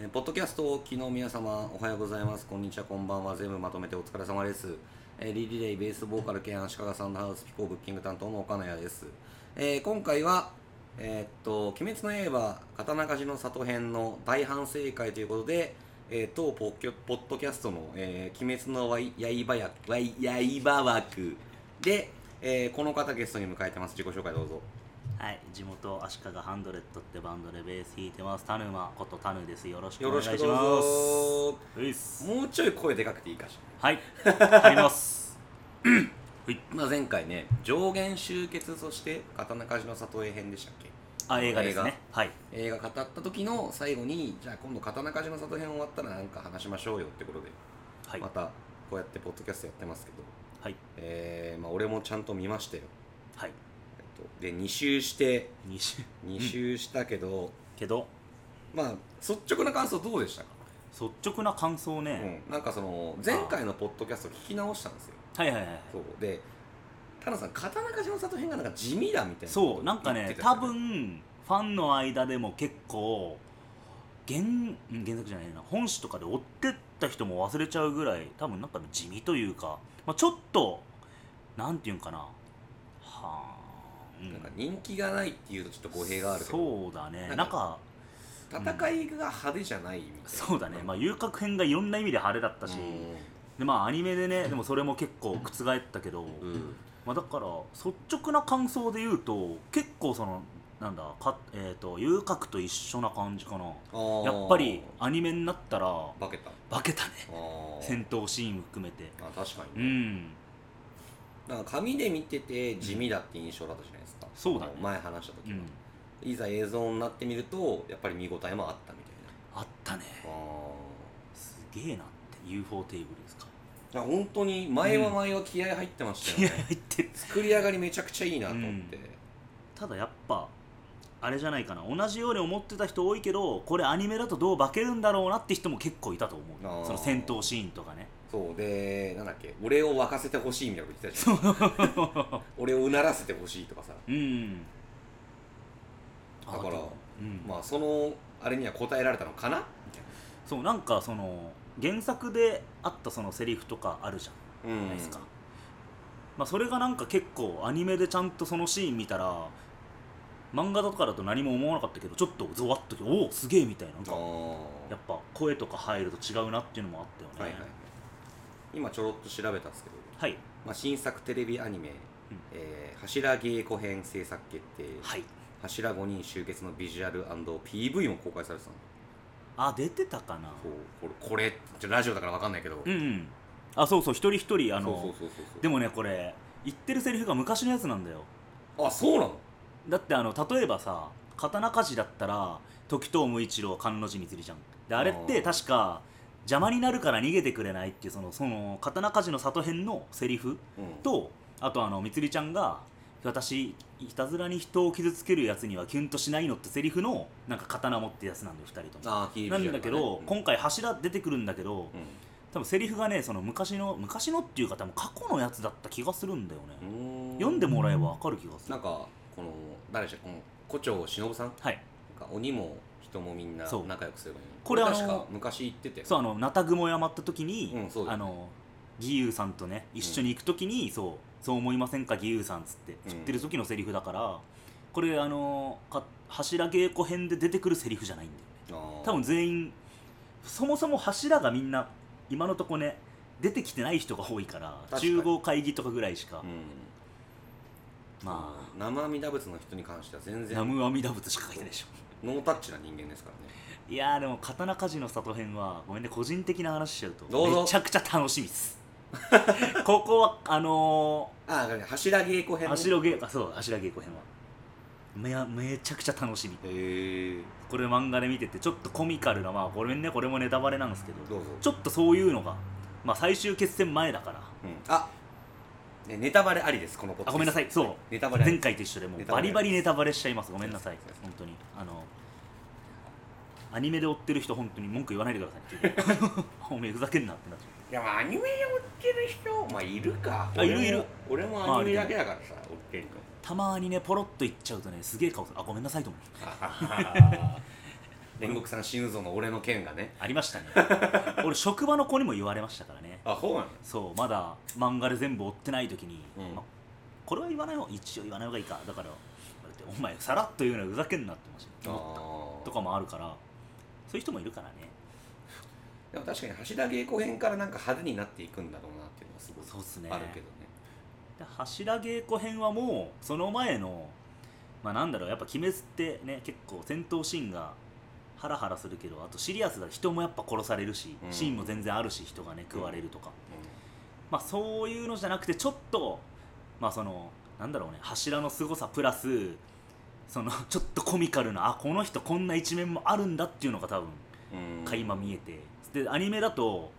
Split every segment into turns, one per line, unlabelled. えーポッドキャストを昨日皆様おはようございますこんにちはこんばんは全部まとめてお疲れ様です、えーリリレイベースボーカル兼足利サンドハウスピコーブッキング担当の岡野谷です、えー今回はえーっと「鬼滅の刃刀鍛冶の里編」の大反省会ということで、えー当ポッキョポッドキャストの「えー鬼滅の刃や刃枠」で、えーこの方ゲストに迎えてます自己紹介どうぞ
はい、地元足利ハンドレッドってバンドでベース弾いてますタヌマことタヌですよろしく
よ
お願
ろ
いし
しく
ます
どうぞ
ういっす
もうちょい声でかくていいかしら
はい入ります
まあ、前回ね上限集結として「刀鍛冶の里へ編」でしたっけ
あ映画ですねはい
映画語った時の最後にじゃあ今度刀鍛冶の里編終わったらなんか話しましょうよってことで、
はい、
またこうやってポッドキャストやってますけど
はい
えー、まあ俺もちゃんと見ましたよ、
はい
えっと、で2周して
2週
2周したけど、
けど
まあ率直な感想どうでしたか、
率直な感想
う
ね、
ん、なんかその前回のポッドキャスト聞き直したんですよ
はいはいはい
そうで田野さん刀鍛冶の里編がなんか地味だみたいなこと
そうなんか
言っ
ね
てた
多
よ
分ファンの間でも結構原ん原作じゃないな本誌とかで追ってった人も忘れちゃうぐらい多分なんか地味というか、まあ、ちょっとなんていうんかなはあ、うん
なんか人気がないっていうとちょっと語弊があるけど
そうだね
なんか
なんか
戦いが派手じゃないみたいな
そうだね、まあ、遊郭編がいろんな意味で派手だったし、でまあアニメでねでもそれも結構覆ったけど、
うん、うん
まあ、だから率直な感想で言うと結構そのなんだか、えー、と遊郭と一緒な感じかな
あー
やっぱりアニメになったら
化けたあ
化けたね
ー
戦闘シーン含めて
あ確か
う
に、
ん
なんか紙で見てて地味だって印象だったじゃないですか、
そうだね
前話した
う
時は、
ん
いざ映像になってみるとやっぱり見応えもあったみた
あったね
いなあ
すげえなって UFO テーブルですか
ーいや本当に前は前は気合入ってました
気合
よね、
入ってる
作り上がりめちゃくちゃいいなと思って、
うんただやっぱあれじゃないかな同じように思ってた人多いけどこれアニメだとどう化けるんだろうなって人も結構いたと思
あー
うその戦闘シーンとかね
そうでなんだっけ俺を沸かせてほしいみたいなこと言ってたじゃん俺をうならせてほしいとかさ
うん
だから
あとうん
まあそのあれには答えられたのかなみたい
そうなんかその原作であったそのセリフとかあるじゃん
なうん
ないですか、まあ、それがなんか結構アニメでちゃんとそのシーン見たら漫画とかだと何も思わなかったけどちょっとゾワッときておおすげえみたいななん
あ
か
ー
やっぱ声とか入ると違うなっていうのもあったよね
はいはい今ちょろっと調べたんですけど、
はい
まあ、新作テレビアニメ「
うん
えー柱稽古編」制作決定、
はい
柱5人集結のビジュアル &PV も公開されてたの
あ出てたかな
そうこれこれちょラジオだから分かんないけど、
うんうんあそうそう一人一人あの
そうそうそうそうそう
でもねこれ言ってるセリフが昔のやつなんだよ
あそうなの
だってあの例えばさ刀鍛冶だったら時藤無一郎菅野寺光じゃんであれって確か邪魔になるから逃げてくれないっていうそのその刀鍛冶の里編のセリフ
うん
とあとあの光ちゃんが私いたずらに人を傷つけるやつにはキュンとしないのってセリフのなんか刀持ってるやつなんだよ2人とも
あーキービジュ
な
アル
んだけど、
ね
今回柱出てくるんだけど、多分セリフがねその昔の昔のっていうか多分過去のやつだった気がするんだよね、
うん、
読んでもらえばわかる気がす
な
る
んかこの誰でしたっけこの胡蝶忍さん
はい
なんか鬼も人もみんな
そう
仲良くすればいいのに
これ
確
あ
か
の
昔言ってて
そうあのナタグモ山って時に、
うんそうだ
あ
よね
の義勇さんとね一緒に行く時に、そうそう思いませんか義勇さんっつって
うん
言ってる時のセリフだから、これあのか柱稽古編で出てくるセリフじゃないんだよね
あー
多分全員そもそも柱がみんな今のとこね出てきてない人が多いから
確かに
中合会議とかぐらいしか、
うん
まあ
生阿弥陀仏の人に関しては全
ナ
然
ム阿弥陀仏しか書いてないでしょ
ノータッチな人間ですからね
いやーでも刀鍛冶の里編はごめんね個人的な話しちゃうと
どうぞ
めちゃくちゃ楽しみです ここはあの
ああ柱稽古
ー、
編ね
柱稽あそう柱稽古編はめやめちゃくちゃ楽しみ
へえ
これ漫画で見ててちょっとコミカルなまあごめんねこれもネタバレなんですけど
どうぞ
ちょっとそういうのがまあ最終決戦前だから
うんあねネタバレありですこのポッド
あごめんなさ
い
いそう
ネタバレあ
前
り
回と一緒でもう
ネタバ
バ
レ
リバリネタバレしちゃいますごめんなさい
すいません
本当にあのアニメで追ってる人本当に文句言わないでください っていうおめえふざけんなってなっちゃう
いやまあアニメで追ってる人まあいるか
あいるいる
俺も俺もアニメだけだからさ追ってるの
たまにねポロッと言っちゃうとねすげえ顔するあごめんなさいと思う
あはは煉獄さん死ぬぞの俺の剣がね
ありま したね俺職場の子にも言われましたからね
あそうなんや
そうまだ漫画で全部追ってない時に、
うん
まこれは言わない方一応言わない方がいいかだからだってお前さらっと言うのふざけんなって思いました思っ
あ
たとかもあるからそういう人もいるからね
でも確かに橋田稽古編からなんか派手になっていくんだろうなっていうのはすご
そうっすね
いあるけどね
で柱稽古編はもうその前のまあなんだろうやっぱ「鬼滅」ってね結構戦闘シーンがハラハラするけどあとシリアスだ人もやっぱ殺されるし、
うん
シーンも全然あるし人がね食われるとか、まあそういうのじゃなくてちょっとまあそのなんだろうね柱の凄さプラスそのちょっとコミカルなあこの人こんな一面もあるんだっていうのが多分
うん、うん、
垣間見えて、でアニメだと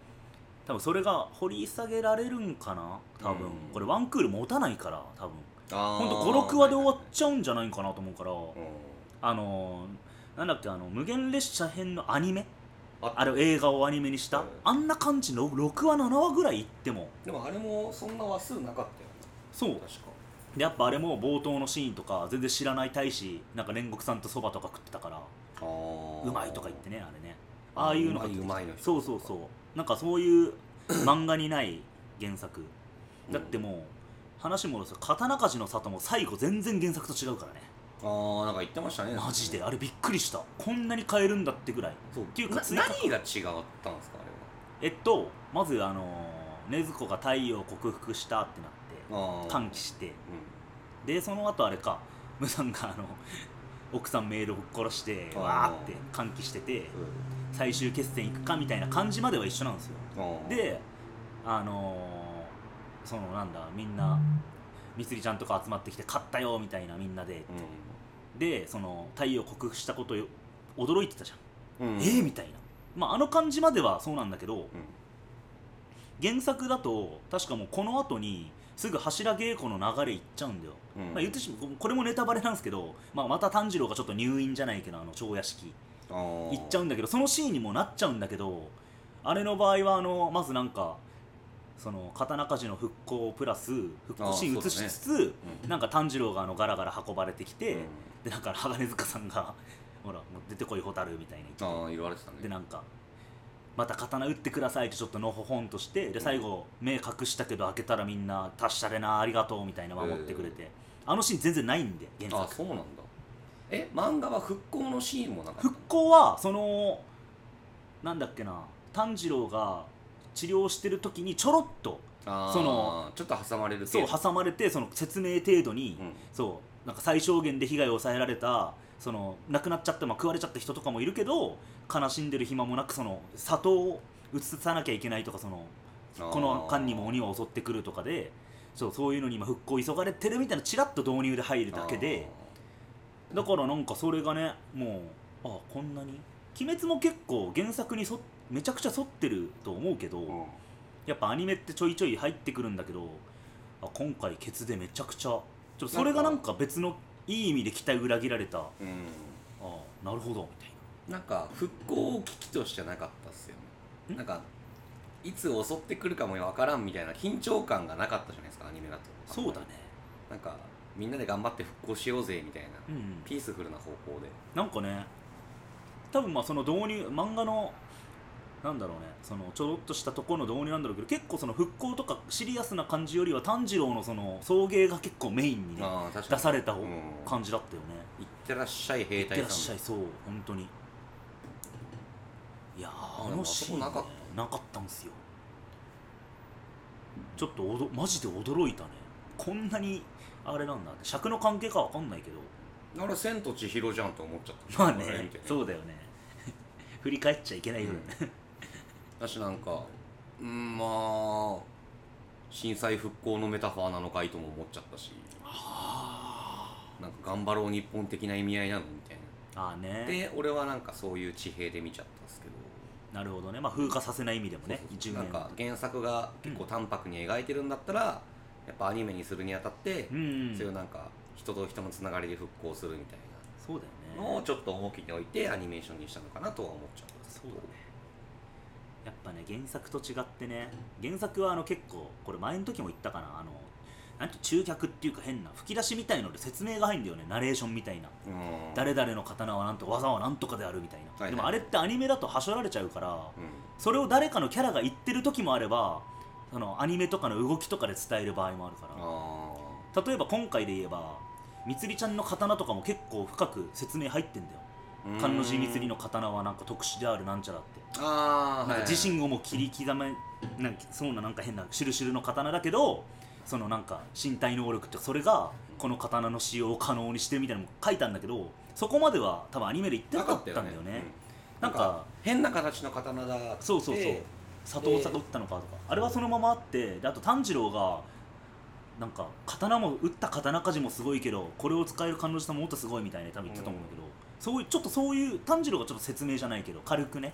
多分それが掘り下げられるんかな多分、
うん
これワンクール持たないから多分
あ
ほ
ー
んと56話で終わっちゃうんじゃないかなと思うから、
うん
あのーなんだっけあの無限列車編のアニメ
あ
あれ映画をアニメにした、
うん
あんな感じの6話7話ぐらいいっても
でもあれもそんな話数なかった
そう
よな確か
でやっぱあれも冒頭のシーンとか全然知らない大使なんか煉獄さんとそばとか食ってたから
あー
うまいとか言ってねあれね
あー
ああいうのが
うまいうまいの人
そうそうそうなんかそういう漫画にない原作
うん
だってもう、話戻すと刀鍛冶の里も最後全然原作と違うからね
ああなんか言ってましたね
マジで
なんかね
あれびっくりしたこんなに変えるんだってぐらい
そう
っていうか
な
追加
何が違ったんですか
えっとまずあのー禰豆子が太陽を克服したってな
あれはあ
って
ー
歓喜して
う
でその後あれかムさんがあの 奥さんメールを殺して
あー
わーって歓喜してて
ん、うん
最終決戦行くかみたいな感じまでは一緒なんですよであのーそのなんだみんなみつりちゃんとか集まってきて勝ったよみたいなみんなででその太陽克服したことを驚いてたじゃん、
うん、うん、
えー、みたいな、まあ、あの感じまではそうなんだけど原作だと確かもうこの後にすぐ柱稽古の流れいっちゃうんだよ、
うん
まあ、言ってしまうこれもネタバレなんですけど、まあ、また炭治郎がちょっと入院じゃないけどあの蝶屋敷
行
行っちゃうんだけどそのシーンにもなっちゃうんだけどあれの場合はあのまずなんかその刀鍛冶の復興プラス復興シーン
あー
映しつつ、
うん
なんか炭治郎があのガラガラ運ばれてきて、
うん
でなんか鋼塚さんが「ほらもう出てこい蛍」みたいな言って
ああ言われてたね
でなんか「また刀打ってください」ってちょっとのほほんとしてで最後目隠したけど開けたらみんな「達者でなありがとう」みたいな守ってくれて、あのシーン全然ないんで原
あ
作
そうなんだえ漫画は復興のシーンもなかった
復興はそのなんだっけな炭治郎が治療してる時にちょろっと
あー
その
ちょっと挟まれる
そう
程度
挟まれてその説明程度に、
うん
そうなんか最小限で被害を抑えられたその亡くなっちゃって、まあ、食われちゃった人とかもいるけど悲しんでる暇もなくその里を移さなきゃいけないとかその
あー
この間にも鬼は襲ってくるとかでそうそういうのに今復興急がれてるみたいなチラッと導入で入るだけでだからなんかそれがねもうあこんなに鬼滅も結構原作にそめちゃくちゃ沿ってると思うけど、
あーうん
やっぱアニメってちょいちょい入ってくるんだけどあ今回ケツでめちゃくちゃちょっとそれがなんか別のいい意味で期待裏切られたあ
うん
あなるほどみたい
なんか復興を危機としてなかったっすよね
ん
なんかいつ襲ってくるかもわからんみたいな緊張感がなかったじゃないですかアニメだと
なそうだね
なんかみんなで頑張って復興しようぜみたいな
うんうん
ピースフルな方向で
なんかね多分まあその導入漫画のなんだろうねそのちょろっとしたところの導入なんだろうけど結構その復興とかシリアスな感じよりは炭治郎のその送迎が結構メインにね
ああ確か
出
に
された
うん
感じだったよね
いってらっしゃい兵
いっ
隊
て
さん
らっしゃいそう本当にいやーあ
でも
のシーン、ね
あそこなかっ、
なかったんですよちょっとおどマジで驚いたねこんなにあれなんだ尺の関係かわかんない けど
あれ千と千尋じゃんと思っちゃった
まあね
あれ見て
そうだよね 振り返っちゃいけないよね、
私なんかうんまあ震災復興のメタファーなのかいとも思っちゃったしなんか頑張ろう日本的な意味合いなのみたい
ああね
なで俺はなんかそういう地平で見ちゃったんですけど
なるほどね、まあ、風化させない意味でもね
そうそう
10
なん
年
か原作が結構淡白に描いてるんだったら、やっぱアニメにするにあたって、
うんうん
そういうなんか人と人のつながりで復興するみたい
そうだ
な
よ
の
ね
をちょっと重きに置いてアニメーションにしたのかなとは思っちゃったんです
そ
け
う
ど
だねやっぱね原作と違ってね原作はあの結構これ前の時も言ったかなあのなんて中脚っていうか変な吹き出しみたいので説明が入るんだよねナレーションみたいな
うん
誰々の刀はなんと技はなんとかであるみたいな、
いはい
でもあれってアニメだとはしょられちゃうから
うん
それを誰かのキャラが言ってる時もあればそのアニメとかの動きとかで伝える場合もあるから
あ
例えば今回で言えばみつりちゃんの刀とかも結構深く説明入ってんだよ
ーうん
菅の字みつりの刀はなんか特殊であるなんちゃらって
あー
なん
はい
か
はい
自身をもう切り刻めなんかそうななんか変なしるしるの刀だけどそのなんか身体能力ってそれがこの刀の使用を可能にしてるみたいなのも書いたんだけどそこまでは多分アニメで言ってなかったんだよね
な
なんん
か
か
変な形の刀だって
そうそうそう佐藤悟ったのかとかあれはそのままあってであと炭治郎がなんか刀も打った刀鍛冶もすごいけどこれを使える彼女さんももっとすごいみたいな多分言ってたと思うんだけど、そういうちょっとそういう炭治郎がちょっと説明じゃないけど軽くね、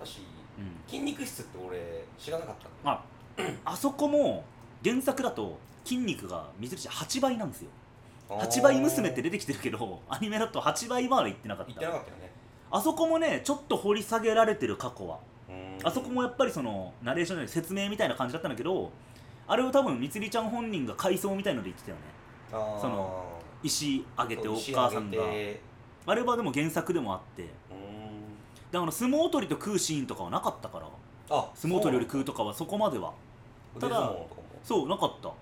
私
うん、
筋肉質って俺知らなかったんだよ
ああそこも原作だと筋肉が水口8倍なんですよ8倍娘って出てきてるけどアニメだと8倍までいってなかっ
言ってな
た
かったよね
あそこもねちょっと掘り下げられてる過去は
うん
あそこもやっぱりそのナレーションで説明みたいな感じだったんだけどあれを多分みつりちゃん本人が回想みたいので言ってたよね
あー
その石あげてお
そう
母さんが
石上げて
あれはでも原作でもあって
うん
だから相撲取りと食うシーンとかはなかったから
あ
相撲取りより食うとかはそこまでは
た
た
だ
だ
相撲とか
そうなかった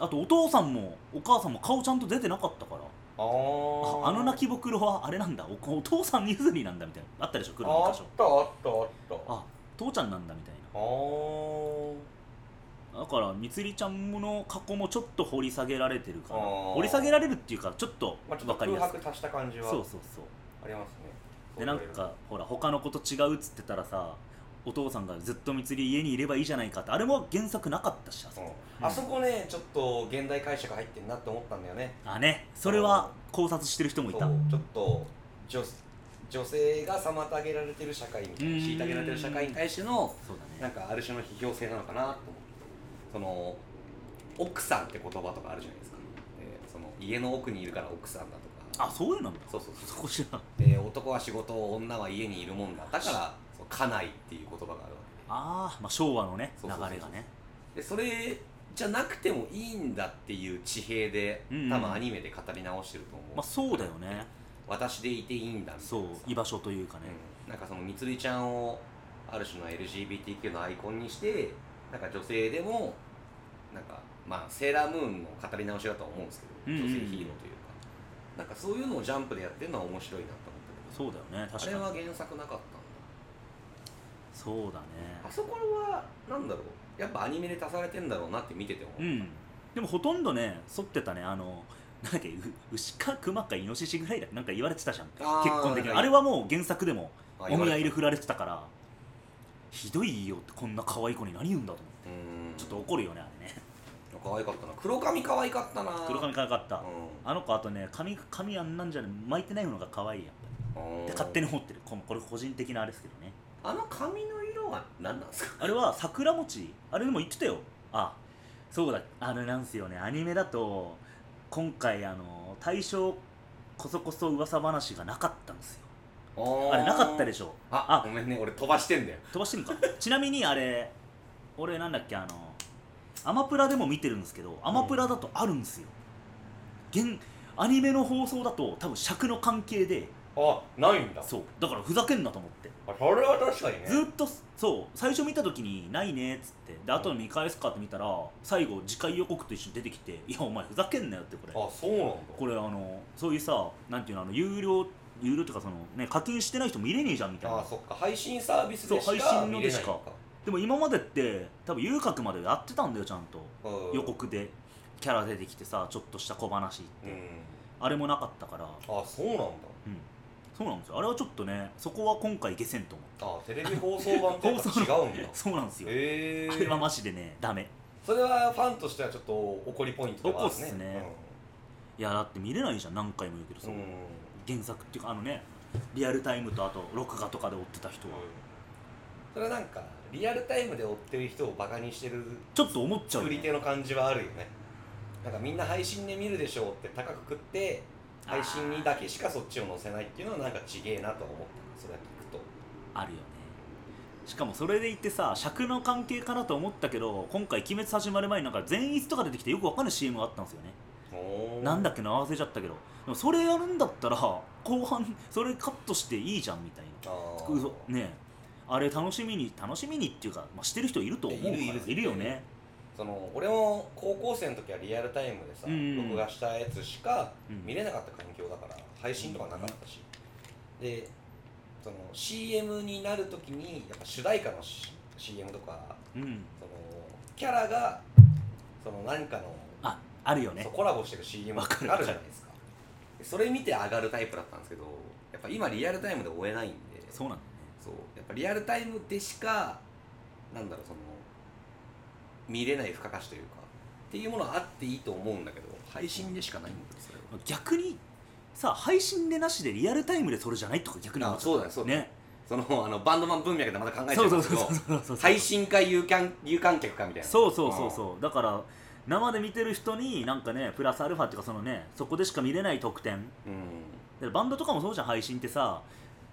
あとお父さんもお母さんも顔ちゃんと出てなかったから
も
ああの泣
き
き袋はあれなんだおお父さん譲りなんだみたいなあったでしょ
あ
黒の
ーあっ
箇所
たあったあったあ
あ父ちゃんなんだみたい
あー
なだからみつりちゃんの過去もちょっと掘り下げられてるから
あー
掘り下げられるっていうかちょっと
まあちょっ
分
と
かり
空
やすい
白足した感じは
そうそうそう
ありますね
でなんかほら他の子と違うっつってたらさお父さんがずっとみつり家にいればいいじゃないかってあれも原作なかったしあそこ
うんあそこねちょっと現代解釈入ってんなって思ったんだよね
あねそれは考察してる人もい
そう
た
ちょっと女女性が妨げられてる社会みたいな
うん
虐げられてる社会に対しての
そうだね
なんかある種の批評性なのかなと思ってその奥さんって言葉とかあるじゃないですか、でその家の奥にいるから奥さんだとか
あそういうのなんだ
そうそうそ
そこ知らん
うで男は仕事女は家にいるもんだだからそう家内っていう言葉があるわ
あー、まあ昭和のね
そ
流
う
れ
そうそう
が
そう
ね
けでそれじゃなくてもいいんだっていう地平で
うんうん
多分アニメで語り直してると思う、
まあそうだよね
私でいていいんだみたいなさ
そう居場所というかね、
うんなんかそのみつりちゃんをある種の LGBTQ のアイコンにしてなんか女性でもなんかまあセーラームーンの語り直しだとは思うんですけど、
うんうんうん
女性ヒーローというかなんかそういうのをジャンプでやってるのは面白いなと思った
そうだよね確
け
か
どあ
に
れは原作なかったん
そうだね
だあそこはなんだろうやっぱアニメで足されてんだろうなって見てて思う、
うんでもほとんどね剃ってたねあのなんだっけう牛か熊かイノシシぐらいだなんか言われてたじゃん
あー
結婚的
はい
にあれはもう原作でも
あ
お
言わ
見合
れ
い
て
で振られてたからひどいよってこんな可愛い子に何言うんだと思って
うーん
ちょっと怒るよねあれね
可愛かったな黒髪可愛かったな
黒髪可愛かった
う
あの子あとね髪髪あんなんじゃね巻いてないのが可愛いやっぱ
ん
りで勝手に持ってるこのこれ個人的なあれですけどね
あの髪の色は何なんですか
あれは桜餅あれでも言ってたよあそうだあれなんすよねアニメだと今回あの大正こそこそ噂話がなかったんですよ あれなかったでしょ
あ
あ
ごめんね俺飛ばしてんだよ
飛ばしてんのかちなみにあれ俺なんだっけあのアマプラでも見てるんですけどアマプラだとあるんですよ現アニメの放送だと多分尺の関係で
あないんだ
そうだからふざけんなと思って
あそれは確かにね
ずっとそう最初見た時に「ないね」っつってで後で見返すかって見たら最後次回予告と一緒に出てきて「いやお前ふざけんなよ」ってこれ
あそうなんだ
これあのそういうさなんていうのあの有料有料っていうかそのね課金してない人見れねえじゃんみたい
あ
な
そっか配信サービスでし
そう
か
配信
見
の
れ
で
な
し
い
か
のか
でも今までって多分遊郭までやってたんだよちゃんと
うん
予告でキャラ出てきてさちょっとした小話って、
うん
あれもなかったから
あそうなんだ
うんそうなんですよあれはちょっとねそこは今回下せんと思
あテレビ放送版とやっぱ
放送
違うんだ
う そうなんですよ、
へえ
あれはマジでねダメ
それはファンとしてはちょっと怒りポイントではあるね
怒っすねいやだって見れないじゃん何回も言うけど
う
そ
ん
う、
うん
原作っていうかあのねリアルタイムとあと録画とかで追ってた人は、
それはなんかリアルタイムで追ってる人をバカにしてる
ちょっと思っちゃう
作
よ
り手
ね
の感じはあるよねなんかみんな配信で見るでしょうって高くくって
あー
配信にだけしかそっちを載せないっていうのはなんかちげえなとは思ったそれは聞くと
あるよねしかもそれで言ってさ尺の関係かなと思ったけど今回「鬼滅」始まる前になんか前逸とか出てきてよくわかんない CM があったんですよねなんだっけな忘れちゃったけどでもそれやるんだったら後半それカットしていいじゃんみたいな
あー
うそねえあれ楽しみに楽しみにっていうか、まあ、してる人いると思うから
いるいる
いるよね
その俺も高校生の時はリアルタイムでさ、
うん
録画したやつしか
うん
見れなかった環境だから、配信とかなかったし、でその CM になる時にやっぱ主題歌の C- CM とか
うん
そのキャラがその何かの、
ああるよね
そうコラボしてる CM
わ
が
かる
あるじゃないですかでそれ見て上がるタイプだったんですけどやっぱ今リアルタイムで追えないんで
そうなんだ
そうやっぱリアルタイムでしかなんだろうその見れない付加価値というかっていうものはあっていいと思うんだけど配信でしかないんだよそれは
よね逆にさ配信でなしでリアルタイムでそれじゃないとか逆に思っちゃ
あそうだねそうだ
ね
そのあのバンドマン文脈でまた考えちゃ
そううんそ
で
う
す
そ
け
う
ど
そうそう
配信か有観有観客かみたいな
そうそうそうそうだから生で見てる人になんかねプラスアルファっていうかそのねそこでしか見れない特典だか
うん、
らバンドとかもそうじゃん配信ってさ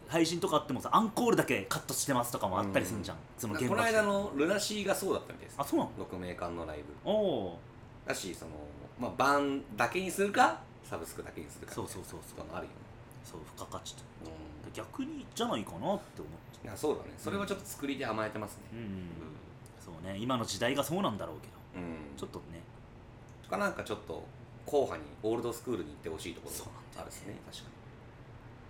配信とかあってもさアンコールだけカットしてますとかもあったりするじゃん、その
うん、
現
こ
場
の
で
間のルナシーがそうだったみたいです
あそうなの
6名間のライブ
おお
だしその、まあ、バンだけにするかサブスクだけにするか
そうそうそうそう
とかもあるよね、
そう付加価値と
う
逆にじゃないかなって思っちゃ
ん、いやそうだねそれはちょっと作りで甘えてますね
ううん、そうね今の時代がそうなんだろうけど
うん、
ちょっとね
とかなんかちょっと後派にオールドスクールに行ってほしいところ
そうなんだよね
あるですね確か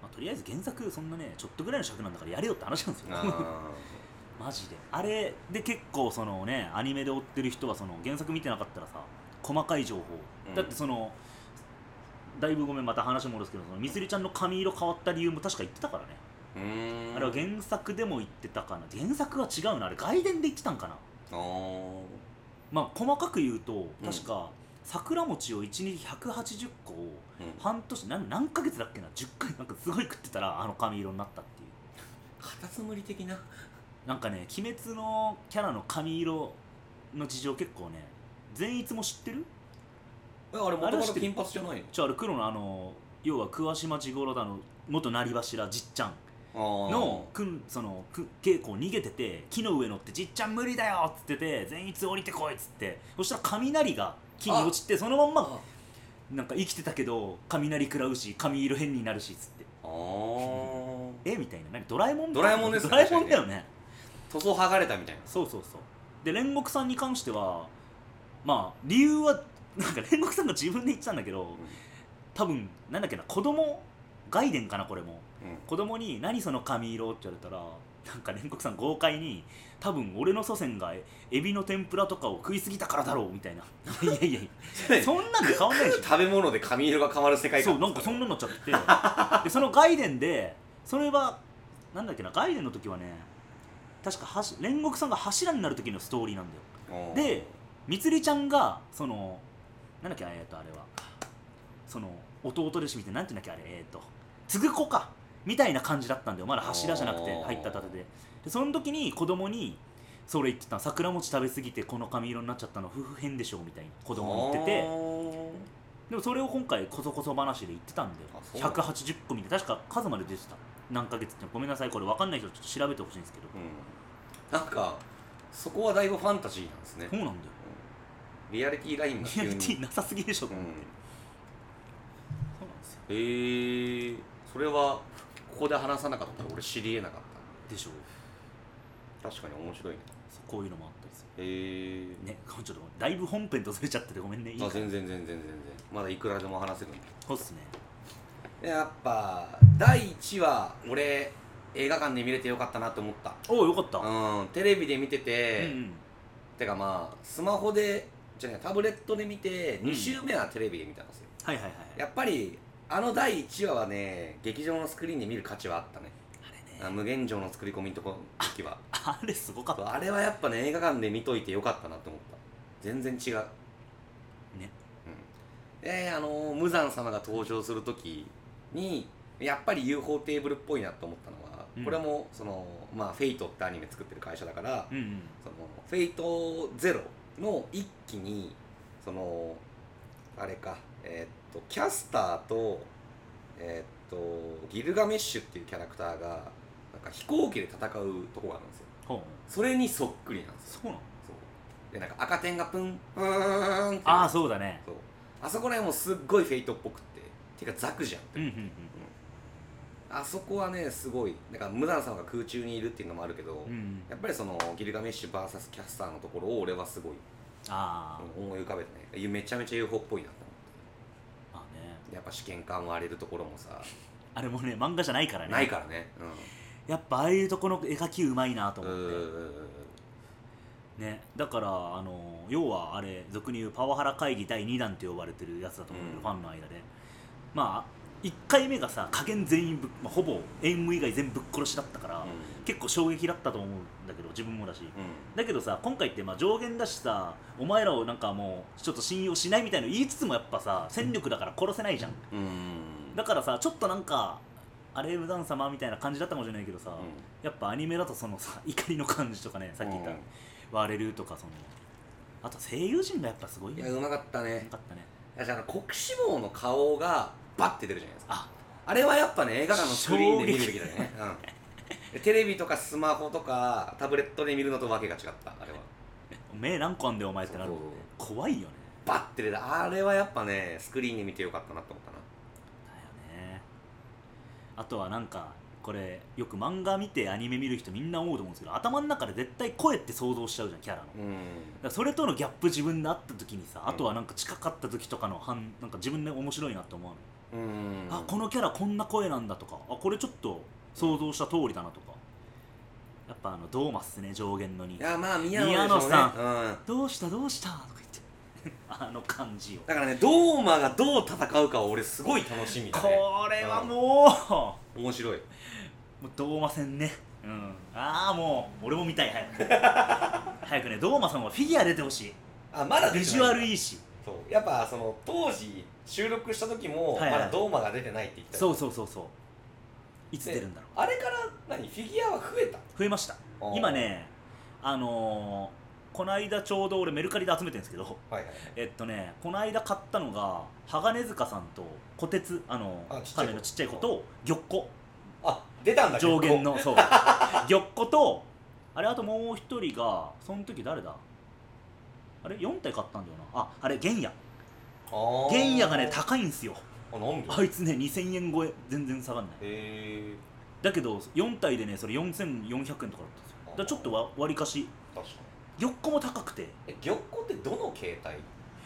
まあ、とりあえず原作そんなねちょっとぐらいの尺なんだからやれよって話なんですよ
にあ
マジであれで結構そのねアニメで追ってる人はその原作見てなかったらさ細かい情報、
うん
だってそのだいぶごめんまた話戻すけどそのみすりちゃんの髪色変わった理由も確か言ってたからね、
ーうーん
あれは原作でも言ってたかな原作は違うなあれ外伝で言ってたんかな
あー
まあ細かく言うと
うん
確か、桜餅を1日180個を
うん
半年何何ヶ月だっけな10回なんかすごい食ってたらあの髪色になったっていう
カタツムリ的な
なんかね「鬼滅」のキャラの髪色の事情結構ね善逸も知ってる
えあれ
あれ
元
は
々
知ってる
金髪じゃない
じゃああれ黒のあの要は桑島地五郎だの元成柱じっちゃん
の
のくんそのく稽古を逃げてて木の上乗って「じっちゃん無理だよ!」っつってて「善逸降りてこい!」っつってそしたら雷が木に落ちてそのまんま
あ
なんか生きてたけど雷食らうし髪色変になるしっつって
あー
えみたいな何ドラえもん
ドラえもんですね
ドラえもんだよね
塗装剥がれたみたいな
そうそうそうで煉獄さんに関してはまあ理由はなんか煉獄さんが自分で言ってたんだけど多分なんだっけな子供外伝かなこれも
う
子供に「何その髪色?」って言われたらなんか煉獄さん豪快に「多分俺の祖先がエエビの天ぷらとかを食いすぎたからだろう」みたいな「いやいやいやいや そんなんで変わん ないでしょ」
食べ物で髪色が変わる世界観
そうなんかそんなになっちゃってでその外伝でそれはなんだっけな外伝の時はね確かはし煉獄さんが柱になる時のストーリーなんだよ
うん
でみつりちゃんがそのなんだっけえっとあれはその弟弟子みたいななんていうんだっけあれえっと継ぐ子かみたいな感じだったんだよまだ柱じゃなくて
あー
入った盾ででその時に子供にそれ言ってた桜餅食べ過ぎてこの髪色になっちゃったの夫婦変でしょみたいな子供に言ってて
あー
でもそれを今回こそこそ話で言ってたん
あそう
だ
な
よ
んだ
180個見て確か数まで出てた何ヶ月ってごめんなさいこれ分かんない人ちょっと調べてほしいんですけど
うんなんかそこはだいぶファンタジーなんですね
そうなんだよ
リアリティラインが
リ
急
ア
に
リティなさすぎでしょ、
う
そ
ん
うなんですよ
えー、それはここで話さなかったら俺知りえなかっ
でしょ
た確かに面白いね
そうこういうのもあったりする
えー、
ねちょっとだいぶ本編とずれちゃっててごめんねいい
あ
か
全然全然全然まだいくらでも話せるん
そうっすね
だやっぱ第1話俺映画館で見れてよかったなと思った
おおよかったうん
うんテレビで見て
う
て、
ん
てかまあスマホでじゃねタブレットで見て
うん
2週目はテレビで見たんですよ、
はいはいはい
やっぱりあの第1話はね劇場のスクリーンで見る価値はあったね
あ
あ
れね
無限城の作り込みのとこ時は
あれすごかった
あれはやっぱね映画館で見といてよかったなと思った全然違う
ね
うんであのー無惨様が登場する時にやっぱり UFO テーブルっぽいなと思ったのは、
うん
これもそのまあフェイトってアニメ作ってる会社だから、
うんうん
そのフェイトゼロの一期にそのあれかえーっとキャスターとえーっとギルガメッシュっていうキャラクターがなんか飛行機で戦うとこがあるんですよ
ほう
それにそっくりなんですよ
そうなの
そうでなんか赤点がプンプーンって
ああそうだね
そうあそこら辺もすっごいフェイトっぽくっててかザクじゃんって、
うんうんうん
あそこはねすごいなんか無惨さんが空中にいるっていうのもあるけど、
うんうん
やっぱりそのギルガメッシュ VS キャスターのところを俺はすごい
あ
うん思い浮かべてねいやめちゃめちゃ UFO っぽいなと思
あまあね
ってやっぱ試験官割れるところもさ、
あれもね漫画じゃないからね
ないからね
やっぱああいうとこの描きうまいなと
うんう
思っ
ー
て
ん
ね、だからあの要はあれ俗に言うパワハラ会議第2弾って呼ばれてるやつだと思うけど、
うん
ファンの間でまあ1回目がさ加減全員ぶっ、まあ、ほぼ演武以外全部ぶっ殺しだったから、結構衝撃だったと思うんだけど自分もだしだけどさ今回ってまあ上限だしさお前らをなんかもうちょっと信用しないみたいの言いつつもやっぱさ戦力だから殺せないじゃん
うんうん
だからさちょっとなんかあれ無断様みたいな感じだったかもしれないけどさ、
う
やっぱアニメだとそのさ怒りの感じとかねさっき言った、
うん
割れるとかそのあと声優陣がやっぱすご
ん
い
い
ね
やうまかったね
よかったね
だから国志望の顔がバッて出るじゃないですか
あ
あれはやっぱね映画館のスクリーンで見るべきだよね、うんで、テレビとかスマホとかタブレットで見るのとわけが違ったあれは
目何個あんだよお前ってなる
そうそう
怖いよね
バッて出たあれはやっぱねスクリーンで見てよかったなと思ったな
だよねあとはなんかこれよく漫画見てアニメ見る人みんな思うと思うんですけど頭の中で絶対声って想像しちゃうじゃんキャラの、だ
うん
からそれとのギャップ自分で会った時にさ、
ん
あとはなんか近かった時とかの反なんか自分で面白いなって思うの、
うん
あこのキャラこんな声なんだとかあこれちょっと想像した通りだなとかやっぱあのドーマスね上限のに
いやまあ宮野でしょうね
宮野さ
うん
どうしたどうしたとか言って あの感じを
だからねドーマがどう戦うかは俺すごい楽しみだ
こ
ね
れはも
面白いう
もうドーマ戦ねうんああもう俺も見たい 早く早くねドーマさんはフィギュア出てほしい
あまだ出てない
ビジュアルいいし
そうやっぱその当時収録した時も
は
ま
いはい
だドーマが出てないって言ってた
そううそうそうそういつ出るんだろう
あれから何フィギュアは増えた
増えました
あー
今ねあのー、この間ちょうど俺メルカリで集めてるんですけど
はいはい
えっとね、この間買ったのが鋼塚さんと虎鉄あの
あちっちゃい子
亀のちっちゃい子と玉子
あ出たんだ
上 限のそう玉子とあれあともう一人がその時誰だあれ4体買ったんだよなああれ玄也玄
原
也がね高いんすよ
あなんで
あいつね2000円超え全然下がんない
へえ
だけど4体でねそれ4400円とかだったんですよだからちょっとわ割りかし
確かに
玉子も高くて
え玉子ってどの形態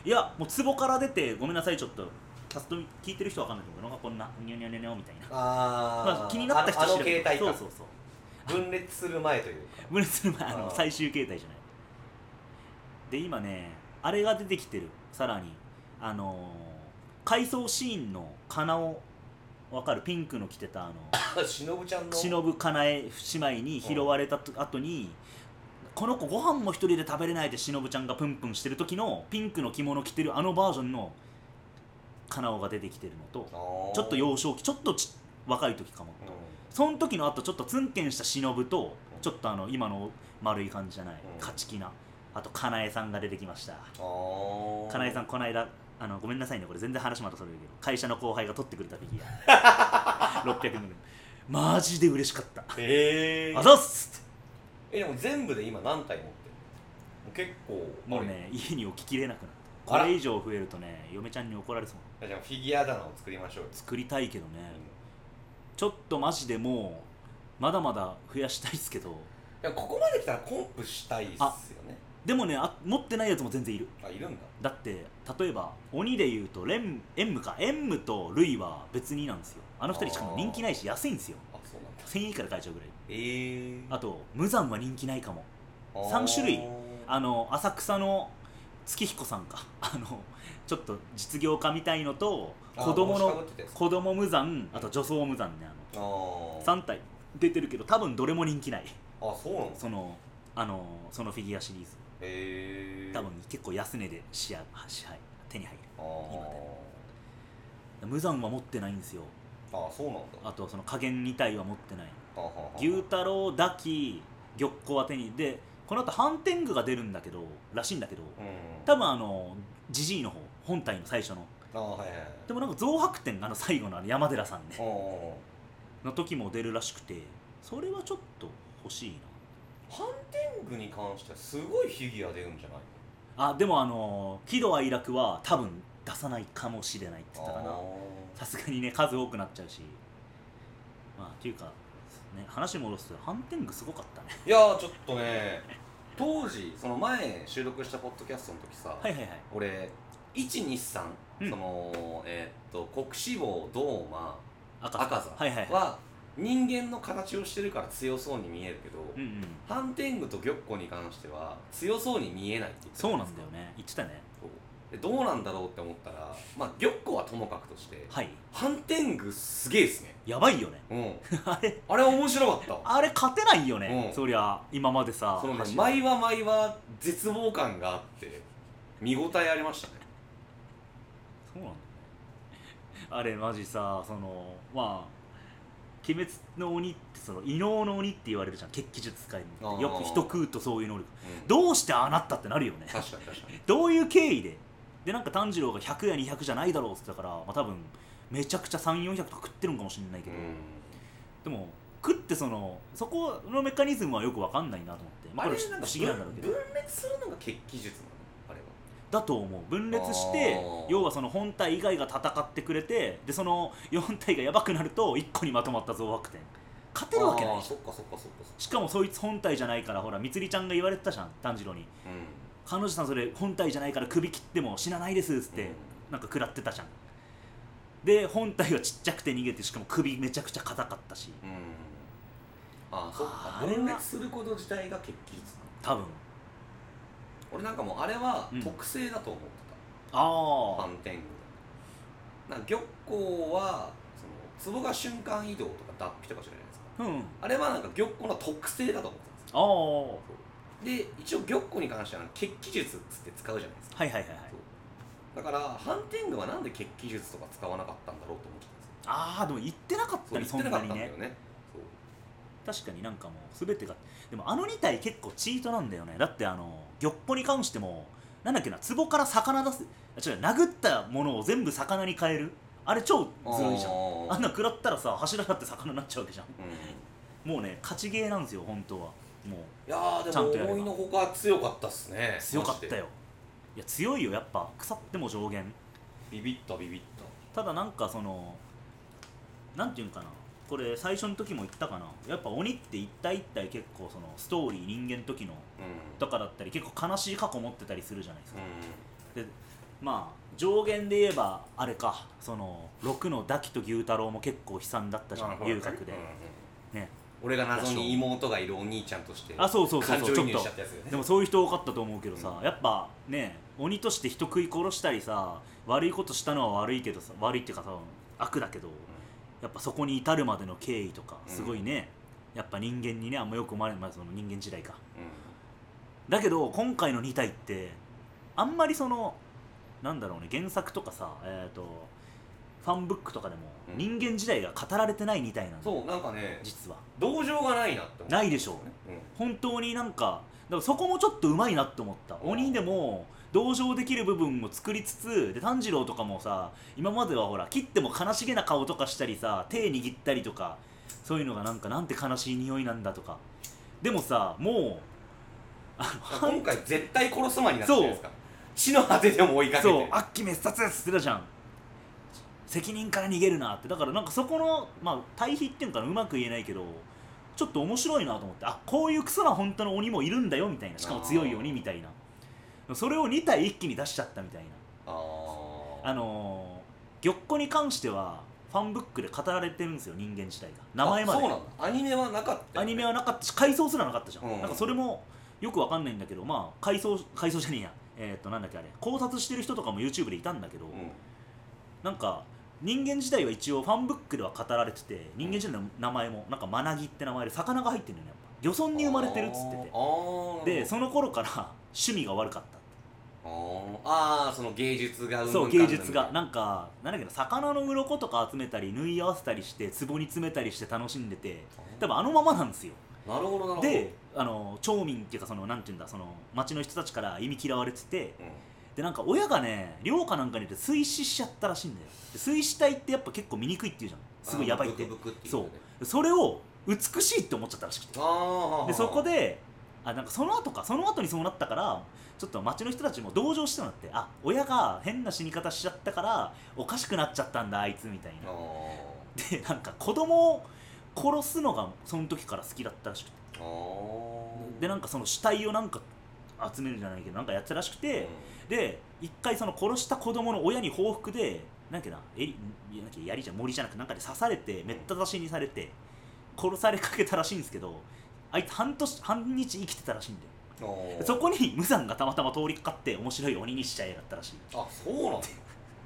いやもう壺から出てごめんなさいちょっとキャスト聞いてる人わかんないと思うのがこんなニョニョニョニョみたいな
あ
まあ、気になった人
あのあ
調
の形
べて
態か
そうそうそう
分裂する前と いうか
無理する前あの
あー
最終形態じゃないで今ねあれが出てきてるさらにあのー、回想シーンのかなおわかるピンクの着てたあの
しのぶちゃんの
忍かなえ姉妹に拾われたと後にこの子ご飯も一人で食べれないでしのぶちゃんがプンプンしてる時のピンクの着物着てるあのバージョンのかなおが出てきてるのと
あー
ちょっと幼少期ちょっとち若い時かも
うん
その時のあとちょっとツンケンした忍と
うん
ちょっとあの今の丸い感じじゃない
うん
勝ち気なあとかなえさんが出てきました
あー
かなえさんこの間あのごめんなさいねこれ全然話またそれるけど会社の後輩が取ってくれたフィギュ ア600人マジで嬉しかった
へえ
あざっすっ
えでも全部で今何体持ってるのもう結
て
構あ
もう
るよ
ね家に置ききれなくなった
あ
こ
ら
れ以上増えるとね嫁ちゃんに怒られそう
じゃあフィギュア棚を作りましょうよ
作りたいけどねちょっとマジでもうまだまだ増やしたいですけど
でもここまで来たらコンプしたいっすよね
でもねあ持ってないやつも全然いる
あいるんだ
だって例えば鬼で言うとレンエンムかエンムとルイは別になんですよあの二人しかも人気ないし安いんですよ
あそうなんだ
1000円以下で買えちゃうぐらい
ええ
あと無惨は人気ないかも三種類あの浅草の月彦さんかあのちょっと実業家みたいのと子供の子供無惨あと女装無惨ね
あ
あ
ー
の3体出てるけど多分どれも人気ない
あそうなんです
そのあのそのフィギュアシリーズ
へえ
多分結構安値で支配支配手に入る
あ
今
ー
ね無惨は持ってないんですよ
あそうなんだ
あとその加減2体は持ってない
ははは
牛太郎ダキ玉子は手にでこの後ハンテングが出るんだけどらしいんだけど
うん
多分あのジジイの方本体の最初の
あーはいはいはい
でもなんか増白天あの最後のあの山寺さんね
おー
の時も出るらしくてそれはちょっと欲しいな
ハンテングに関してはすごいフィギュア出るんじゃない
あでもあの喜怒哀楽は多分出さないかもしれないって言ってたか
あ
なさすがにね数多くなっちゃうしまあっていうか、ね、話戻すとハンテングすごかったね
ーいやーちょっとね当時その前収録したポッドキャストの時さ、
はいはいはい
俺123、
うん
そのえーっと国志望ドーマ
赤
赤座
はいはいはい
は人間の形をしてるから強そうに見えるけど、
うんうん
ハンテングと玉子に関しては強そうに見えないって言ってた
そう
じゃ
ない
です
ん
か
だよね言ってたね
そうでどうなんだろうって思ったらまあ玉子はともかくとして
はい
ハンテングすげえですね
やばいよね
うん
あれ
あれ面白かった
あれ勝てないよね、
うん
そりゃ今までさ
そのね
走る
毎話毎話絶望感があって見応えありましたね
そうなんだよね あれマジさそのまあ「鬼滅の鬼」ってその異能の鬼って言われるじゃん血気術使い
あー
によく人食うとそういう能力
うん
どうしてああなったってなるよね
確かに確かに
どういう経緯ででなんか炭治郎が100や200じゃないだろうって言ってたから、まあ、多分めちゃくちゃ3400とか食ってるんかもしれないけど、でも食ってそのそこのメカニズムはよくわかんないなと思って、まあ、これ不思議なんだろうけど
分裂するのが血気術なのあれは
だと思う分裂して
あー
要はその本体以外が戦ってくれてでその4体がやばくなると1個にまとまった増悪点勝てるわけない
あー
じゃ
そ
ん
っかそっかそっかそっか
しかもそいつ本体じゃないからほらみつりちゃんが言われてたじゃん炭治郎に
うん
「彼女さんそれ本体じゃないから首切っても死なないです」っつって、
うん
なんか食らってたじゃんで本体はちっちゃくて逃げてしかも首めちゃくちゃ硬かったし
うんあーそっ
あ
か
れは
分裂すること自体が血気術なの
多分
俺なんかもうあれは
うん
特性だと思ってた、
あ
反転具なんか玉光はその壺が瞬間移動とか脱皮とかじゃないですか
あうん
あれはなんか玉光の特性だと思ってたんですよ
ああは
で一応玉光に関しては血気術っつって使うじゃないですか
いはいはいはい
だから反転具はなんで血気術とか使わなかったんだろうと思ってたんですよ
ああでも言ってなかっ
そ
た
う
ね
言
そ
ってな
ん
か
な
ったん
に
だよ
ね
ねそう
確かになんかもう全てがでもあの2体結構チートなんだよねだってあの玉子に関してもなんだっけな壺から魚出すあ違う殴ったものを全部魚に変えるあれ超ずるいじゃん
あ
あん
な
な食らったらさ柱だって魚になっちゃうわけじゃん
うん
もうね勝ちゲーなんですよ本当はもう
いやー
ちゃんと
で
やれ
も
ば
思いのほか強かったっすね
強かった
マジで
よいや強いよやっぱ腐っても上限
ビビったビビった
ただなんかそのなんていうんかなこれ最初の時も言ったかなやっぱ鬼って一体一体結構そのストーリー人間の時
う
の
ん
とかだったり結構悲しい過去持ってたりするじゃないですか、
うん
でまあ上限で言えばあれかその6のダキと牛太郎も結構悲惨だったじゃ
なる
ん
ほど
遊郭で、ね
俺が謎に妹がいるお兄ちゃんとして
あそうそうそうそ
感
うち
情
ょ
移
っ
入し
と
ちゃったやつよね
でもそういう人多かったと思うけどさ、
う
やっぱね鬼として人食い殺したりさ悪いことしたのは悪いけどさ悪いっていうかさ悪だけど、やっぱそこに至るまでの経緯とか
うん
すごいね、やっぱ人間にねあんまよく思われない、まあ、その人間時代か
う
だけど今回の2体ってあんまりそのなんだろうね原作とかさえっ、とファンブックとかでも
うん
人間時代が語られてない2体なん
ん
だよ、
そうなんかね
実は
同情がないなって思う
ないでしょう本当になんかだからそこもちょっとうまいなって思った
うん
鬼でも同情できる部分も作りつつで炭治郎とかもさ今まではほら切っても悲しげな顔とかしたりさ手握ったりとかそういうのがなんかなんて悲しい匂いなんだとかでもさも
うん 今回絶対殺すまになってるんですか死の果てでも追いうかけて
そう悪鬼滅殺っつってたじゃん責任から逃げるなってだからなんかそこの、まあ、対比っていうのかなうまく言えないけどちょっと面白いなと思ってあこういうクソな本当の鬼もいるんだよみたいなしかも強い鬼みたいなそれを2体一気に出しちゃったみたいな
あー
あのー、玉子に関してはファンブックで語られてるんですよ人間自体が名前ま
あ
で
そうなんだアニメはなかった
ア
よ
ニ
ね
メはなかったし回想すらなかったじゃん、
うん
なんかそれもよくわかんないんだけどまあ回想回想じゃねえやえーっとなんだっけあれ考察してる人とかも YouTube でいたんだけど、
うん
なんか人間自体は一応ファンブックでは語られてて人間自体の名前もなんかマナギって名前で魚が入ってるのよねやっぱ漁村に生まれてるっつってて
あー
で
あー
その頃から趣味が悪かったって
あーその芸術がうんぬん
そ
か
うん
ぬん
芸術がなんかなんだっけど魚の鱗とか集めたり縫い合わせたりして壺に詰めたりして楽しんでて多分あのままなんですよ
なるほどなるほど
であの町民っていうかそのなんていうんだその町の人たちから忌み嫌われてて
うん
でなんか親がね寮かなんかにいて水死しちゃったらしいんだよで水死体ってやっぱ結構醜いっていうじゃんすごいやばいって
あーブクブクってい
そそれを美しいって思っちゃったらしくて
うねあー
でそこであなんかその後かその後にそうなったからちょっと町の人たちも同情してたんだってあ親が変な死に方しちゃったからおかしくなっちゃったんだあいつみたいなでなんか子供を殺すのがその時から好きだったらしくて
あー
でなんかその死体をなんか集めるじゃないけどなんかやってたらしくて、で一回その殺した子供の親に報復でなんかなえりなんか槍じゃ森じゃなくてなんかで刺されてめった刺しにされて殺されかけたらしいんですけどあいつ半年半日生きてたらしいんだよ
うんあー
そこに無惨がたまたま通りかかって面白い鬼にしちゃえだったらしい
あそうなんだ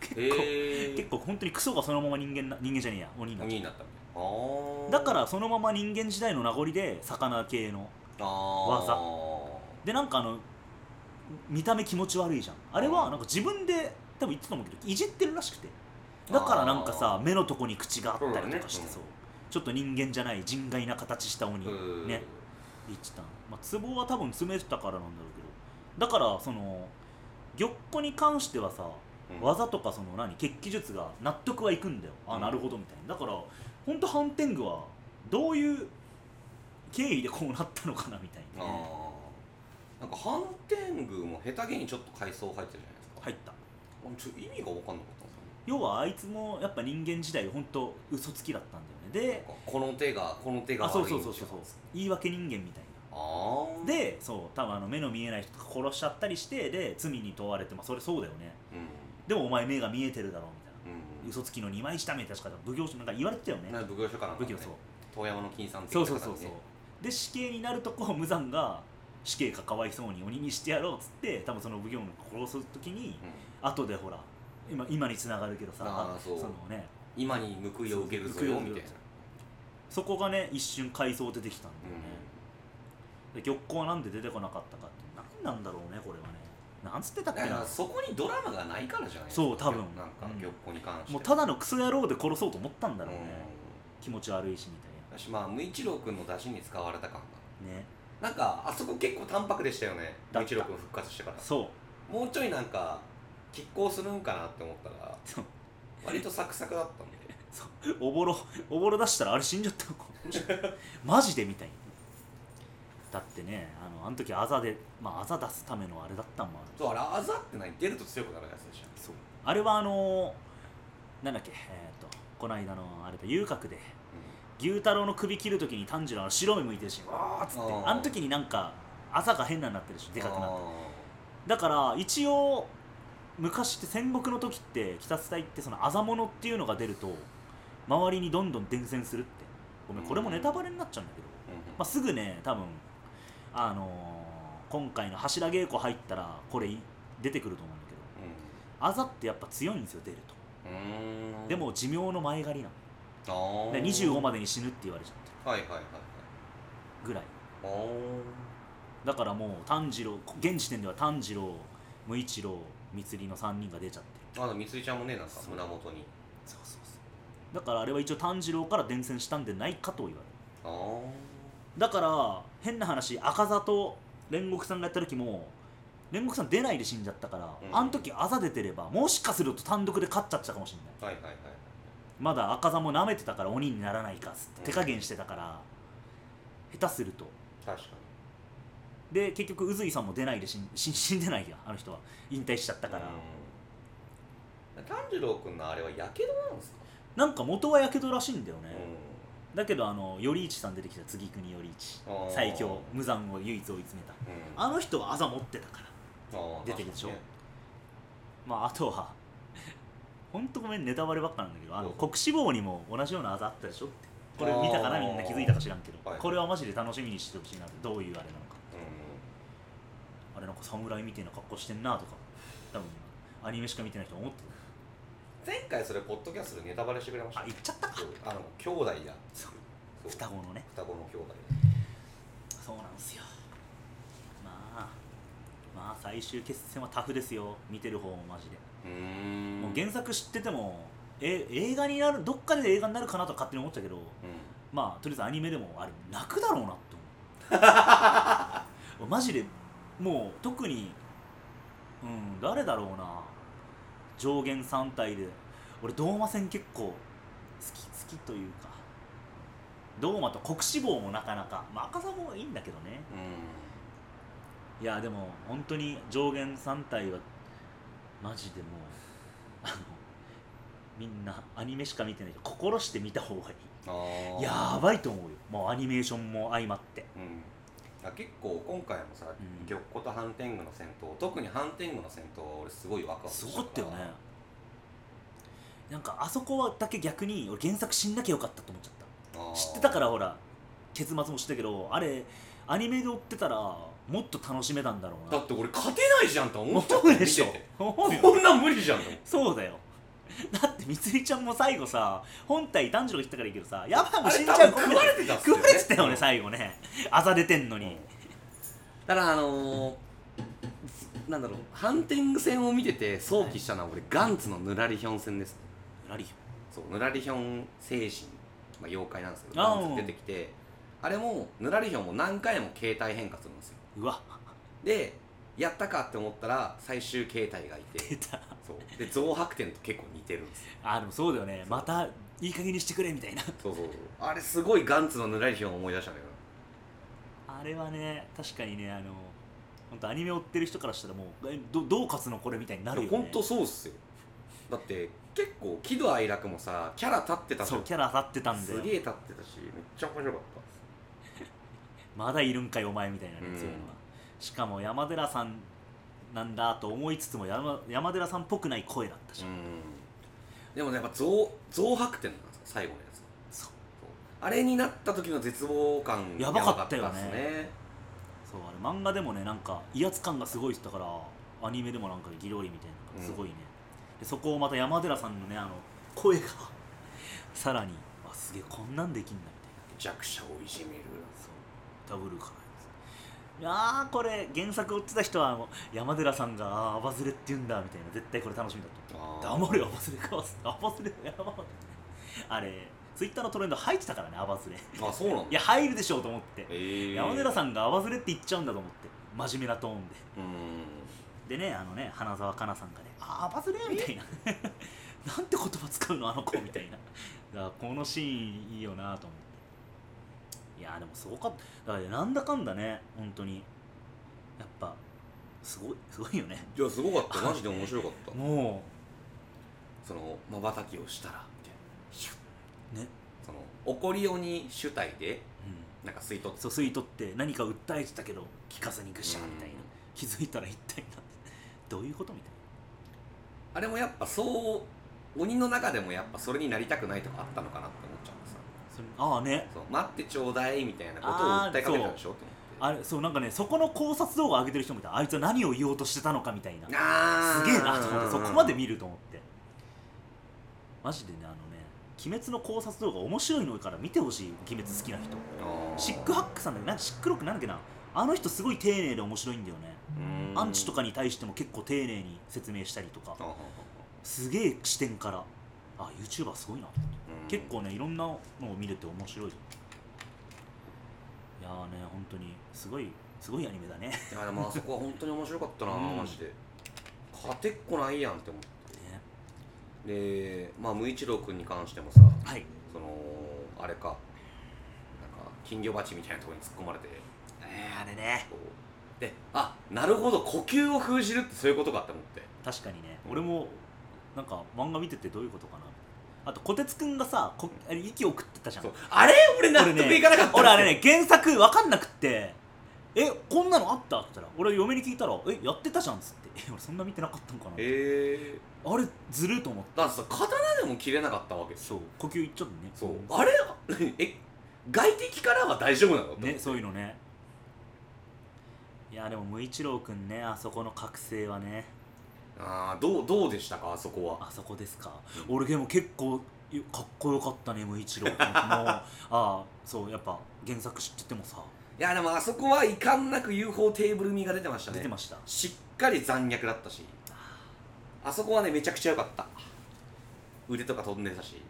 結構、
え
結構本当にクソがそのまま人間な人間じゃねえや鬼になっ
鬼
ちゃ
になったみたいなあー
うだからそのまま人間時代の名残で魚系の
あー
技でなんかあの見た目気持ち悪いじゃんあれはなんか自分で多分言ってたと思うけどいじってるらしくてだからなんかさ目のとこに口があったりとかし
そうだ
て
ね
そうちょっと人間じゃない人外な形した鬼
うん
ね言ってたまあツボは多分詰めてたからなんだろうけどだからその玉子に関してはさ
うん
技とかその何血気術が納得はいくんだよあ
うん
なるほどみたいなだからほんとハンテングはどういう経緯でこうなったのかなみたい
あ
なね
ーなんかハンテングも下手げにちょっと階層入ってるじゃないですか
入った
俺ちょっと意味が分かんなかったんですよね
要はあいつもやっぱ人間時代本当嘘つきだったんだよねで
この手がこの手が
あ
悪い
そ
ん
う
で
そうそうそうそう言い訳人間みたい
あ
な
あ
でそう多分あの目の見えない人とか殺しちゃったりしてで罪に問われてまあそれそうだよね
う
でもお前目が見えてるだろうみたい
ん
な嘘つきの二枚下目確かだ奉行所なんか言われてたよね
うんなんか奉行所かなんか
奉
ね
行そう
遠山の金さん
そうそうそうそうで死刑になるとこ無惨が死刑かかわいそうに鬼にしてやろうっつって多分その奉行の殺す時に後でほら今今につながるけどさ
あーそう
のね
今に報いを受けるぞ
報
よ
いを受
み
け
た
る
い
ぞ
な
そこがね一瞬回想出てきたんだよね、で玉子はなんで出てこなかったかって何なんだろうねこれはねなんつってたっけ
だか
な
らそこにドラマがないからじゃない
そう多分
なんか
うん
玉子に関して
もうただのクソ野郎で殺そうと思ったんだろうね、
う
気持ち悪いしみ
んだしまあ無一郎君の出汁に使われた感が
たいなね
なんかあそこ結構淡白でしたよね
だった
無一郎君復活してから
そう
もうちょいなんか拮抗するんかなって思ったら
そう
割とサクサクだったんで
そうおぼろおぼろ出したらあれ死んじゃったのか マジでみたいなだってねあのあの時あざでまああざ出すためのあれだったんもある
そうあれあざってない出ると強くなるやつでしょ
そうあれはあのーなんだっけえっ、とこの間のあれだ遊郭で牛太郎の首切るときに炭治郎の白目向いてるしわーっつって
あー
あの時になんか朝が変なになってるしでかくなって
な
だから一応昔って戦国の時って北伝ってそのあざものっていうのが出ると周りにどんどん伝染するってごめんこれもネタバレになっちゃうんだけど、まあ、すぐね多分あのー今回の柱稽古入ったらこれい出てくると思うんだけどあざってやっぱ強いんですよ出ると
うん
でも寿命の前借りな
あ
の
ー
で25までに死ぬって言われちゃって
はいはいはいはい
るぐらい
あー
だからもう炭治郎現時点では炭治郎無一郎三つりの3人が出ちゃってる
まだ三井ちゃんもねなんか
そう
胸元に
そうそうそうだからあれは一応炭治郎から伝染したんでないかと言われる
ああ
だから変な話赤座と煉獄さんがやった時も煉獄さん出ないで死んじゃったから、
うん
あの時あざ出てればもしかすると単独で勝っちゃってたかもしれない
はいはいはい
まだ赤座も舐めてたから鬼にならないかっつって
うん
手加減してたから、下手すると
確か
で結局宇髄さんも出ないで死ん 死ん死んでないやあの人は引退しちゃった
に
から、
うん炭治郎君のあれはやけどなんですか
なんか元はやけどらしいんだよね、
う
だけどあの頼一さん出てきた次国頼一
あー
最強無惨を唯一追い詰めた
んうん
あの人はあざ持ってたから
あー
出てるでしょ
確
まああとは本当ごめんネタバレばっかなんだけどあの
どうぞ
国志望にも同じようなあざあったでしょってこれ
あー
見たかなみんな気づいたか知らんけど、
はい
これはマジで楽しみにしてほしいなってどういうあれなのか
かにね
あれなんか侍みたいな格好してんなとか多分アニメしか見てない人思って
うん前回それポッドキャストでネタバレしてくれました
たあ
ね
言っちゃったか
そうあの兄弟だ
そう
そう
双子のね
双子の兄弟
そうなんですよまあまあ最終決戦はタフですよ見てる方もマジで
うーん
もう原作知っててもえ映画になるどっかで映画になるかなと勝手に思ってたけど
う
まあとりあえずアニメでもあれ泣くだろうなって思う マジでもう特にうん誰だろうな上限3体で俺ドーマ戦結構好き好きというかドーマと国志望もなかなか、まあ、赤さもいいんだけどね
う
いやでも本当に上限3体はマジでもうあのみんなアニメしか見てないけど心して見た方がいい
んあー
やばいと思うよもうアニメーションも相まって
うん、だから結構今回もさ、
うん
ギョッコとハンテングの戦闘特にハンテングの戦闘は俺すごいワクワク
す
した
ごかったよねなんかあそこはだけ逆に俺原作死んなきゃよかったと思っちゃった知ってたかららほら結末も知ったけどあれアニメで追ってたらもっと楽しめたんだろう
だ
な
って俺勝てないじゃんと思っちゃった
思 うでしょ
見てて
思うよ
こんなん無理じゃんと思って
そうだよ だってみつりちゃんも最後さ本体炭治郎言ったからいいけどさヤバ
あ
も死ん
れ
じ
多
ゃう
分食われてたっす
食われてたよね
後
最後ねあざ出てんのに、
ただあのーなんだろうハンテング戦を見てて想起したのは俺、ガンツのぬらりひょん戦ですね
ラリヒ
そうぬらりひょん精神、まあ、妖怪なんですけど
あー
ガンツ出てきてあれもぬらりひょんも何回も形態変化するんですよ
ョンうわ
でやったかって思ったら最終形態がいて
出た
そうで増白点と結構似てるんですよ
あでもそうだよねまたいい加減にしてくれみたいな
そうそうそうあれすごいガンツのぬらりひょんを思い出したんだけど
あれはね確かにねあの本当アニメ追ってる人からしたらもうえどどう勝つのこれみたいになるよね
本当そうっすよだって結構喜怒哀楽もさキャラ立ってたじゃ
そ
ん
うキャラ当たってたんだよ
すげえ立ってたしめっちゃ面白かったっす
まだいるんかいお前みたいなね、
うん
そういうのはしかも山寺さんなんだと思いつつも山山寺さんっぽくない声だったし、
うんでもねやっぱ増増白点なんですよ最後のやつ
そ
そ
う
うあれになった時の絶望感
やばかったよね
やばすね
そうあれ漫画でもねなんか威圧感がすごいだからアニメでもなんかギロリみたいなのがすごいね、でそこをまた山寺さんのねあの声が さらにあすげえこんなんできんだみたいな
弱者をいじめる
そうダブルからいやーこれ原作追ってた人はあの山寺さんが「あーアバズレって言うんだ」みたいな絶対これ楽しみだと
あー
黙れアバズレかわすアバズレやばいあれツイッターのトレンド入ってたからねアバズレい
あそうなんだ
や入るでしょうと思って
えー、
山寺
ん
さんがアバズレって言っちゃうんだと思って真面目なトーンで
うん
でねあのね花澤香菜さんがね「あーアバズレ」みたいな なんて言葉使うのあの子みたいなだからこのシーンいいよなと思っていやーでもすごかっただからなんだかんだね本当にやっぱすごいすごいよね
いやすごかったマジで面白かった
も
そのまばたきをしたらみたいな
うね、
その怒り鬼主体で
うん、
なんか吸い取って
そう吸い取って何か訴えてたけど聞かずにぐしゃみたいな
うん
気づいたら一体なんてどういうことみたい
あれもやっぱそう鬼の中でもやっぱそれになりたくないとかあったのかなって思っちゃうんですよ
なそれああね
そう待ってちょうだいみたいなことを
あー
訴えかけたでしょって思って
あれそうなんかねそこの考察動画上げてる人もいたあいつは何を言おうとしてたのかみたいな
あ
すげえなと思ってそこまで見
る
ると思ってマジでねあのね鬼滅の考察動画面白いのから見てほしい鬼滅好きな人シックハックさんだけどなんかシックロックなんだっけなあの人すごい丁寧で面白いんだよねアンチとかに対しても結構丁寧に説明したりとかすげえ視点からあ YouTuber すごいなと思って結構ねいろんなのを見れて面白いいやーね本当にすごいすごいアニメだね ね
いやでもあそこは本当に面白かったな、
うん
マジで勝てっこないやんって思ってでまあ無一郎君に関してもさ
はい
そのあれかなんか金魚鉢みたいなところに突っ込まれて
えーあれね
こうであなるほど呼吸を封じるってそういうことかって思って
確かにね、
うん
俺もなんか漫画見ててどういうことかなあとこてつくんがさこあれ息を食ってたじゃん
そうあれ俺納得いかなかったんですよ
俺あれね原作分かんなくってえこんなのあったって言ったら俺嫁に聞いたらえやってたじゃんっつってえ俺そんな見てなかったのかな、
え
あれずると思って
ー、だってさ刀でも切れなかったわけです
そう呼吸いっちゃったね
そうあれ え外敵からは大丈夫なのと思っ
ね
て
そういうのねいやでも無一郎くんねあそこの覚醒はね
ああどうどうでしたかあそこは
あそこですか俺でも結構よかっこよかったね無 一郎くんもうああそうやっぱ原作知っててもさ
いやでもあそこはいかんなく UFO テーブル味が出てましたね
出てました
しっかり残虐だったしあそこはねめちゃくちゃ良かった腕とか飛んでたし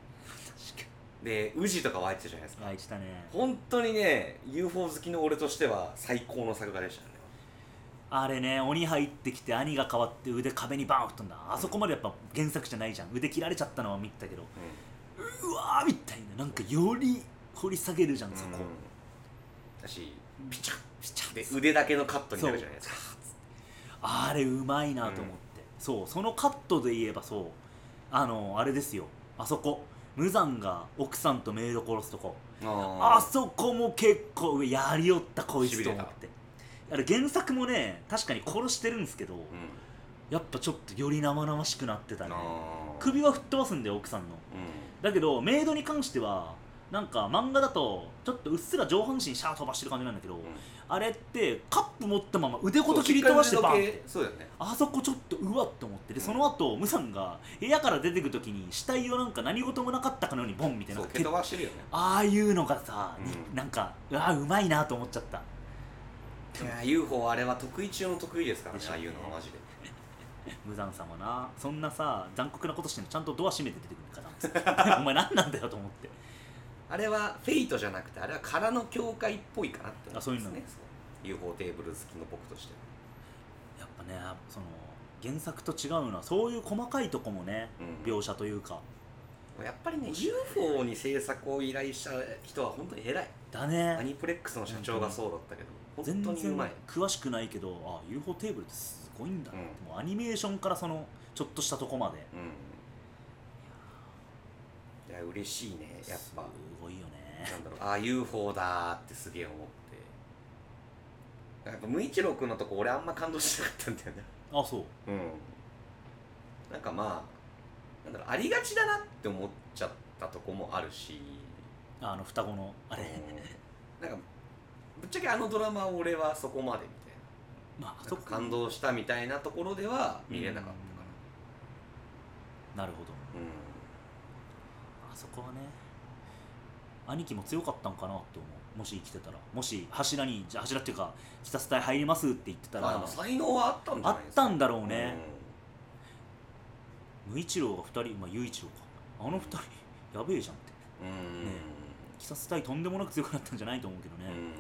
で宇治とか湧いてたじゃないですか
あいてたね
本当にね UFO 好きの俺としては最高の作画でしたね
あれね鬼入ってきて兄が変わって腕壁にバーン吹っ飛んだあそこまでやっぱ原作じゃないじゃん腕切られちゃったのは見てたけどうわーみたいななんかより掘り下げるじゃんそこ、
だし
ピチャピチャ
で腕だけのカットになるじゃないですか
あれうまいなと思って、そうそのカットで言えばそうあのあれですよあそこ無惨が奥さんとメイド殺すとこあ
あ
そこも結構やりよったこいつと思ってあれ原作もね確かに殺してるんですけど、
ーうん
やっぱちょっとより生々しくなってたね
あー
首は吹っ飛ばすんだよ奥さんの
う
だけどメイドに関してはなんか漫画だとちょっとうっすら上半身シャー飛ばしてる感じなんだけど、
ん
あれってカップ持ったまま腕
ん
ごと切り飛ばしてバンって
そうだよね
あそこちょっとうわっと思ってでその後ムさんが部屋から出てく時に死体をなんか何事もなかったかのようにボンみたいな
そう
のが
蹴飛ばしてるよね
ああいうのがさ、に
うん
なんかうわうまいなと思っちゃった
いや UFO あれは得意中の得意ですからね
でしょ
ああいうのはマジで
無惨さんはなそんなさ残酷なことしてんのちゃんとドア閉めて出てくるからお前何なん だよと思って
あれはフェイトじゃなくてあれは空の境界っぽいかなって
あそういうの
ですねそう UFO テーブル好きの僕としては
やっぱねその原作と違うのはそういう細かいとこもね
うん
描写というか
やっぱりね UFO に制作を依頼した人は本当に偉い
だ
ア
ね
ニプレックスの社長がそうだったけど本
全
当にう
然
まい
詳しくないけどあ UFO テーブルってすごいんだなって、もうアニメーションからそのちょっとしたとこまで
うんいや嬉しいねやっぱ
すごいよね
なんだろうああ UFO だーってすげえ思ってやっぱ無一郎君のとこ俺あんま感動しなかったんだよね
あそう
うんなんかまあなんだろうありがちだなって思っちゃったとこもあるし
あの双子のあれ
うんなんかぶっちゃけあのドラマは俺はそこまでみたいな
まああ
な
そ
ん
こ
か感動したみたいなところでは見れなかったか
なるほど
ら、うん
あそこはね兄貴も強かったんかなって思うもし生きてたらもし柱にじゃ柱っていうか北スタへ入りますって言ってた
まあで
ら
も才能はあったんじゃ
あ
ないで
っ
すか
たんだろう
た
ね、無一郎が2人まあ雄一郎かあの2人やべえじゃんって
うん、うん
ね北スタへとんでもなく強くなったんじゃないと思うけどね、
うん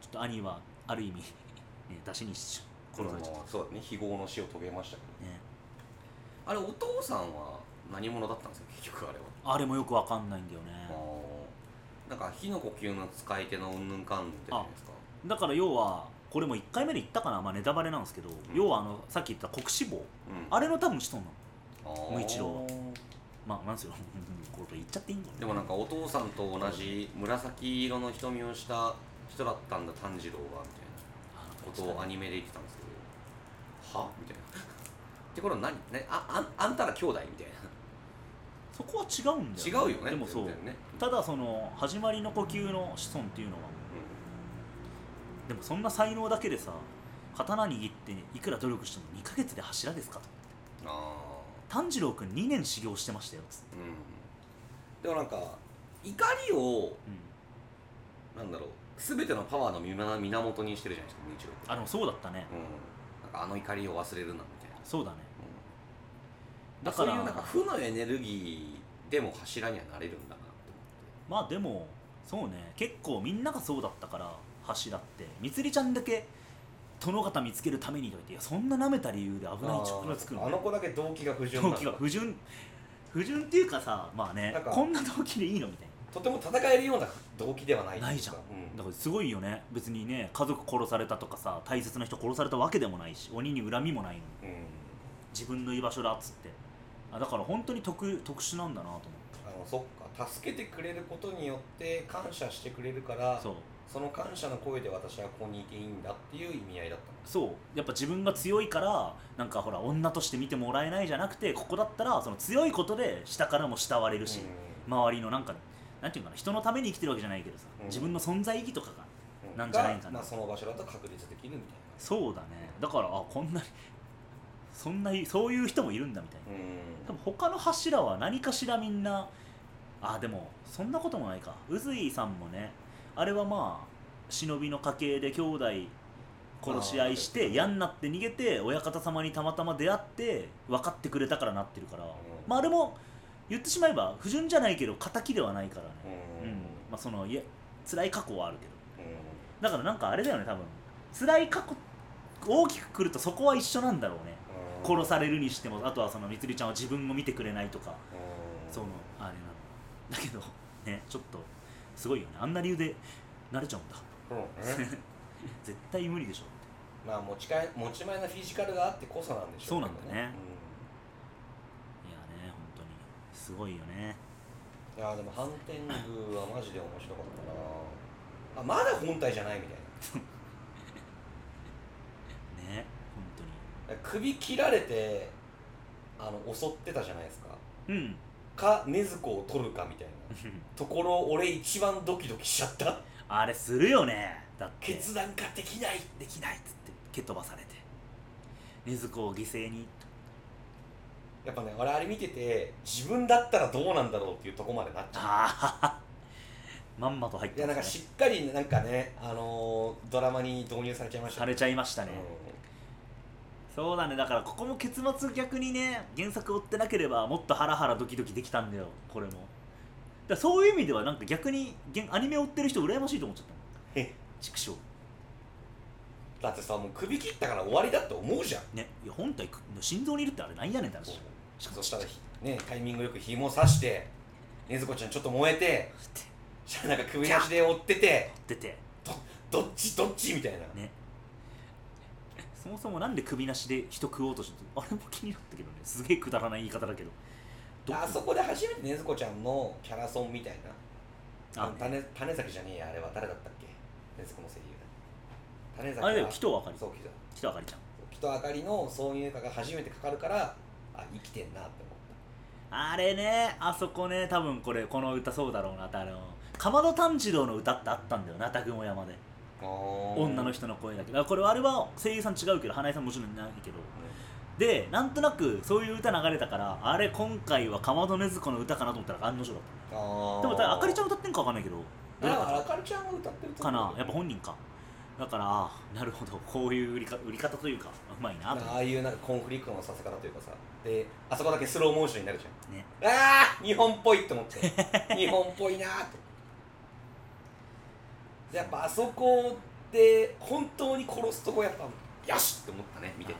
ちょっと兄はある意味、ね、 出しにし
これ
殺
も
されちゃっ
そうだね非業の死を遂げましたけど
たね
あれお父さんは何者だったんですか 結局あれは、
あれもよくわかんないんだよね
あーなんか火の呼吸の使い手のうんぬんかんぬんってじゃないですか
だから要はこれも1回目で言ったかな、まあ、ネタバレなんですけど、要はあのさっき言った国死亡
うん
あれの多分子孫なの
あー
無一郎はまあなんす よこれ言っちゃっていいんだよね
でもなんかお父さんと同じ紫色の瞳をした人だったんだ炭治郎はみたいな
あ
こ
の
とをアニメで言ってたんですけどはみたいなってことは何ねああんあんたら兄弟みた
そこは違うんだ
い
よ
な違うよね
でもそう
全然ね
ただその始まりの呼吸の子孫っていうのはでもそんな才能だけでさ刀握っていくら努力しても2ヶ月で柱ですかと
うん、あ
炭治郎君2年修行してましたよつって
ーうんでもなんか怒りを
うん
なんだろう全てのパワーの源源にしてるじゃないですか無一郎
あでもそうだったね
うんなんかあの怒りを忘れるなみたいな、
そうだね
う
だから
そういうなんか負のエネルギーでも柱にはなれるんだなって
まあでもそうね結構みんながそうだったから柱ってみつりちゃんだけ殿方見つけるためにとか言っていやそんな舐めた理由で危ないチョコがつくの
あの子だけ 動機が不純な
動機が不純不純っていうかさまあね
なんか
こんな動機でいいのみたい
とても戦えるような動機ではない
なないじゃん
うん
だからすごいよね別にね家族殺されたとかさ大切な人殺されたわけでもないし鬼に恨みもないのに
うん
自分の居場所だっつってあだから本当に特特殊なんだなと思って
あのそっか助けてくれることによって感謝してくれるから
そう
その感謝の声で私はここにいていいんだっていう意味合いだったの
そうやっぱ自分が強いからなんかほら女として見てもらえないじゃなくてここだったらその強いことで下からも慕われるし、
う
周りのなんかなんていうのかな人のために生きてるわけじゃないけどさ、
うん
自分の存在意義とかが
ん
なんじゃない
が
かな
まあ、その場所だと確立できるみた
そうだねだからあこんなにそんなにそういう人もいるんだみたいない
な
多分他の柱は何かしらみんなあでもそんなこともないか渦井さんもねあれはまあ忍びの家系で兄弟殺し合いし
あ
て
ー
嫌になって逃げて親方様にたまたま出会って分かってくれたからなってるから、まああれも言ってしまえば不純じゃないけど敵ではないから
う
ね、
ん
うん
うん
まあ、そのいや辛い過去はあるけど
う
だからなんかあれだよね多分辛い過去大きくくるとそこは一緒なんだろうね
ん
殺されるにしてもあとはそのみつりちゃんは自分を見てくれないとか
うん
そのあれなのだけどねちょっとすごいよねあんな理由で慣れちゃうんだ
そうね
絶対無理でしょ
まあ持ちかえ持ち前のフィジカルがあってこそなんでしょ
そうなん
け
だね
ど
いやね本当にすごいよね
うんいやでも反転具はマジで面白かったなあまだ本体じゃないみたい
ね本
な首切られてあの襲ってたじゃないですか
当にうん
か禰豆子を取るかみたいなところ俺一番ドキドキしちゃった
あれするよねだって
決断ができない
できないっつって蹴飛ばされて禰豆子を犠牲に
やっぱね俺あれ見てて自分だったらどうなんだろうっていうとこまでなっちゃう
ああまんまと入っ
い
て
や
ま
なんか
すね
しっかりなんかね、あのードラマに導入されちゃいました
されちゃいました
ゃ
ね、そうだねだからここも結末逆にね原作追ってなければもっとハラハラドキドキできたんだよこれもだからそういう意味ではなんか逆に原アニメ追ってる人羨ましいと思っちゃった
へ
もん
っ
畜生
だってさもう首切ったから終わりだって思うじゃん
ねいや本体く心臓にいるってあれなんやねんって話しか
そ
も
したらひねタイミングよく紐刺して禰豆子ちゃんちょっと燃えて
って
じゃなんか首なしで追ってて
出て
どっちどっちみたいな、
ねそもそもなんで首なしで人食おうとしてあれも気になったけどねすげえくだらない言い方だけどど
あそこで初めて禰豆子ちゃんのキャラソンみたいな
あ
あの種種崎じゃねえやあれは誰だったっけ禰豆子の声優種崎
あれだよ
は
鬼頭あかり
そう木戸
鬼頭あかりちゃん
木戸あかりの挿入歌が初めてかかるからあ生きてんなって思った
あれねあそこね多分これこの歌そうだろうなってあのかまど炭治郎の歌ってあったんだよな雲山で女
女
の人の声だけどだからこれあれは声優さん違うけど花江さんもちろんいないけどでなんとなくそういう歌流れたからあれ今回はかまど禰豆子の歌かなと思ったら案の定だっ
あ
たでも多分あかりちゃん
ん
歌ってんかわかんないけど
あ
どうだった
あかりちゃんが歌ってると
か
思う
なやっぱ本人かだからあなるほどこういう売りか売り方というかうまい
な
な
ん
と
か
思
ああいうなんかコンフリクトのさすがだというかさであそこだけスローモーションになるじ
ってね
ゃんああ日本っぽいと思って 日本っぽいなーとでやっぱあそこで本当に殺すとこやっぱよしって思ったね見てて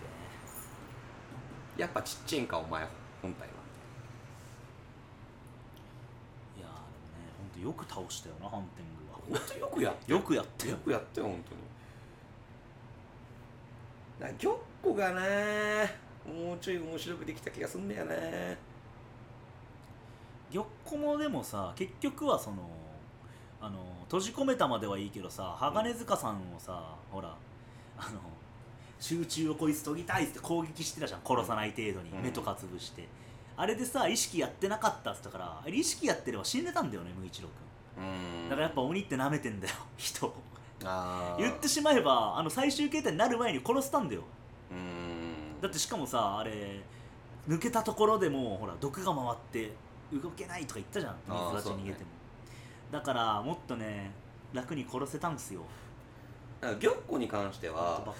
やっぱちっちゃいんかお前本体はい
やーでもね本当よく倒したよなハンテング
本
は
当よくやって
よくやったよ
よくやってよ本当になぎょっこがなもうちょい面白くできた気がすんだよね
ぎょっこもでもさ結局はそのあの閉じ込めたまではいいけどさ鋼塚さんをさ、ほらあの集中をこいつ研ぎたいっつって攻撃してたじゃん殺さない程度に、
うん
目とか潰してあれでさ意識やってなかったっつったからあれ意識やってれば死んでたんだよね無一郎君
うん
だからやっぱ鬼って舐めてんだよ人を
あー
言ってしまえばあの最終形態になる前に殺したんだよ
うーん
だってしかもさあれ抜けたところでもうほら毒が回って動けないとか言ったじゃん
あー
水立ち逃げても、だからもっとね楽に殺せたんすよ
なんかぎょっこに関して
ほんと
は
バカ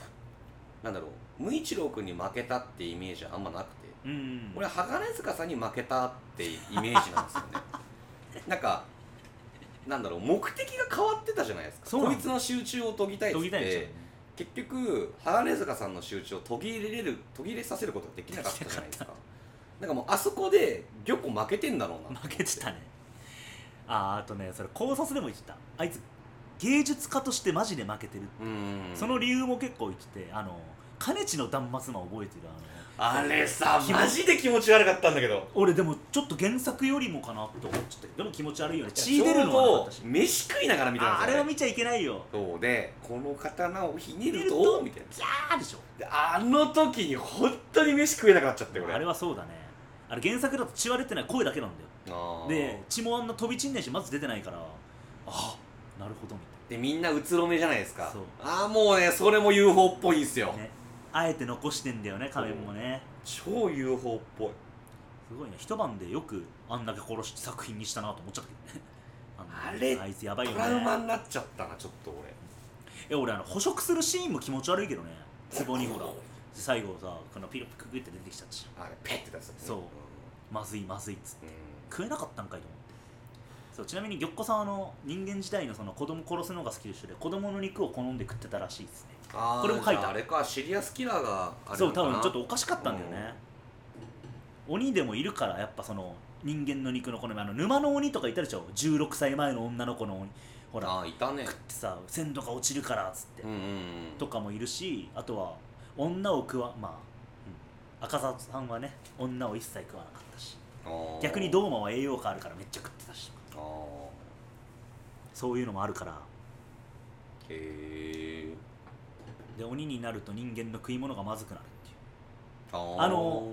なんだろう無一郎君に負けたってイメージはあんまなくて
うん
俺は鋼塚さんに負けたってイメージなんですよ ねなんかなんだろう目的が変わってたじゃないですか
そうなん
こ
だ
いつの集中を研ぎたいっ
研
つっ
ぎたいんじゃん
て結局鋼塚さんの集中を途切れる途切れさせることができなかったじゃないですかなんかもうあそこで漁子負けてんだろうな思
負
っ
けてたねあーあとねそれ考察でも言ってたあいつ芸術家としてマジで負けてる、
うーん
その理由も結構言っててあの金地の断末魔覚えてる
あ
あの
れさ
気持ち
マジで気持ち悪かったんだけど
俺でもちょっと原作よりもかなと思っちゃったけどでも気持ち悪いよね血
ち
出るのはなかっ
ょ
た
う
し
ど飯食いながら見たん
ああ
です
れ
よ
は見ちゃいけないよ
そうでこの刀をひね
見
る
る
と
と
みたいな
ギャーでしょ
であの時に本当に飯食えなくなっちゃって俺
あれはそうだねあれ原作だと血は出てない声だけなんだよ
あー
で血もあんな飛び散んないしまず出てないからあなるほどみ
でみんなうつろめじゃないですか
そう
ああもうねそれも UFO っぽいんすよ、
たいなねあえて残してんだよね仮面もね
超 UFO っぽい
すごいね一晩でよくあんだけ殺して作品にしたなと思っちゃったけどねんな
あれ
あいつやばいよ
トラウマ
ね
になっちゃったなちょっと俺
え俺あの捕食するシーンも気持ち悪いけどねそこにほら最後さこのピロピクピクって出てきちゃったし
あれペッて出す
そうまずいまずいっつって
うん
食えなかったんかいと思ってそうちなみに玉子さんはあの人間時代のその子供殺すのが好きで一緒で子供の肉を好んで食ってたらしいですね
あー
これも書いた
じゃああれかシリアスキラーがあれ
そ
なの
う
か
多
な
分ちょっとおかしかったんだよね、鬼でもいるからやっぱその人間の肉の好みあの沼の鬼とかいたでしょ16歳前の女の子の鬼ほら
ああいたね
食ってさ鮮度が落ちるからっつって、
うんうん
とかもいるしあとは女を食わまあ、うん赤澤さんはね女を一切食わなかったし
うん
逆に
う
ドーマは栄養価あるからめっちゃ食ってたし
あー
そういうのもあるから
へえ
で鬼になると人間の食い物がまずくなるっていう
あー
あの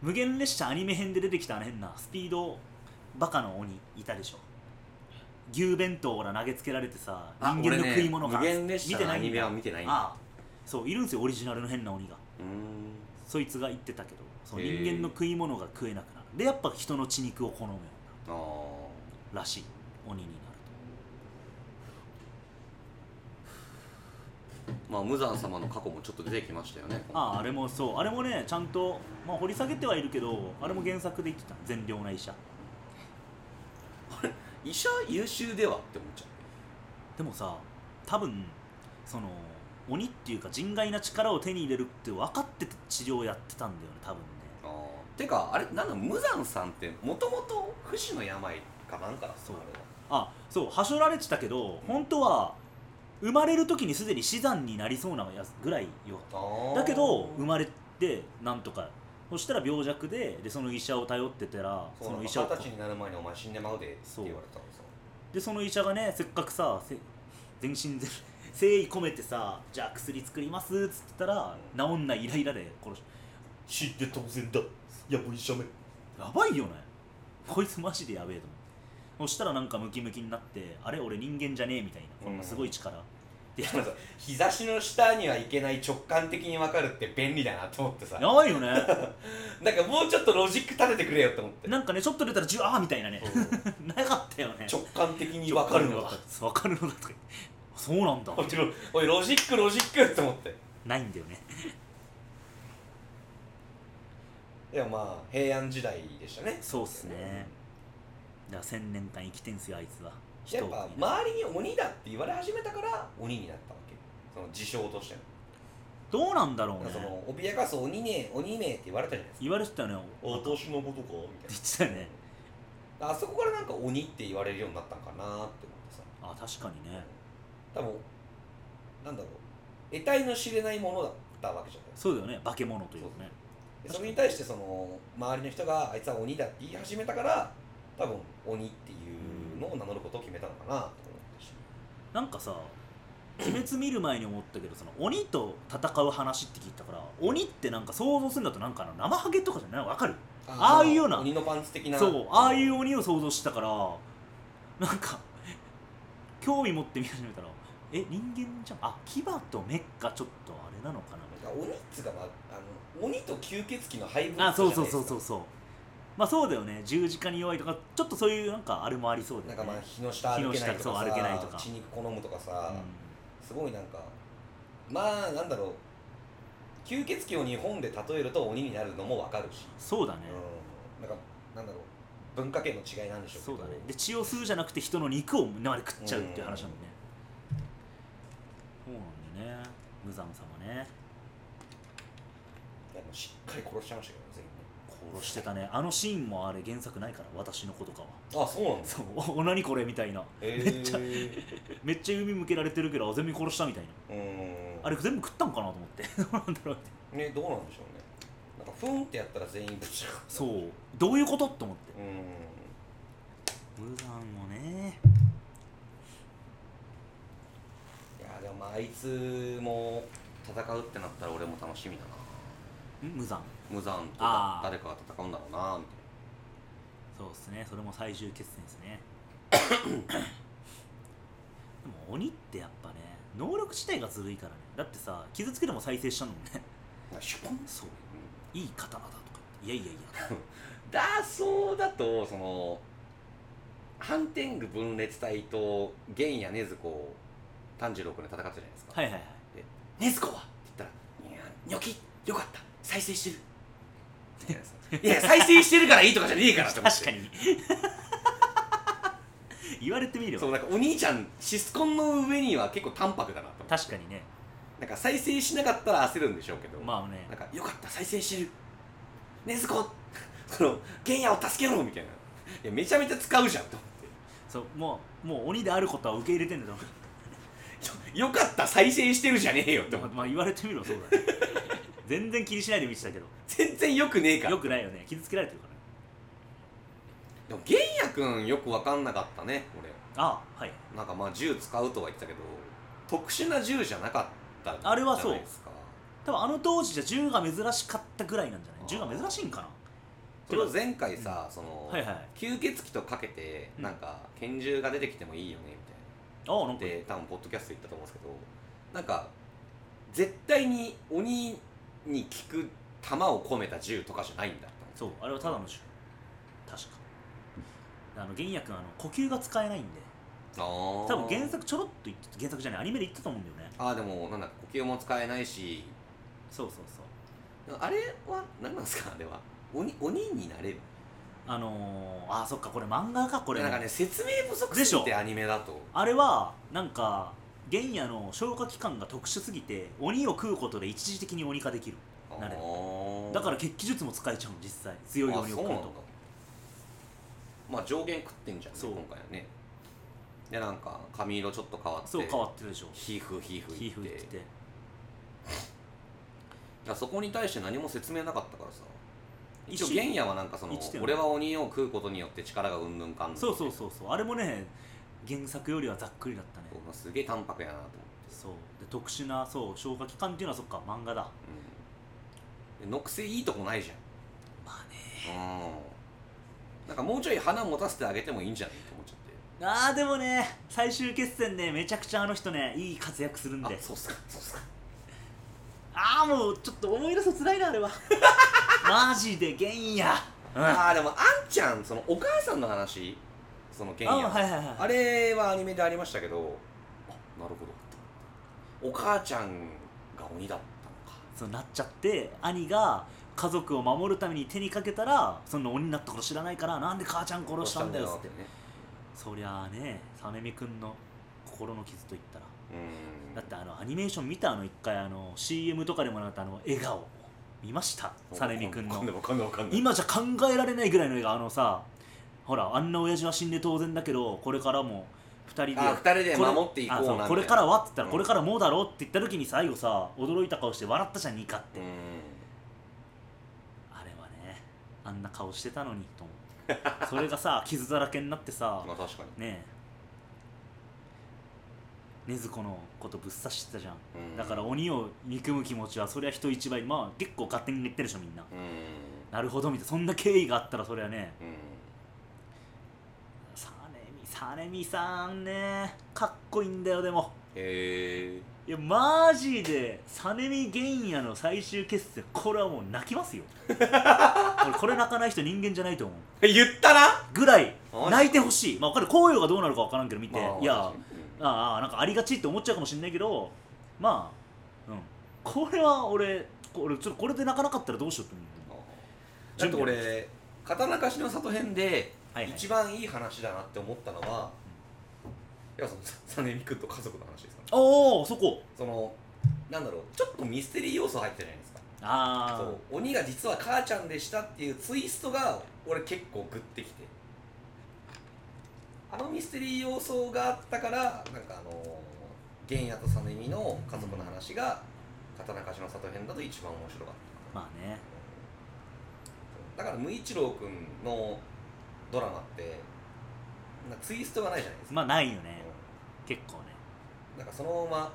無限列車アニメ編で出てきたあの変なスピードバカの鬼いたでしょ牛弁当をら投げつけられてさ
あ
人間
俺
の
ね
食い物が、
無限列車のアニメは見てないんだ
ああそういるんですよオリジナルの変な鬼が
うーん
そいつが言ってたけどそう
へ
人
え
間の食い物が食えなくなるでやっぱ人の血肉を好むようになる
あー
らしい鬼になる
まあ無惨様の過去もちょっと出てきましたよね
とあああれもそうあれもねちゃんと、まあ、掘り下げてはいるけどあれも原作で言ってた善良な医者
医者優秀ではって思っちゃ
でもさ多分その鬼っていうか人外な力を手に入れるって分かってて治療やってたんだよね多分ね
うあーてかあれなんだ無惨さんってもともと不死の病かなんかだったの
そう
あれは
あそうはしょられてたけど本当は生まれる時にすでに死産になりそうなやつぐらいよ
あー
だけど生まれてなんとかそしたら病弱ででその医者を頼ってたら
そう
その
二
医
十
者を
歳になる前にお前死んでまうでって
そう
言われたのさ
でその医者がねせっかくさせ全身全誠意込めてさじゃあ薬作りますっつってたら治んないイライラで殺し死んで当然だやばい医者めやばいよねこいつマジでやべえと思ってそしたらなんかムキムキになってあれ俺人間じゃねえみたいなこんなすごい力、で
まず日差しの下にはいけない直感的に分かるって便利だなと思ってさ
やばいよね
なんかもうちょっとロジック立ててくれよと思って
なんかねちょっと出たらジュワーみたいなねなかったよね
直感的に分かるのが
分かるのだとか言ってそうなんだ
おいロおいロジックロジックって思って
ないんだよね
でもまあ平安時代でしたね
そうっすねだから千年間生きてんすよあいつは
やっぱ
人を
周りに鬼だって言われ始めたから鬼になったわけその自称としての
どうなんだろう
なんかそ
ね
の脅かす鬼ね鬼ねって言われたじゃないですか
言われてたよね
私のことかみ
言ってたよね
あそこからなんか鬼って言われるようになったんかなって思ってさ
あ確かにね
多分なんだろう得体の知れないものだったわけじゃないですか
そうだよね化け物というかね
でそれに対してその周りの人があいつは鬼だって言い始めたから多分鬼っていうのを名乗ることを決めたのかなと思ったし
なんかさ鬼滅見る前に思ったけどその鬼と戦う話って聞いたから鬼ってなんか想像するんだとなんかあの生ハゲとかじゃないわかるああいうような
鬼のパンツ的な
そうああいう鬼を想像してたからなんか興味持って見始めたらえ人間じゃんあ牙と目がちょっとあれなのかなみたいな
なんか鬼っつうか、まあ、あの鬼と吸血鬼の配分
あそうそうそう
じゃないですか
そうそうまあそうだよね十字架に弱いとかちょっとそういうなんかあれもありそうだ
なん
よ
か
ね
まあ日の下歩けないとかさ
日の下そう歩けないとか
血肉好むとかさ、
う
すごいなんかまあなんだろう吸血鬼を日本で例えると鬼になるのもわかるし、
んそうだね、
うん、なんかなんだろう文化圏の違いなんでしょうけ
そ
ど
うだねで血を吸うじゃなくて人の肉を生で食っちゃうっていう話なんだね、そうなんだよね無惨様ね
あのしっかり殺しちゃいましたけどね
殺してたねあのシーンもあれ原作ないから私のことかは
全員あそうなんです
そうおお何これみたいな
え
めっちゃめっちゃ指向けられてるけどあ全部殺したみたいな
うん
あれ全部食ったんかなと思ってどうなんだろうって
ねどうなんでしょうねなんかふんってやったら全員ぶちゃ
そうどういうことって思って
ううん
無惨もね
いやでもまああいつも戦うってなったら俺も楽しみだな
無惨
無惨と
あ
か
ー
誰かが戦うんだろうなみたいな
そうですねそれも最終決戦です ねでも鬼ってやっぱね能力自体がずるいからねだってさ傷つけても再生したのもんね
なんかシュポン
そう
うん
いい刀だとか言っていやいやいや
だそうだとその反転具分裂隊と源や禰豆子炭治郎君で戦ったじゃないですか
はいはいはい
「禰豆子は?」って言ったら「いやニョキよかった再生 してる」みたいなさいや再生してるからいいとかじゃねえからって思って
確かに 言われてみれ
そう
ば
なんかお兄ちゃんシスコンの上には結構淡白だなと思って
確かにね
なんか再生しなかったら焦るんでしょうけど、
まあ ね
なんか「よかった再生してる禰豆子その玄也を助けろみたいないやめちゃめちゃ使うじゃんと思って
そうもうもう鬼であることは受け入れてんだと思
よよかった再生してるじゃねえよって思っ
う
て
まあ言われてみ ればそうだね全然気にしないで見てたけど
全然よくねえから
よくないよね傷つけられてるからね
でも玄也くんよく分かんなかったね俺
ああはい
なんかまあ銃使うとは言ってたけど特殊な銃じゃなかったじゃ
あれはそう
ないですか
多分あの当時じゃ銃が珍しかったぐらいなんじゃない銃が珍しいんかな
ちょっと前回さ、その、
はいはいあ
吸血鬼とかけて
うん
なんか拳銃が出てきてもいいよねみたいな
あなんか
で多分ポッドキャスト行ったと思うんですけどなんか絶対に鬼に効く弾を込めた銃とかじゃないんだと
そうあれはただの銃確かあの玄也君あの呼吸が使えないんで
思って
多分原作ちょろっと言って原作じゃないアニメで言ってたと思うんだよね
あーあーでもなんだ呼吸も使えないし
そうそうそう
あれは何なんですかあれは鬼鬼になれる
あのー、あそっかこれ漫画かこ
こ
れ
れなんかね説明不足すぎ
でしてょ
アニメだと
あれはなんか玄也の消化器官が特殊すぎて鬼を食うことで一時的に鬼化できるなれるだからら血気術も使えちゃうの実際強い鬼を
そ
食
う
う
なんだ
と
まあ上限食ってんじゃんね
そう
今回はねでなんか髪色ちょっと変わって
そう変わってるでしょ
皮膚皮膚
皮膚
言
い
っ
ってて
いやそこに対して何も説明なかったからさ一応
一緒
玄也はなんかその
一点
俺は鬼を食うことによって力がうんぬんかんぬん
そうそうそうそうあれもね原作よりはざっくりだったね
うすげえ淡白やなと思って、
そうで特殊なそう消化器官っていうのはそっか漫画だ
うんで、のくせいいとこないじ
まあね
ゃんうんなんかもうちょい花持たせてあげてもいいんじゃないって思っち
あーでもね最終決戦ねめちゃくちゃあの人ねいい活躍するん
ゃってあ
で
そうっすかそうっすか
ああもうちょっと思い出すとつらいなあれは マジで玄也うんあ
ああでもあんちゃんそのお母さんの話その玄也
はいはいはい
あれはアニメでありましたけどあなるほどお母ちゃんが鬼だったのか
そうなっちゃって兄が家族を守るために手にかけたらその鬼になったこと知らないからなんで母ちゃん殺したんだよっつって
ね
そりゃあねサネミ君の心の傷といったら
うん
だってあのアニメーション見たあの一回あの CM とかでもらったあの笑顔見ましたサネミ君の
わかんないわかんないわかんない
今じゃ考えられないぐらいの映画あのさほらあんな親父は死んで当然だけどこれからも2人で
あ二人で
これ
守っていこう
あそ
なんて
これからはって言ったら、
うん
これからもうだろうって言った時に最後さ驚いた顔して笑ったじゃんニカって、
うん
あれはねあんな顔してたのにと思 ってそれがさ傷だらけになってさ
まあ確かに
ねえ禰豆子のことぶっ刺してたじゃん、
うん
だから鬼を憎む気持ちはそりゃ人一倍まあ結構勝手に言ってるでしょみんな、
うん
なるほどみたいなそんな経緯があったらそれはね
うん
サネミサネミさんねかっこいいんだよでも
へえ
いやマジでサネミ玄也の最終決戦これはもう泣きますよ 俺これ泣かない人人間じゃないと思う
言ったな
ぐらい
マジ
泣いてほしいまあ分かる紅葉がどうなるか分からんけど見て、
まあ
いや
確
あ
かに
ああなんかありがちって思っちゃうかもしれないけどまあうんこれは俺俺ちょっとこれで泣かなかったらどうしようと思う
だって俺刀鍛冶の里編で
はいはい
一番いい話だなって思ったのは、いやそのサネミ君と家族の話ですかね
おおそこ
そのなんだろうちょっとミステリー要素入ってるじゃないですか
ああ
そう鬼が実は母ちゃんでしたっていうツイストが俺結構グッてきてあのミステリー要素があったからなんかあのー玄也と実美の家族の話が刀鍛冶の里編だと一番面白かっ
まあね
ただから無一郎君のドラマってなんかツイストがないじゃないですか、
まあないよね
う
結構ね
んなんかそのまま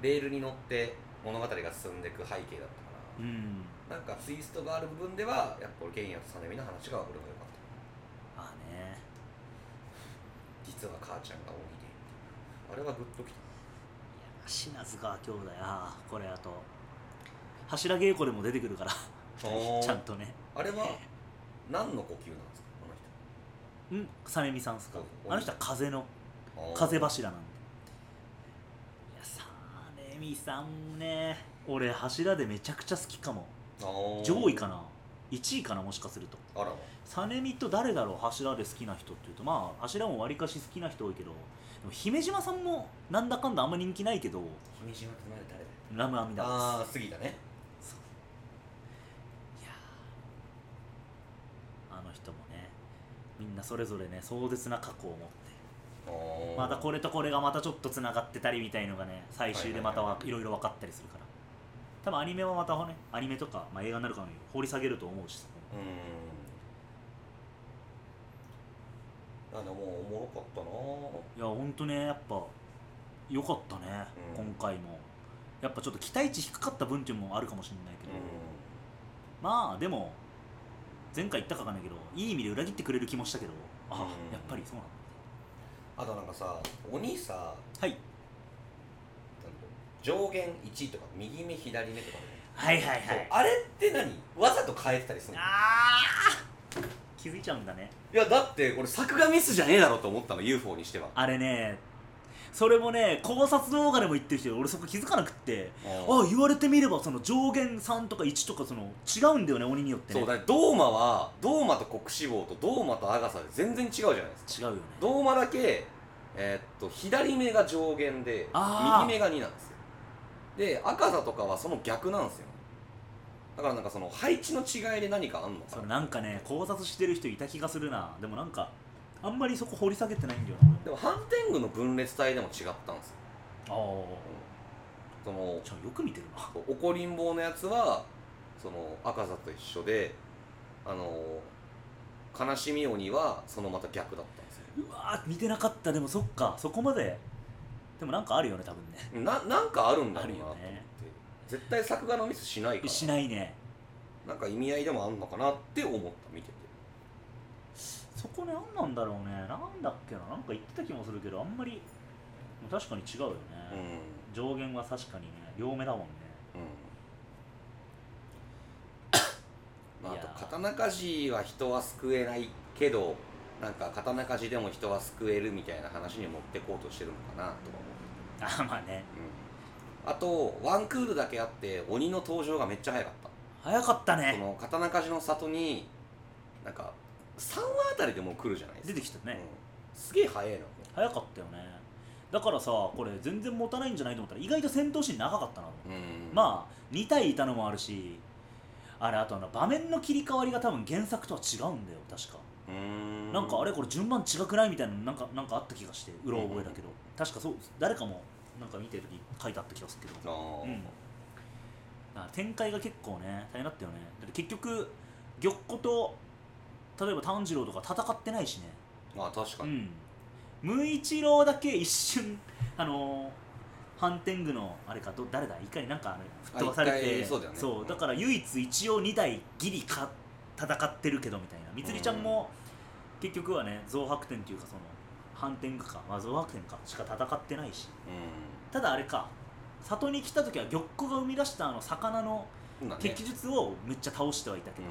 レールに乗って物語が進んでいく背景だったから、
うん
なんかツイストがある部分ではやっぱ俺玄也と実美の話が俺も良かった
まあね
実は母ちゃんが鬼であれはグッときた
品津川兄弟ああこれあと柱稽古でも出てくるからちゃんとね
あれは何の呼吸なんですか
うんサネミさんっすか
そう
あの人は風の
あの人
風
ば
柱なんでいやサネミさんね俺柱でめちゃくちゃ好きかも上位かな1位かなもしかすると
あらま
サネミと誰だろう柱で好きな人っていうとまあ柱もわりかし好きな人多いけどでも姫島さんもなんだかんだあんま人気ないけど
姫島ってまで誰だよ
ラムアミダ
ああ杉だね
いやなそれぞれね壮絶な過去を持って
おー
またこれとこれがまたちょっとつながってたりみたいのがね最終でまた
はい
わ
はいはい
いろいろ分かったりするから多分アニメはまたねアニメとか、まあ、映画になるかのように掘り下げると思うし
うんあでもおもろかったない
やほんとねやっぱ良かったね、
うん
今回もやっぱちょっと期待値低かった分っていうのもあるかもしれないけど、
う
まあでも前回言ったかわかんないけどいい意味で裏切ってくれる気もしたけどあ
う
あ、
ん
やっぱりそうなんだ
んあとなんかさ鬼さなんだ
はい
上限1とか右目左目とかね
はいはいは
そう
い
あれって何わざと変えてたりするの
あー気づいちゃうんだね
いやだって俺作画ミスじゃねえだろと思ったの UFO にしては
あれねそれもね考察動画でも言ってるけど俺そこ気づかなくって
あ
あ言われてみればその上限3とか1とかその違うんだよね鬼によってね
そうだからドーマはドーマと国志望とドーマとアガサで全然違うじゃないですか
違うよね
ドーマだけえーっと左目が上限で
あー
右目が2なんですよで赤座とかはその逆なんですよだからなんかその配置の違いで何かあんのか
そ
な
れなんかね考察してる人いた気がするなでもなんかあんまりそこ掘り下げてないんだよな
でも反転具の分裂体でも違ったんですよ
俺あ
その
あじゃあよく見てるな
怒りん坊のやつはその赤座と一緒であの悲しみ鬼はそのまた逆だったんですよ
うわー見てなかったでもそっかそこまででもなんかあるよね多分ね
ななんかあるんだ
あ
ろう
る
なと思っ
よ
て、
ね
絶対作画のミスしないから
しないね
なんか意味合いでもあんのかなって思った見てて
そこね何なんだろうねなんだっけななんか言ってた気もするけどあんまり確かに違うよね、
うん、うん、
上限は確かにね両目だもんね
まあ、
いやー
あと刀鍛冶は人は救えないけどなんか刀鍛冶でも人は救えるみたいな話に持ってこうとしてるのかなとか
あまあね
思う、うん、あとワンクールだけあって鬼の登場がめっちゃ早かった
早かった
そ
ね
の刀鍛冶の里になんか3話あたりでもう来るじゃないです
出
か
てきたね、
うんすげえ早いの
早かったよねだからさこれ全然持たないんじゃないと思ったら意外と戦闘シーン長かったな、
うん
まあ2体いたのもあるしあれあとあの場面の切り替わりが多分原作とは違うんだよ確か
うーん
なんかあれこれ順番違くないみたいなのなんかなんかあった気がしてうろ覚えだけど、確かそう誰かもなんか見てる時書いてあった気がするけ
あ
ど、
ー
うん、だから展開が結構ね大変だったよねだって結局玉子と例えば炭治郎とか戦ってないしね
まあ確か
う
に、
ん無一郎だけ一瞬 あのーハンテングのあれかど誰だ怒りなんかあれ吹っ飛ばされ
あ一
て
回そうだよねうん
だから唯一一応2台ギリか戦ってるけどみたいなみつりちゃんも結局はね増白天というかそのハンテングか、まあ、増白天かしか戦ってないしただあれか里に来た時は玉子が生み出したあの魚の
うんだね
敵術をめっちゃ倒してはいたけど、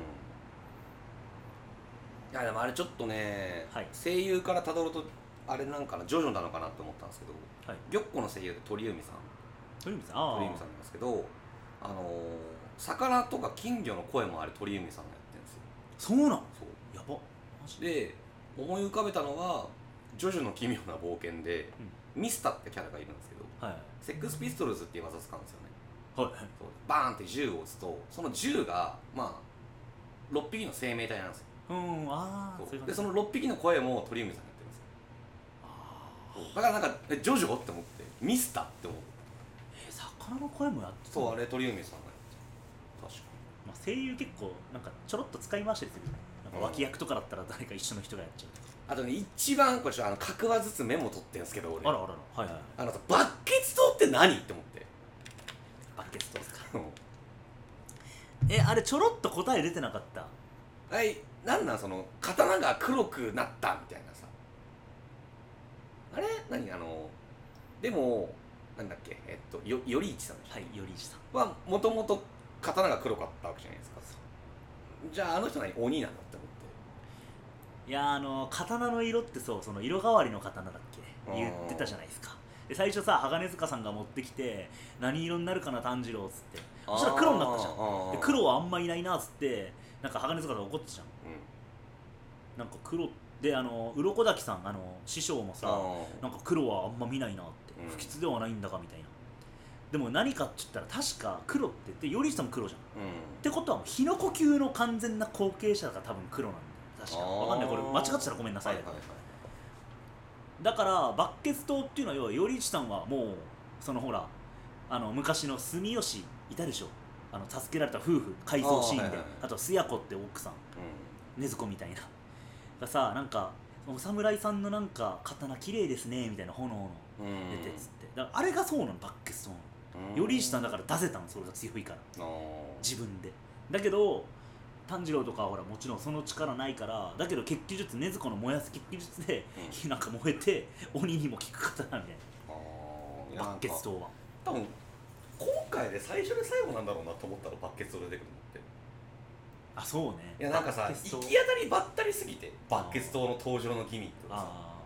うんいやでもあれちょっとね、
はい
声優からたどるとあれなんかなジョジョなのかなと思ったんですけど
はい
玉子の声優で鳥海さん
鳥海さんあ
鳥海さんなんですけどあのー魚とか金魚の声もあれ鳥海さんがやってるんですよ
そうなん
そ
や
う
ばマジ
で思い浮かべたのは「ジョジョの奇妙な冒険で」ミスターってキャラがいるんですけど
はい
セックスピストルズっていう技使うんですよね
はい
そうバーンって銃を撃つとその銃がまあ6匹の生命体なんですよ
うんああ
そう
そういう感
で
じ
その6匹の声も鳥海さんがやってるんですよ
あ
そうだからなんかえジョジョって思ってミスターって思う
ーえ魚の声もやってた
そうあ
れ、
れ鳥海さんがやってる確か
まあ、声優結構なんかちょろっと使い回したりするよねなんか脇役とかだったら誰か一緒の人がやっちゃうとか、
あとね一番これちょっとあの各話ずつメモ取ってるんですけど俺
あらあらあらはいはい
あのさバッケツ島って何って思 って
バッケツどうですか
うん
えあれちょろっと答え出てなかった
はい、なんなんその刀が黒くなったみたいなさあれ何あのでもなんだっけえっとよ頼一さんでし
はいよりいさん
ょはもともと刀が黒かったわけじゃないですかじゃああの人何鬼なんだって思っ
いやーあの刀の色ってそうその色代わりの刀だっけ
あー
言ってたじゃないですかで最初さ鋼塚さんが持ってきて何色になるかな炭治郎っつってそしたら黒になったじゃん
ん
で黒はあんまいないなっつってなんか鋼塚さん怒ってたじゃんなんか黒であの鱗滝さんあの師匠もさ
う
なんか黒はあんま見ないなって、
うん
不吉ではないんだかみたいなでも何かって言ったら確か黒ってでよりさんも黒じゃんっ
ん
てことはもう日の呼吸の完全な後継者が多分黒なんだよ確か
あー
わかんないこれ間違ってたらごめんなさい
はいはいはい
だからバッケツ島っていうのは要は頼一さんはもうそのほらあの昔の住吉いたでしょあの助けられた夫婦改造シーンで
あー
あ,、
はいはいはい
と須谷子って奥さん禰豆子みたいながさなんかお侍さんのなんか刀綺麗ですねみたいな炎の
うんうん
出てっつってだからあれがそうなのバッケツ島の
うん
頼一さんだから出せたのそれが強いから
あー
自分でだけど炭治郎とかはほらもちろんその力ないからだけど血気術禰豆子の燃やす血気術で
う
なんか燃えて鬼にも効く方なんで
あーいや
バ
なん
ッ
か
ケツ島は
多分今回で最初で最後なんだろうなと思ったらバッケツ島出てくるのって
あそうね
いやなんか
バ
さ
ッケ
行
ツ
き
島
当たりばったりすぎてバッケツ島の登場のギミックがさなんか
あ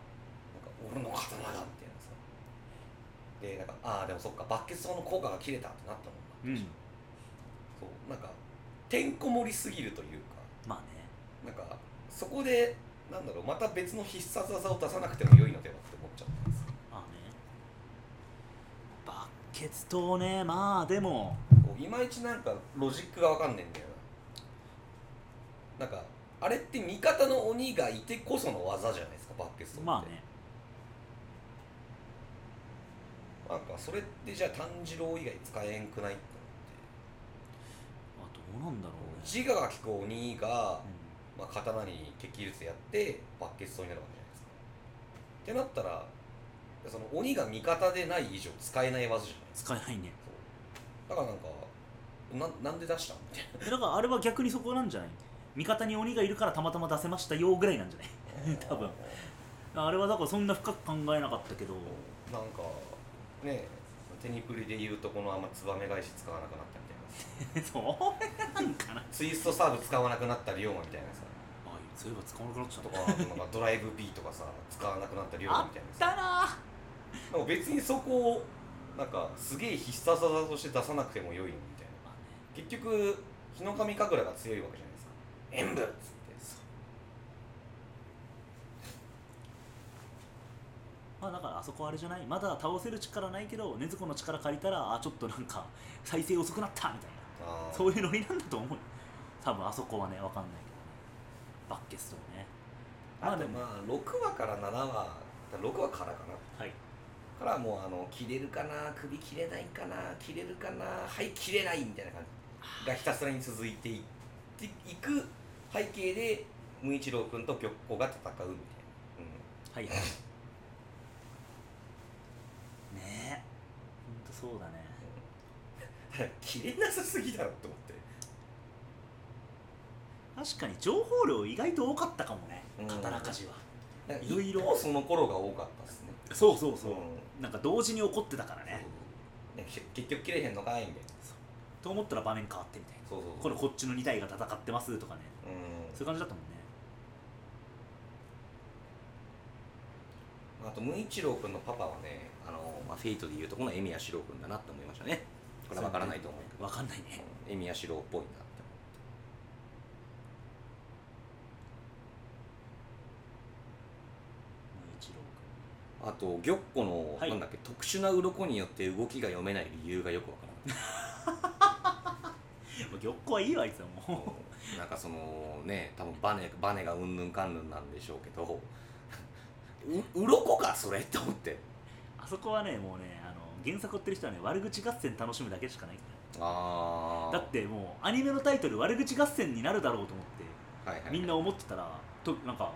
俺の刀だみたいなさでなんかああでもそっかバッケツ島の効果が切れたってなったもんな
あうん
そうなんかてんこ盛りすぎるというか
まあ
なんかそこでなんだろうまた別の必殺技を出さなくても良いのではって思っちゃったんですよ
ねまあねバッケツ島ねまあでも
こういまいちなんかロジックがわかんねえんだよななんかあれって味方の鬼がいてこその技じゃないですかバッケストンって、
まあね
なんかそれってじゃあ炭治郎以外使えんくないって
あどうなんだろ
思
う
っ
ね
て自我が効く鬼が
う、ん
まあ、刀に敵術やってバッケストンになるわけじゃないですかってなったらその鬼が味方でない以上使えない技じゃないですか
使えないね
そうだからなんかななんで出したんみたい
えだからあれは逆にそこなんじゃない味方に鬼がいるからたまたま出せましたよぐらいなんじゃない
な
多分あれはだからそんな深く考えなかったけど
なんかねえテニプリで言うとこのあんまツバメ返し使わなくなったみたいな
それなんかなあ
ツイストサーブ使わなくなった龍馬みたいなさ
そういえば使わなくなっちゃっ
と
た
かなんかドライブ B とかさ使わなくなった龍馬
あ
みたい
っ
なさ
たなあ
なんか別にそこをなんかすげえ必殺技として出さなくても良いのみたいな結局日の神神楽が強いわけじゃないですか演武っつって
まあだからあそこあれじゃないまだ倒せる力ないけど禰豆子の力借りたらあちょっとなんか再生遅くなったみたい
あ
な
ー
そういうノリなんだと思うよ多分あそこはねわかんないけどねバッケストもねま
あ
あ
と
でも
まあ6話から7話6話からかな
はい
からもうあの切れるかな首切れないかな切れるかなはい切れないみたいな感じがひたすらに続いていっていく背景で無一郎君と玉子が戦うみ
はいはいねえほんとそうだね
たいな、うん、 切れなさすぎだろって思って
確かに情報量意外と多かったかもね
うん
刀鍛冶は
なんか
いろいろ
一方その頃が多かったですね
そうそうそう
うん
なんか同時に怒ってたからね
ねけ結局切れへんのかいみたいな
と思ったら場面変わってみたいな
そうそうそう
このこっちの2体が戦ってますとかねそう
う
いう感じだったもんね
んあと無一郎君のパパはねあの、まあ、フェイトでいうとこの江宮四郎君だなって思いましたねこれは分からないと思うけど
分かんないね
江宮四郎っぽいなって
無一郎
あと玉子の、
はい
なんだっけ特殊な鱗によって動きが読めない理由がよくわからな
君もう玉子はいいよあいつはも う
いなんかそのね多分バネバネがうんぬんかんぬんなんでしょうけど う鱗かそれって思って
あそこはねもうねあの原作追ってる人はね悪口合戦楽しむだけしかないか
あ
ら
あ
だってもうアニメのタイトル悪口合戦になるだろうと思って
はいはい
みんな思ってたらとなんか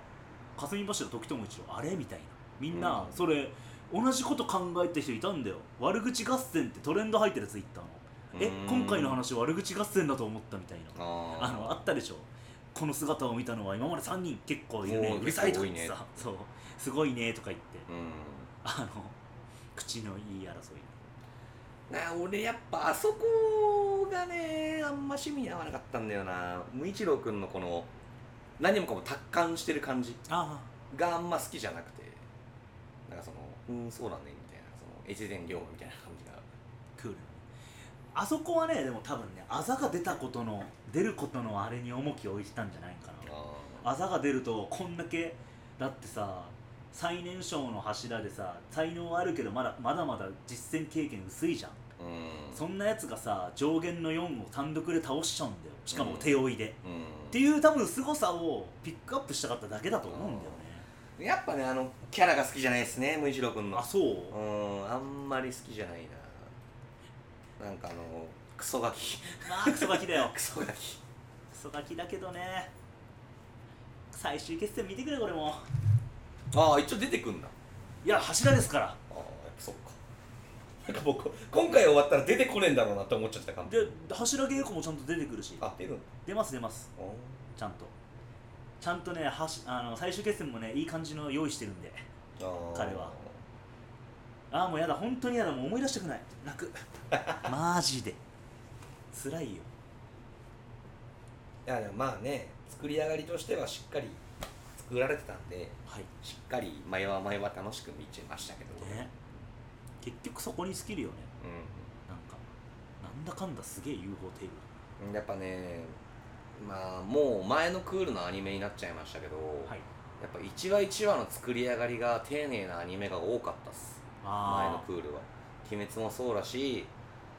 霞柱時友一郎あれみたいなみんな
うん
それ、同じこと考えてる人いたんだよ悪口合戦ってトレンド入ってるツイッターのえ
うん
今回の話悪口合戦だと思ったみたいな
あー
あのあったでしょこの姿を見たのは今まで3人結構いるね
おー
うるさいと
結構多
か
い
言っ
ね
てさ、そうすごいねとか言って
うん
あの口のいい争い
な俺やっぱあそこがねあんま趣味に合わなかったんだよな無一郎君のこの何もかも達観してる感じ
あ
があんま好きじゃなくてなんかそのうんそうだねみたいなその越前龍馬みたいな感じが
あクールあそこはねでも多分ねあざが出たことの出ることのあれに重きを置いてたんじゃないかな
あ
あざが出るとこんだけだってさ最年少の柱でさ才能はあるけどまだまだまだ実践経験薄いじゃん
うん
そんなやつがさ上限の4を単独で倒しちゃうんだよしか
う
も
ん
手負いで、っ
うん
ていう多分凄さをピックアップしたかっただけだと思うんだよね、
やっぱねあのキャラが好きじゃないですね無一郎君の
あそう、
うんあんまり好きじゃないななんかあのクソガキ
まあクソガキだよ
クソガキ
クソガキだけどね最終決戦見てくれこれも
ああ一応出てくんだ
いや柱ですから
ああやっぱそっかなんか僕今回終わったら出てこねえんだろうなって思っちゃってた感じ
で柱稽古もちゃんと出てくるし
あ出るの
出ます出ますちゃんとちゃんとねはしあの最終決戦もねいい感じの用意してるんで
あー
彼はああもうやだ本当にやだもう思い出したくない 泣くマジで辛いよ
いやでもまあね作り上がりとしてはしっかり作られてたんで
はい
しっかり前は前は楽しく見てましたけど
ね結局そこに尽きるよねなんかなんだかんだすげえ UFO テー
うんやっぱねまあもう前のクールのアニメになっちゃいましたけど、
ブはい
やっぱ一話一話の作り上がりが丁寧なアニメが多かったっす前の
あ
クールは「鬼滅」もそうだし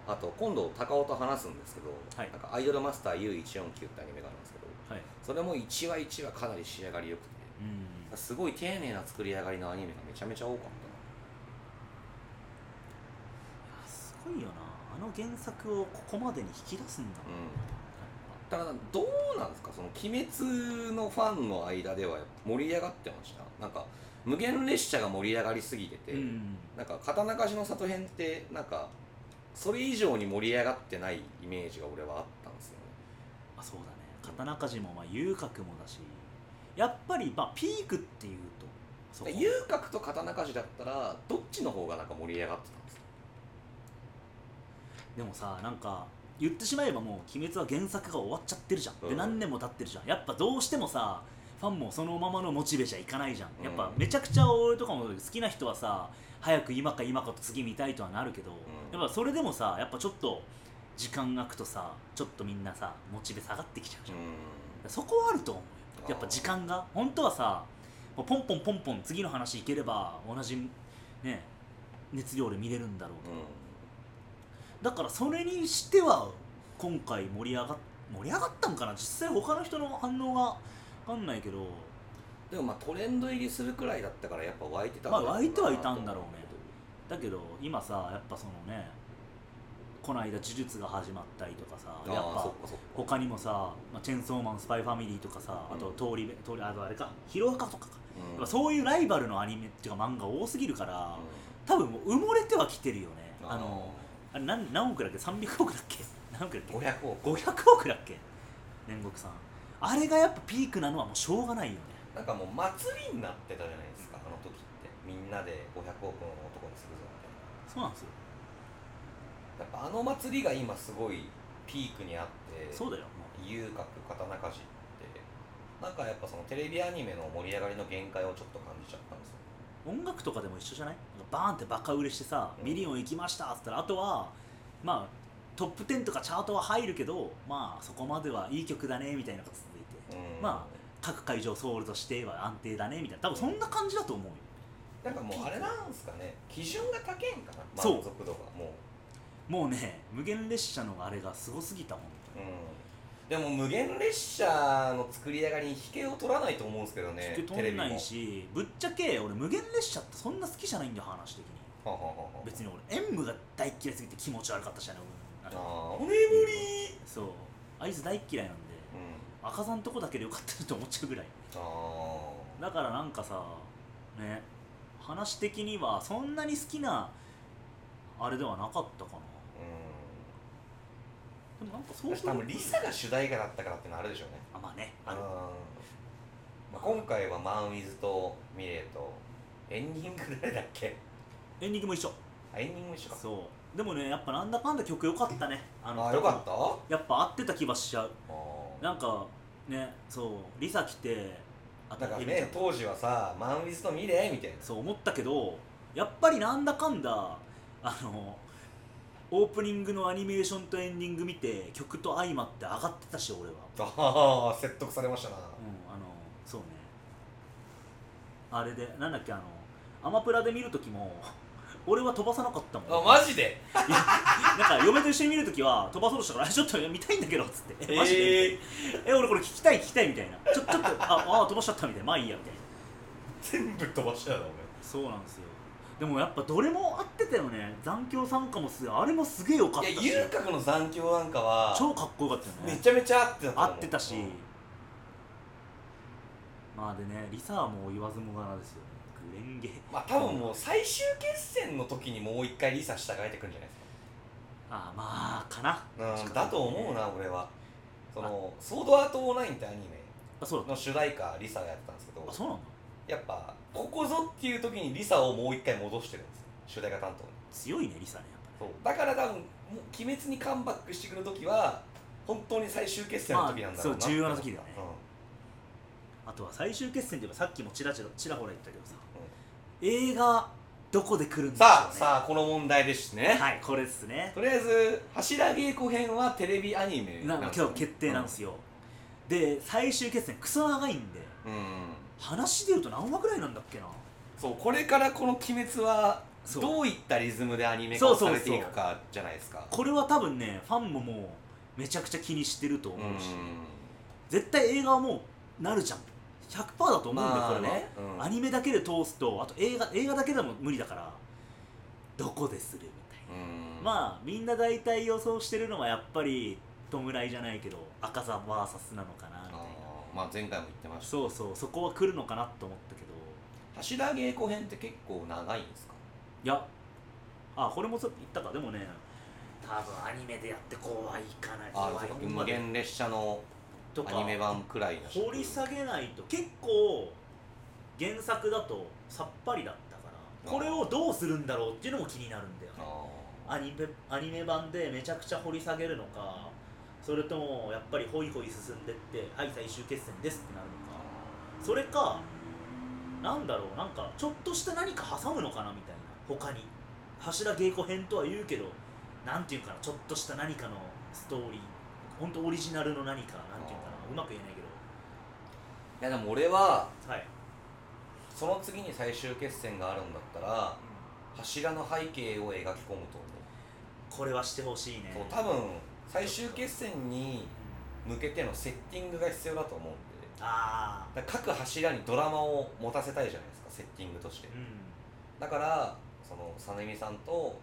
あと今度高尾と話すんですけど「
はい
なんかアイドルマスター U149」ってアニメがあるんですけど
あはい
それも一話一話かなり仕上がり良くて
うん
すごい丁寧な作り上がりのアニメがめちゃめちゃ多かった
すごいよなあの原作をここまでに引き出すんだもん、
うんただどうなんですかその「鬼滅」のファンの間では盛り上がってましたなんか無限列車が盛り上がりすぎてて、
うん
なんか刀鍛冶の里編ってなんかそれ以上に盛り上がってないイメージが俺はあったんですよね
あそうだね刀鍛冶もまあ遊郭もだしやっぱりまあピークっていうとそこ
遊郭と刀鍛冶だったらどっちの方がなんか盛り上がってたんですか
でもさなんか言ってしまえばもう「鬼滅」は原作が終わっちゃってるじゃん、
う
で
ん
何年も経ってるじゃんやっぱどうしてもさファンもそのままのモチベじゃいかないじゃん、
うん
やっぱめちゃくちゃ俺とかも好きな人はさ早く今か今かと次見たいとはなるけど、
ん
やっぱそれでもさやっぱちょっと時間が空くとさちょっとみんなさモチベ下がってきちゃうじゃん、そこはあると思うよやっぱ時間が本当はさもうポンポンポンポン次の話いければ同じね熱量で見れるんだろうけど、だからそれにしては今回盛り上がっ盛り上がったんかな実際他の人の反応が分かんないけど
でもまあトレンド入りするくらいだったからやっぱ湧いてたん
ま
だ
あ
ろうな
湧いてはいたんだろうねだけど今さやっぱそのねこの間呪術が始まったりとかさ
あ
やっ
あそ
ぱ
っかそっか
他にもさ、まあ、チェンソーマンスパイファミリーとかさあと通りべ通りあとあれかヒロアカとかか、やっぱそういうライバルのアニメっていうか漫画多すぎるから多分もう埋もれてはきてるよねあのあれ何何億だっけ300億だっけ何億だっけ
500億
500億だっけ煉獄さんあれがやっぱピークなのはもうしょうがないよね
なんかもう祭りになってたじゃないですかあの時ってみんなで500億の男にするぞみたいな
そうなんですよ
やっぱあの祭りが今すごいピークにあって
そうだよも
遊郭刀鍛冶ってなんかやっぱそのテレビアニメの盛り上がりの限界をちょっと感じちゃったんですよ
う音楽とかでも一緒じゃないなんかバーンってバカ売れしてさ
うん
ミリオン行きましたっつったらあとはまあトップ10とかチャートは入るけどまあそこまではいい曲だねみたいなのが続いて
うん
ま各会場ソウルとしては安定だねみたいな多分そんな感じだと思うよ
なんかもうあれなんすかね基準が高いんかな
そう
満足度がも
もうね無限列車のあれがすごすぎたもん
う、うん、でも無限列車の作り上がりに引けを取らないと思うんですけどね
引け
テレ
取
ビ
ん
も
ないしぶっちゃけ俺無限列車ってそんな好きじゃないんだよ話的に
はははは
別に俺演武が大っ嫌いすぎて気持ち悪かったしね
あ
俺
あ
あ
お眠り
れそうあいつ大っ嫌いなんで
うん
赤さんとこだけでよかったと思っちゃうぐらい
ああ
だからなんかさね話的にはそんなに好きなあれではなかったかな
う
でもなんか
ん
そう
私多分リサが主題歌だったからってのあるでしょうね
あまあね
う
あ
ん
る
まあ、今回はマン・ウィズとミレーとエンディング誰だっけ
エンディングも一緒
あエンディング一緒か
そうでもねやっぱなんだかんだ曲良かったねあ
あよかったあ
たやっぱ合ってた気はしちゃう
ー
なんかねそうリサ来てあ
だから
エミちゃ
ね
ん
当時はさマン・ウィズとミレーみたいな
そう思ったけどやっぱりなんだかんだあのオープニングのアニメーションとエンディング見て曲と相まって上がってたし俺は、
ああ説得されましたな
うん、あのそうねあれでなんだっけあのアマプラで見る時も俺は飛ばさなかったもん
あマジで
なんか嫁と一緒に見るときは飛ばそうとしたからあ「 ちょっと見たいんだけど」っつって「えマジ
え
で?」
ー
え俺これ聞きたい聞きたい」みたいな「ちょちょっとああ飛ばしちゃった」みたいな「まあいいや」みたいな
全部飛ばしてたなお前
そうなんですよでもやっぱどれも合ってたよね残響参加もすあれもすげえよかったし
いや遊郭の残響なんかは
超かっこよかったよね
めちゃめちゃ合ってたと
合
思う
ってたし、
うん
まあでねリサはもう言わずもがなですよねグレンゲ
まあ多分もう最終決戦の時にもう一回リサ従えてくるんじゃないです
ああまあかな
か、
近く
だと思うな俺はその「ソードアートオンライン」ってアニ
あそう
メ
だっ
の主題歌リサがやってたんですけど
たあそうなんだ
やっぱここぞっていう時にリサをもう一回戻してるんですよ主題歌担当に
強いねリサねやっぱね
そうだから多分もう鬼滅にカムバックしてくる時は本当に最終決戦の時なんだろうなって思った、
まあそう重要な時だよね
うん
あとは最終決戦といえばさっきもちらちらちらほら言ったけどさ、映画どこで来るんでしょうね
さあさあこの問題ですね、
はいこれっすね
とりあえず柱稽古編はテレビアニメ
なん
で
か
すよ
今日決定なんですよ、で最終決戦クソ長いんで
うん、うん
話でいうと何話ぐらいなんだっけな
そうこれからこの「鬼滅」は
そう
どういったリズムでアニメ
そ
化
うそう
さ
そう
れていくかじゃないですか
これは多分ねファンももうめちゃくちゃ気にしてると
う
思うし、
ん
絶対映画はもうなるじゃん100%だと思うんだよ、
まあ
これは、
ねうん
アニメだけで通すとあと映画映画だけでも無理だからどこでするみたいな、
うん
まあみんな大体予想してるのはやっぱり弔いじゃないけど赤座 VS なのかなみたい
あ
な
ーまあ前回も言ってました
そうそうそこは来るのかなと思ったけど
柱稽古編って結構長いんですか
いやあこれもそう言ったかでもね多分アニメでやってこうはいかない
あ
怖い
そうか
もんま
無
で
限列車の
と
ア
か
ニメ版くらいの
掘り下げないと結構原作だとさっぱりだったからこれをどうするんだろうっていうのも気になるんだよね
あ
アニメアニメ版でめちゃくちゃ掘り下げるのかそれともやっぱりホイホイ進んでってはい最終決戦ですってなるのかそれかなんだろうなんかちょっとした何か挟むのかなみたいな他に柱稽古編とは言うけどなんていうかなちょっとした何かのストーリー本当オリジナルの何かなんていうかなうまく言えないけど
ーいやでも俺は
はい
その次に最終決戦があるんだったら柱の背景を描き込むと思
これはしてほしいね
うそう多分最終決戦に向けてのセッティングが必要だと思うんで
ああ
だから各柱にドラマを持たせたいじゃないですかセッティングとして
うん
だからそのサネミさんと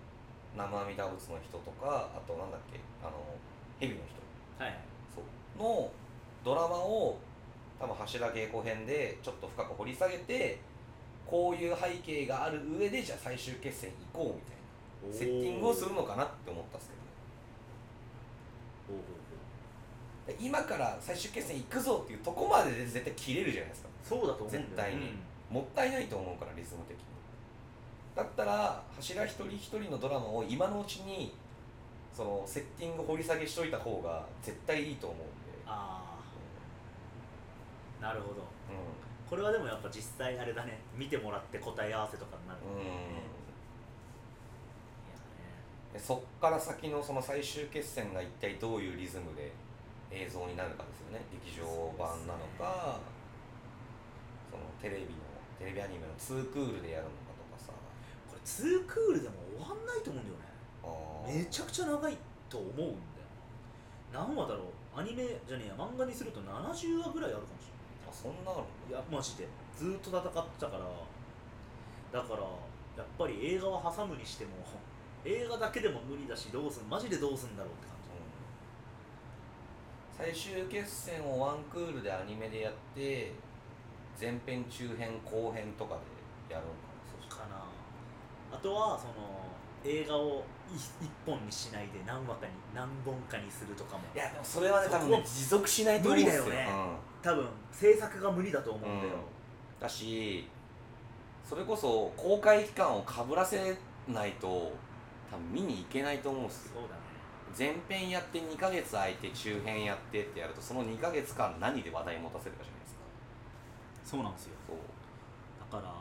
生阿弥陀仏の人とかあとなんだっけあの蛇の人
はい
そうのドラマを多分柱稽古編でちょっと深く掘り下げてこういう背景がある上でじゃあ最終決戦行こうみたいなセッティングをするのかなって思ったんですけどね
おーおーおー
で今から最終決戦行くぞっていうとこまでで絶対切れるじゃないですか
そうだと思うんだよ
絶対に
うん
もったいないと思うからリズム的にだったら柱一人一人のドラマを今のうちにそのセッティング掘り下げしといた方が絶対いいと思うんで
ああなるほど
う
これはでもやっぱ実際あれだね見てもらって答え合わせとかになる、
んうん
いやね
でそっから先のその最終決戦が一体どういうリズムで映像になるかですよね劇場版なのかそ,、のテレビのテレビアニメのツークールでやるのかとかさ
これ2クールでも終わんないと思うんだよね
あー
めちゃくちゃ長いと思うんだよ何話だろうアニメじゃねえや漫画にすると70話ぐらいあるかもし
あそんなあるの
れないいやマジでずーっと戦ってたからだからやっぱり映画は挟むにしても 映画だけでも無理だしどうすんマジでどうすんだろうって感じ
最終決戦をワンクールでアニメでやって前編中編後編とかでやるのかなそしたら
かなあとはその映画をい一本にしないで何話かに何本かにするとかも
いやでもそれはね
そこ
多分ね持続しないと思うんですよ
無理だよね
うん
多分制作が無理だと思うんだよ、
だしそれこそ公開期間をかぶらせないと多分見に行けないと思うんですよ
そうだね
前編やって2ヶ月空いて中編やってってやるとその2ヶ月間何で話題持たせるかじゃないですか
そうなんですよ
そう
だから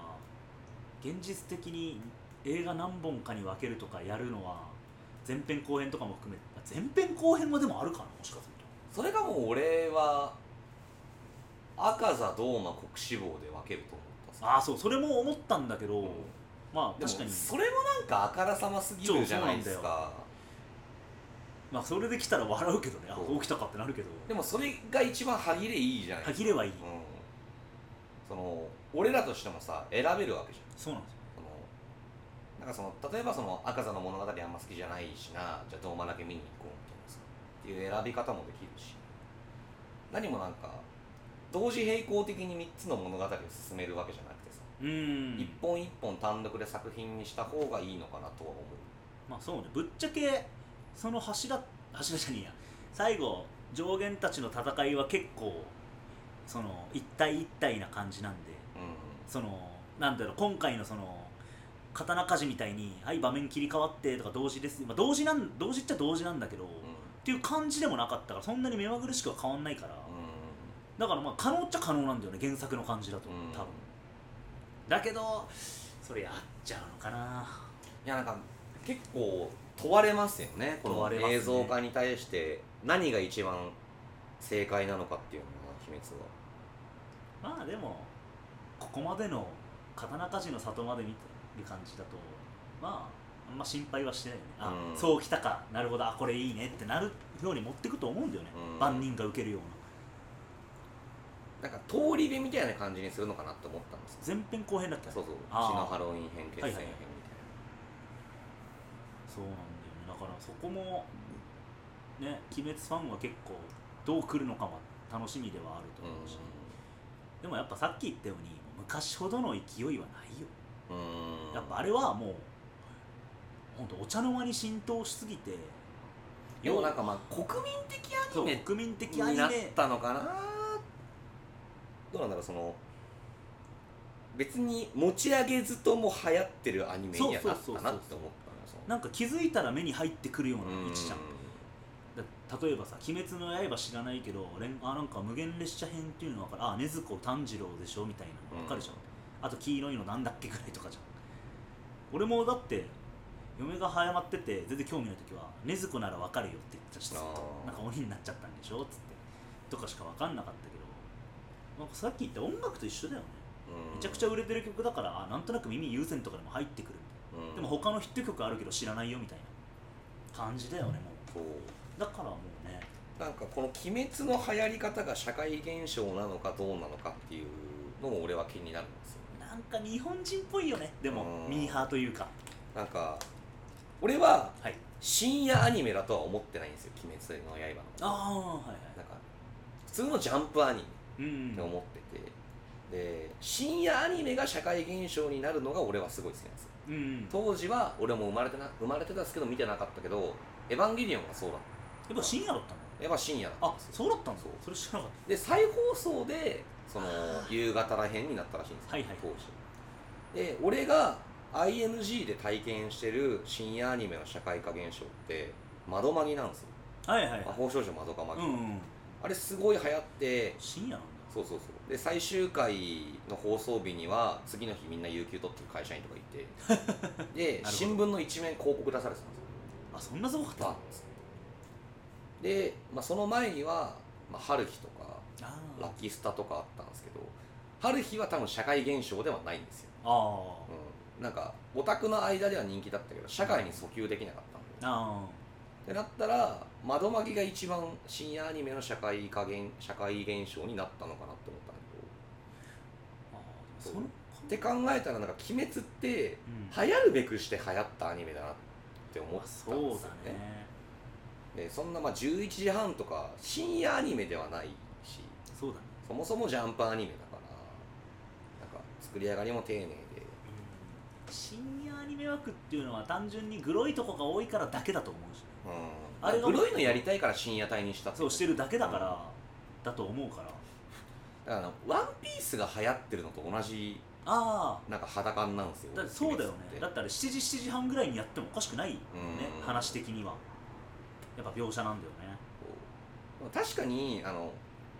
現実的に映画何本かに分けるとかやるのは前編後編とかも含め前編後編もでもあるかなもしかする
それがもう俺は赤座ドーマ国志望で分けると思ったんです
とああそうそれも思ったんだけど、
うん
まあ
でも
確かに
それもなんかあからさますぎるじゃないです
そうそう
か
まあそれで来たら笑うけどねあ起きたかってなるけど
でもそれが一番歯切れいいじゃない
歯
ですか
切れはいい、
うんその俺らとしてもさ選べるわけじゃん
そうなんですよ
そのなんかその例えばその赤座の物語あんま好きじゃないしなじゃあドーマだけ見に行こうみたいなさっていう選び方もできるし何もなんか同時並行的に3つの物語を進めるわけじゃなくてさ、
うー
一
ん
本一本単独で作品にした方がいいのかなとは思
まあそうねぶっちゃけその柱柱じゃねえや最後上限たちの戦いは結構その一体一体な感じなんで
う、う
そのなんだろう今回のその刀鍛冶みたいに「はい場面切り替わって」とか同時です、まあ、同時なん同時っちゃ同時なんだけど、っ
ん
ていう感じでもなかったからそんなに目まぐるしくは変わんないから、
う
だからまあ可能っちゃ可能なんだよね原作の感じだと、
んうん
多分だけどそれやっちゃうのかない
やなんか結構問われますよねこ
問わ
の
れますね
映像化に対して何が一番正解なのかっていうのが秘密は
まあでもここまでの刀鍛冶の里まで見てる感じだとまああんま心配はしてないよねあ、
うん
そうきたかなるほどあこれいいねってなるように持ってくと思うんだよね、
うん
万人が受けるような
なんか通り部みたいな感じにするのかなって思ったんですよ
前編後編だったよ
そうそう「血
あー
のハロウィン編」「決戦編」みたいな、
はいはいそうなんだよねだからそこもね鬼滅ファンは結構どう来るのかも楽しみではあると思うし、でもやっぱさっき言ったように昔ほどの勢いはないよ
うんうん
やっぱあれはもう本当お茶の間に浸透しすぎて
でもなんかまあ国民的ア
そ
ニメ
う国民的アニ
になっ
メ
たのかなどうなんだろうその別に持ち上げずとも流行ってるアニメにはなったなって思ったのよその
なんか気づいたら目に入ってくるような位置じゃん
う
だ例えばさ「鬼滅の刃」知らないけどれんあなんか無限列車編っていうの分かるあ禰豆子炭治郎でしょみたいなの分かるじゃん、あと黄色いのなんだっけぐらいとかじゃん俺もだって嫁が早まってて全然興味ない時は「禰豆子なら分かるよ」って言ってたしずっと
あー
なんか鬼になっちゃったんでしょっつってとかしか分かんなかったけどなんかさっき言った音楽と一緒だよね
ん
めちゃくちゃ売れてる曲だからあなんとなく耳優先とかでも入ってくるみたいな
うん
でも他のヒット曲あるけど知らないよみたいな感じだよねも
そう
うだからもうね
なんかこの「鬼滅」の流行り方が社会現象なのかどうなのかっていうのも俺は気になるんですよ
なんか日本人っぽいよねでも
うん
ミーハーというか
なんか俺は
はい
深夜アニメだとは思ってないんですよ「鬼滅の刃」のこと
ああはいはい
なんか普通のジャンプアニメ
うん
って思ってて、で深夜アニメが社会現象になるのが俺はすごい好きなんですよ
うん
当時は俺も生まれてな生まれてたんですけど見てなかったけど「エヴァンゲリオン」がそうだっ
やっぱ深夜だったの
たやっぱ深夜だった
あ
んですよ
そうだったんだ
そう
それ知らなかっ
で再放送でその
あ
夕方らへんになったらしいんですよ、
はいはい
当時で俺が ING で体験してる深夜アニメの社会化現象って窓マギなんですよ
たはいはい
魔
はい
法少女窓かマ
う
ギ、
んうん
あれすごい流行って
深夜なん
そうそうそうで最終回の放送日には次の日みんな有給取ってる会社員とかい てで
なるほど
新聞の一面広告出されてたんですよ
だあそんなすごかった
バンっつってで、まあ、その前には、まあ、春日とか
あ
ラ
ー
キスタとかあったんですけど春日は多分社会現象ではないんですよ、
あ
うん、なんかオタクの間では人気だったけど社会に訴求できなかったん
ーあ
でってなったら窓巻きが一番深夜アニメの社会化現社会現象になったのかなって思ったんだ
ーあーその
けどって考えたらなんか鬼滅って
うん
流行るべくして流行ったアニメだなって思っ
あ
たんです
そ
よ
うだ
ね
ね
でそんなまあ11時半とか深夜アニメではないし
そうだね
そもそもジャンプアニメだからなんか作り上がりも丁寧で
深夜アニメ枠っていうのは単純にグロいとこが多いからだけだと思うし
うん、
あれが
グロいのやりたいから深夜帯にしたって
そうしてるだけだから、だと思うから
だからあのワンピースが流行ってるのと同じ
あ
なんか裸感なんですよ
あだってそうだよね
鬼滅って
だったら7時7時半ぐらいにやってもおかしくないよね
うん
話的にはやっぱ描写なんだよね
こう確かにあの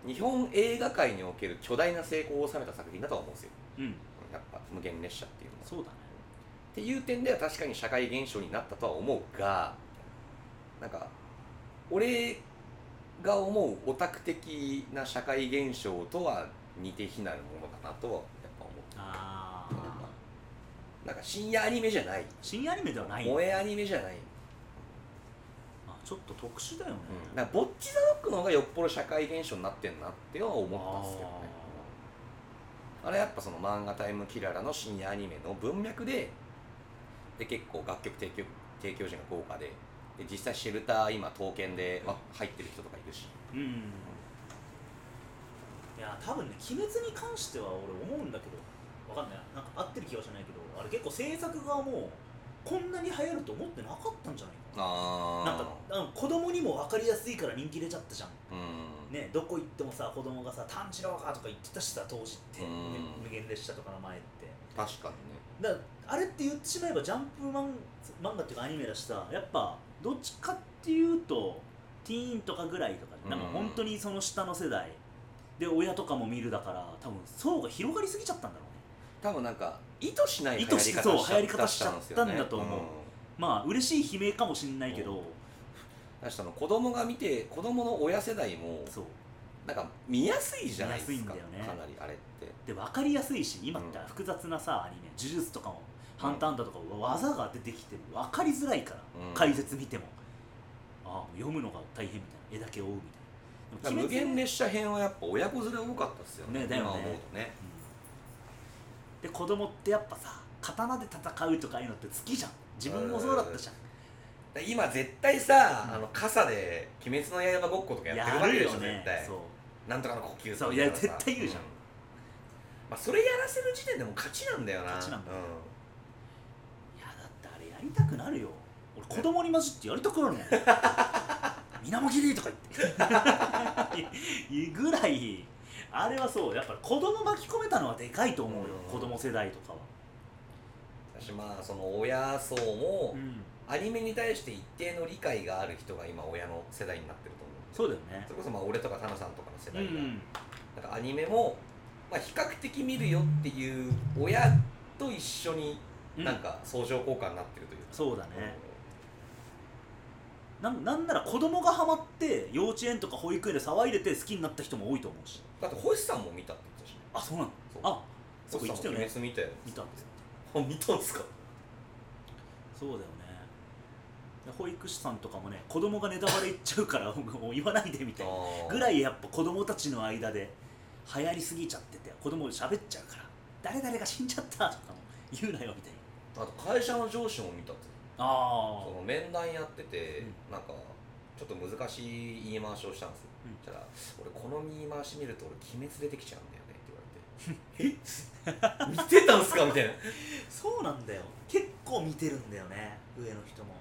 日本映画界における巨大な成功を収めた作品だとは思うんですよ
うん
やっぱ無限列車っていうのは
そうだね
っていう点では確かに社会現象になったとは思うがなんか俺が思うオタク的な社会現象とは似て非なるものだなとはやっぱ思って
あ
なんか
あ
なんか深夜アニメじゃない
深夜アニメではない
萌えアニメじゃない、
あちょっと特殊だよね、
だからぼっち・ザ・ロックの方がよっぽど社会現象になってんなっては思ったんですけどねあれやっぱその漫画タイムキララの深夜アニメの文脈でで結構楽曲提供提供陣が豪華でで実際シェルター今刀剣でわ入ってる人とかいるし
うんいや多分ね「鬼滅」に関しては俺思うんだけどわかんないなんか合ってる気はしないけどあれ結構制作側もこんなに流行ると思ってなかったんじゃないか
あ
ななんかあの子供にも分かりやすいから人気出ちゃったじゃん
うん
ねどこ行ってもさ子供がさ「炭治郎か」とか言ってたしさ当時って、
うん
ね無限列車とかの前って
確かにね
だからあれって言ってしまえばジャンプマン漫画っていうかアニメだしさやっぱどっちかっていうとティーンとかぐらいとか
うん
なんか本当にその下の世代で親とかも見るだから多分層が広がりすぎちゃったんだろうね
多分なんか意図しない流行り
意図し
方
そう流行り方しちゃったんだと思う
うん
まあ嬉しい悲鳴かもしんないけど、
だしその子供が見て子供の親世代も
そう
なんか見やすいじゃないですか
見やすいんだよね
かなりあれって
で分かりやすいし今って
うん
複雑なさアニメ呪術とかも「ハンターハンター」とか技が出てきて分かりづらいから、
うん
解説見てもああもう読むのが大変みたいな絵だけ追うみ
だ
た
から
いな
無限
ね
列車編はやっぱ親子連れ多かったっすよね
ねだよね
今思うとね
で子供ってやっぱさ刀で戦うとかいうのって好きじゃん自分もそうだったじゃん
だから今絶対さ、
うん
あの傘で「鬼滅の刃」ごっことかやってるわけでしょ、絶対
そう
なんとかの呼吸
そ
とか
う
さ
いや絶対言うじゃん
まあ、それやらせる時点でもう勝ちなんだよな
勝ちなんだよ
うん
いやだってあれやりたくなるよ俺子供に混じってやりたくなる もん水面切りとか言って いうぐらいあれはそうやっぱり子供巻き込めたのはでかいと思うよ、
うん
子供世代とかは、
私まあその親層も、
ん、
アニメに対して一定の理解がある人が今親の世代になってると思う
そうだよね
それこそまあ俺とかタナさんとかの世
う
代が、な
ん
んかアニメも、まあ、比較的見るよっていう親と一緒に
うん
なんか相乗効果になってるというか、
そうだねなんなんなら子供がハマって幼稚園とか保育園で騒いでて好きになった人も多いと思うし
だって星さんも見たって言ってたしね
あそうなの
そう
あそうか
星
言
さんも
ってたよ
鬼
ね
滅見たよ
見たんですよ
あ 見たんすか
そうだよねで保育士さんとかもね子供がネタバレ言っちゃうから もう言わないでみたいなぐら
い
いやっぱ子供たちの間で流行りすぎちゃってて子供喋っちゃうから誰々が死んじゃったとかも言うなよみたいな
あと会社の上司も見たって
あ
その面談やってて、
う
なんかちょっと難しい言い回しをしたんですよ、
うん
そしたら「俺この言い回し見ると俺鬼滅出てきちゃうんだよね」って言われて「 え見てたんすか?」みたいな
そうなんだよ結構見てるんだよね上の人も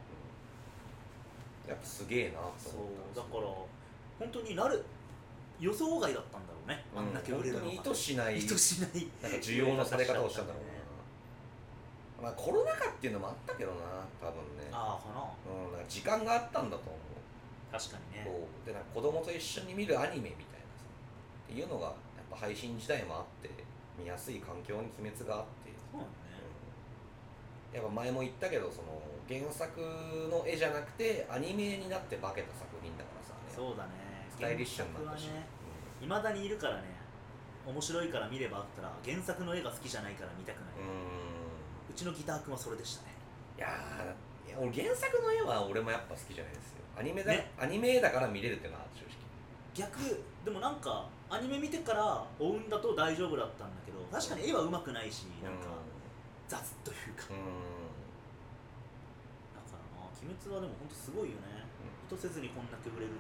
やっぱすげえなと思った
そうだから本当になる予想外だったんだろうねあんだけ売れるの
本
が
当に意図しない
意図しない
なんか需要のされ方をしたんだろうな、まあ、コロナ禍っていうのもあったけどな多分ね
ああかな
うん、なんか時間があったんだと思う
確かにね
こうでなんか子供と一緒に見るアニメみたいなさっていうのがやっぱ配信時代もあって見やすい環境に鬼滅があって、
そうなんだね
うんやっぱ前も言ったけどその原作の絵じゃなくてアニメになって化けた作品だからさ、ね、
そうだね
スタイリッシュになっ
原
たし、
作はね
うん
いまだにいるからね面白いから見ればあったら原作の絵が好きじゃないから見たくない、
う
う
ー
ちのギター君はそれでしたね
んいやーいや俺原作の絵は俺もやっぱ好きじゃないですよアニメだ、
ね
アニメだから見れるってのは正直
逆でもなんかアニメ見てから追うんだと大丈夫だったんだけど確かに絵はうまくないしなんか雑というか、
うん
だからな「鬼滅」はでも本当すごいよね、意図せずにこんだけ売れるって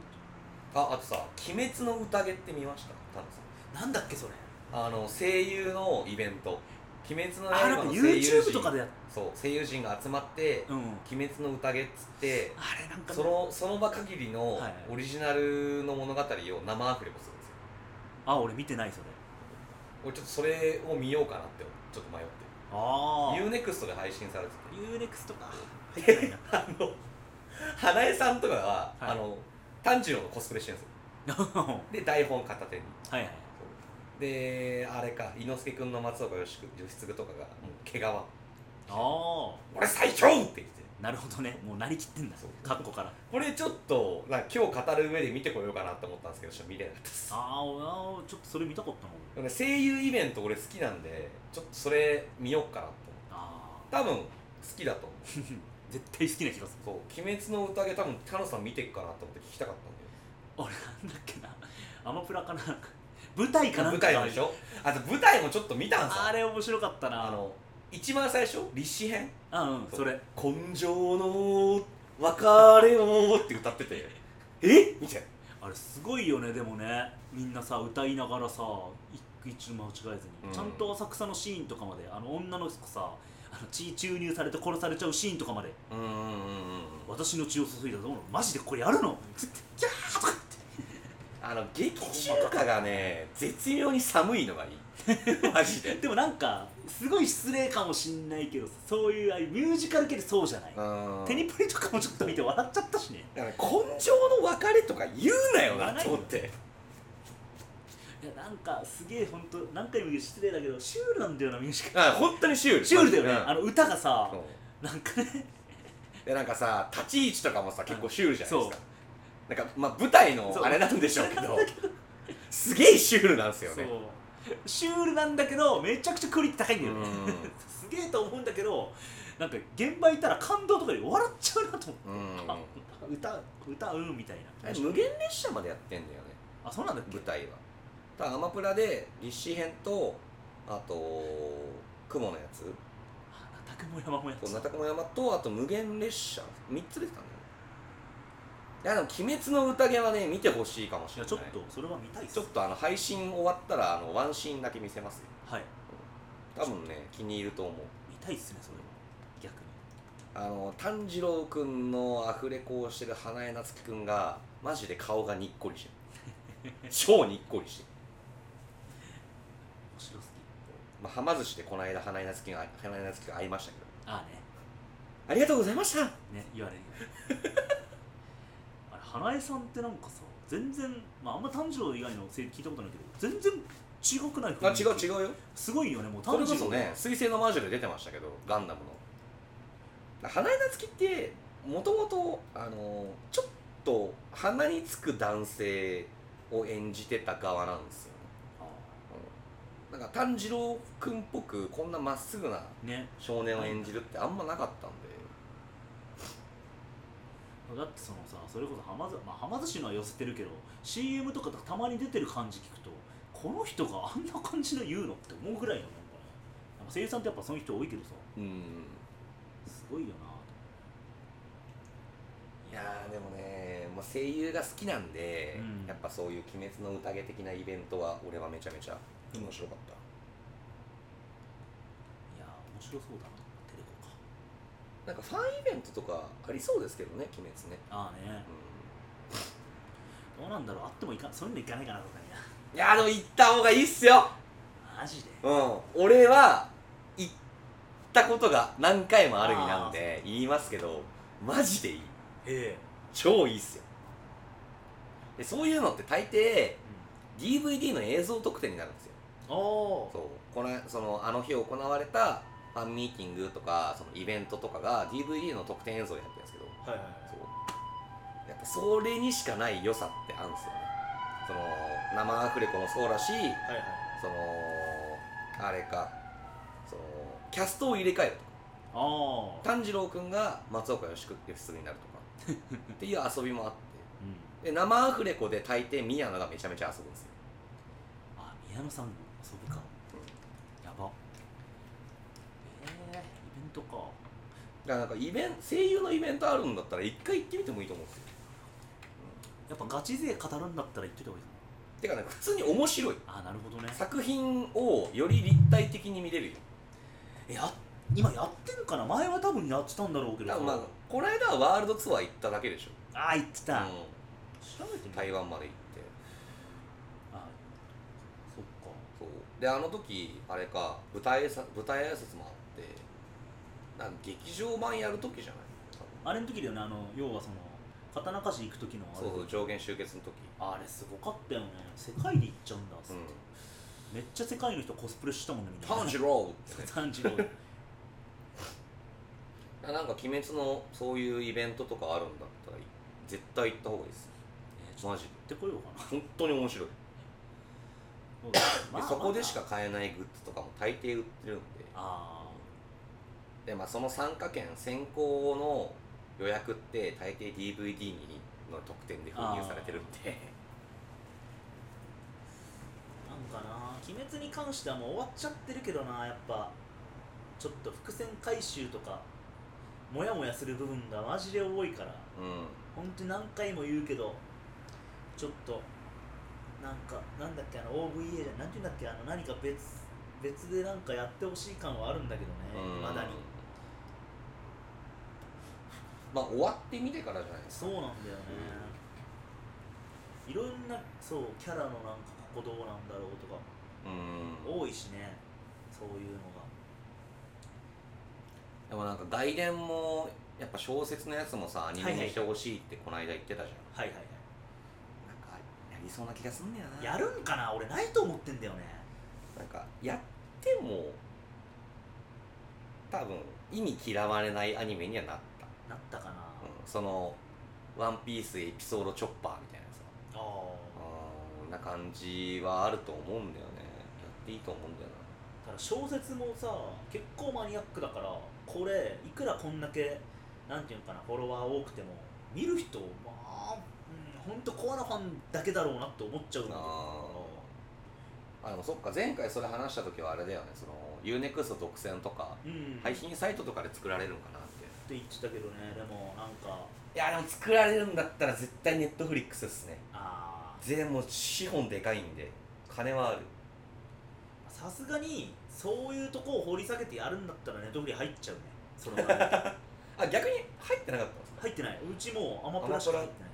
ああとさ「鬼滅の宴」って見ましたタナさ
なんだっけそれ
んあの声優のイベント「鬼滅の
あ
刃
なん」か
の声優陣
YouTube とかでやっ
そう声優陣が集まって
うん
「鬼滅の宴」っつって
あれなんかね
そのその場限りの
はい
オリジナルの物語を生アフレコするんですよ
あ俺見てないそれ
俺ちょっとそれを見ようかなってちょっと迷って
ああ
UNEXT で配信されて て
UNEXT か入ってないな
あの花江さんとかが、
い
あの炭治郎のコスプレしてるんですよ
は
で台本片手に
いはい
であれか伊之助君の松岡義嗣とかがもう毛皮
あ
俺最強って言って
あなるほどねもうなりきってんだ
そう
カッコから
これちょっとなんか今日語る上で見てこようかなと思ったんですけどちょっと見れなかったです
あーあーちょっとそれ見たかったの
でもね声優イベント俺好きなんでちょっとそれ見ようかなと思って
ああ
多分好きだと思う
絶対好きな気がす
そう「鬼滅の宴」多分タノさん見てっかなと思って聞きたかったんだよ
る俺なんだっけなアマプラかななんか舞台かなんか
舞台もでしょあと舞台もちょっと見たんさ
あれ面白かったな
あの一番最初立志編
あうんそれ
「根性の別れを」って歌ってて
え
見て
あれすごいよねでもねみんなさ歌いながらさ一句一句間違えずに、
うん
ちゃんと浅草のシーンとかまであの女の子さあの血注入されて殺されちゃうシーンとかまで
うんうんうんうん
私の血を注いだぞマジでこれやるのつってキャーとか
あの劇中歌がね絶妙に寒いのがいい マジ
言
で
ってでもなんかすごい失礼かもしんないけどそういうああいうミュージカル系でそうじゃない、
うん
テニプリとかもちょっと見て笑っちゃったしね
だから根性の別れとか言うなよ
言わ
な
ない
と
よ
思って
いやなんかすげえ本当何回も言う失礼だけどシュールなんだよなミュージカ
あ本当にシュール
ルシュールだよね、
うん
あの歌がさ
そう
なんかね
でなんかさ立ち位置とかもさ結構シュールじゃないですか
そ
なんかまあ舞台の
そう
あれなんでしょうけどすげえシュールなんですよね
そうシュールなんだけどめちゃくちゃクオリティ高いんだよね、
う
すげえと思うんだけどなんか現場行ったら感動とかで笑っちゃうなと思
んうん
って、あ歌歌うみたいな
あれ無限列車までやってんだよね
あそうなんだっけ
舞台はただアマプラで立志編とあと雲のやつ
あなたくも山もやって
こう
た
なたこの山とあと無限列車3つ出てたんだよねいやでも鬼滅の宴はね見てほしいかもし
い
れな
や
い
ちょっとそれは見たいっす
ちょっとあの配信終わったらあのワンシーンだけ見せますよ
はい
多分ね気に入ると思う
見たいっすねそれは逆に
あの炭治郎くんのアフレコをしてる花江夏樹くんがマジで顔がにっこりしてる 超にっこりしてる、
面白すぎ
まあ、はま寿司でこの間花江夏樹が花江夏樹が会いましたけど
ああね
ありがとうございました
ね言われる あれ花江さんってなんかさ全然、まあ、あんま炭治郎以外の声優聞いたことないけど全然違くない
あ
雰囲
違
気
う違うよ
すごいよねもう
それ
炭
こ
治
そ
郎
ね「水星の魔女」で出てましたけどガンダムの花江夏樹ってもともとあのちょっと鼻につく男性を演じてた側なんですよね
あ
うんなんか炭治郎くんっぽくこんなまっすぐな
ーね
少年を演じるってあんまなかったんで、
だってそのさそれこそはま寿,、まあ、はま寿司のは寄せてるけど CM とかたまに出てる感じ聞くとこの人があんな感じの言うのって思うぐらいのなんかねなんか声優さんってやっぱそういう人多いけどさ
うん
すごいよない
やーでもね、まあ、声優が好きなんで、
うん
やっぱそういう「鬼滅の宴」的なイベントは俺はめちゃめちゃ面白かった、
いやー面白そうだなテレコか
なんかファンイベントとかありそうですけどね鬼滅ね、
ああね
う
どうなんだろうあってもいかそういうのいかないかなとかね
ん、いやーでも行った方がいいっすよ
マジで
うん俺は行ったことが何回もある意味なんで言いますけどマジでいい
ええ
超いいっすよでそういうのって大抵 DVD の映像特典になるんですよ
うん、お
そうこのそのあの日行われたファンミーティングとかそのイベントとかが DVD の特典映像でやってるんですけど
はいはいはい
そうやっぱそれにしかない良さってあるんですよねその生アフレコもそうだし
はいはい
そのあれかそのキャストを入れ替えるとか
ああ
炭治郎くんが松岡義久になると かっていう遊びもあって
う
で
ん
生アフレコで大抵宮野がめちゃめちゃ遊ぶんですよ
あ宮野さん遊ぶかやばええイベントか
だからなんかイベン声優のイベントあるんだったら一回行ってみてもいいと思うんですよ
やっぱガチ勢語るんだったら言っといた方がいい
てかね普通に面白い
かなあなるほどね
作品をより立体的に見れるよ
えや今やってんかな前は多分やってたんだろうけど
多
さ
分まあこの間はワールドツアー行っただけでしょ、
ああ言ってた、
う
調べて
ん
み
台
よう
湾まで行って
あそっか
そうであの時あれか舞台挨拶舞台挨拶もあってなんか劇場版やる時じゃない
あれの時だよねあの要はその刀鍛冶行く時のあれ
そうそう上限集結の時
あれすごかったよね世界で行っちゃうんだっ
う
つって、
ん
めっちゃ世界の人コスプレしてたもんね
「
みんな
炭治郎」ってね
炭治郎
あなんか鬼滅のそういうイベントとかあるんだったら絶対行った方がいいです
え
マジで
行ってこようか な
本当に面白い
そうだね
でそこでしか買えないグッズとかも大抵売ってるんで
ああ
でまあその参加券先行の予約って大抵 DVD にの特典で封入されてるんで
なんかな鬼滅に関してはもう終わっちゃってるけどなやっぱちょっと伏線回収とかモヤモヤする部分がマジで多いから
うん
本当に何回も言うけどちょっとなんかなんだっけあの OVA じゃなんていうんだっけあの何か別別でなんかやってほしい感はあるんだけどねまだに
まあ終わってみてからじゃないです
そうなんだよね、いろんなそうキャラのなんかここどうなんだろうとか
かうん
多いしねそういうのが
でもなんか外伝もやっぱ小説のやつもさアニメにしてほしいってこの間言ってたじゃん、
はいはいは
なんかやりそうな気がすんだよない
やるんかな俺ないと思ってんだよね
なんかやっても多分意に嫌われないアニメにはなった、
なったかな、
うん
あ、
その「ワンピースエピソードチョッパーみたいなさ
あ
うんな感じはあると思うんだよねやっていいと思うんだよな
ただ小説もさ結構マニアックだからこれいくらこんだけなんていうのかなフォロワー多くても見る人まあ本当、ほんとコアなファンだけだろうなって思っちゃうんだけど
ああでもそっか前回それ話した時はあれだよねその UNEXT 独占とか
うん
配
って
信サイトとかで作られるのかなって
言ってたけどねでもなんか
いやでも作られるんだったら絶対 Netflix ですね
あ
税も資本でかいんで金はある
ーさすがにそういうとこを掘り下げてやるんだったらネットフリ入っちゃうねその入
あ逆に入ってなかったんですか
ってないうちもうアマプラしか入ってない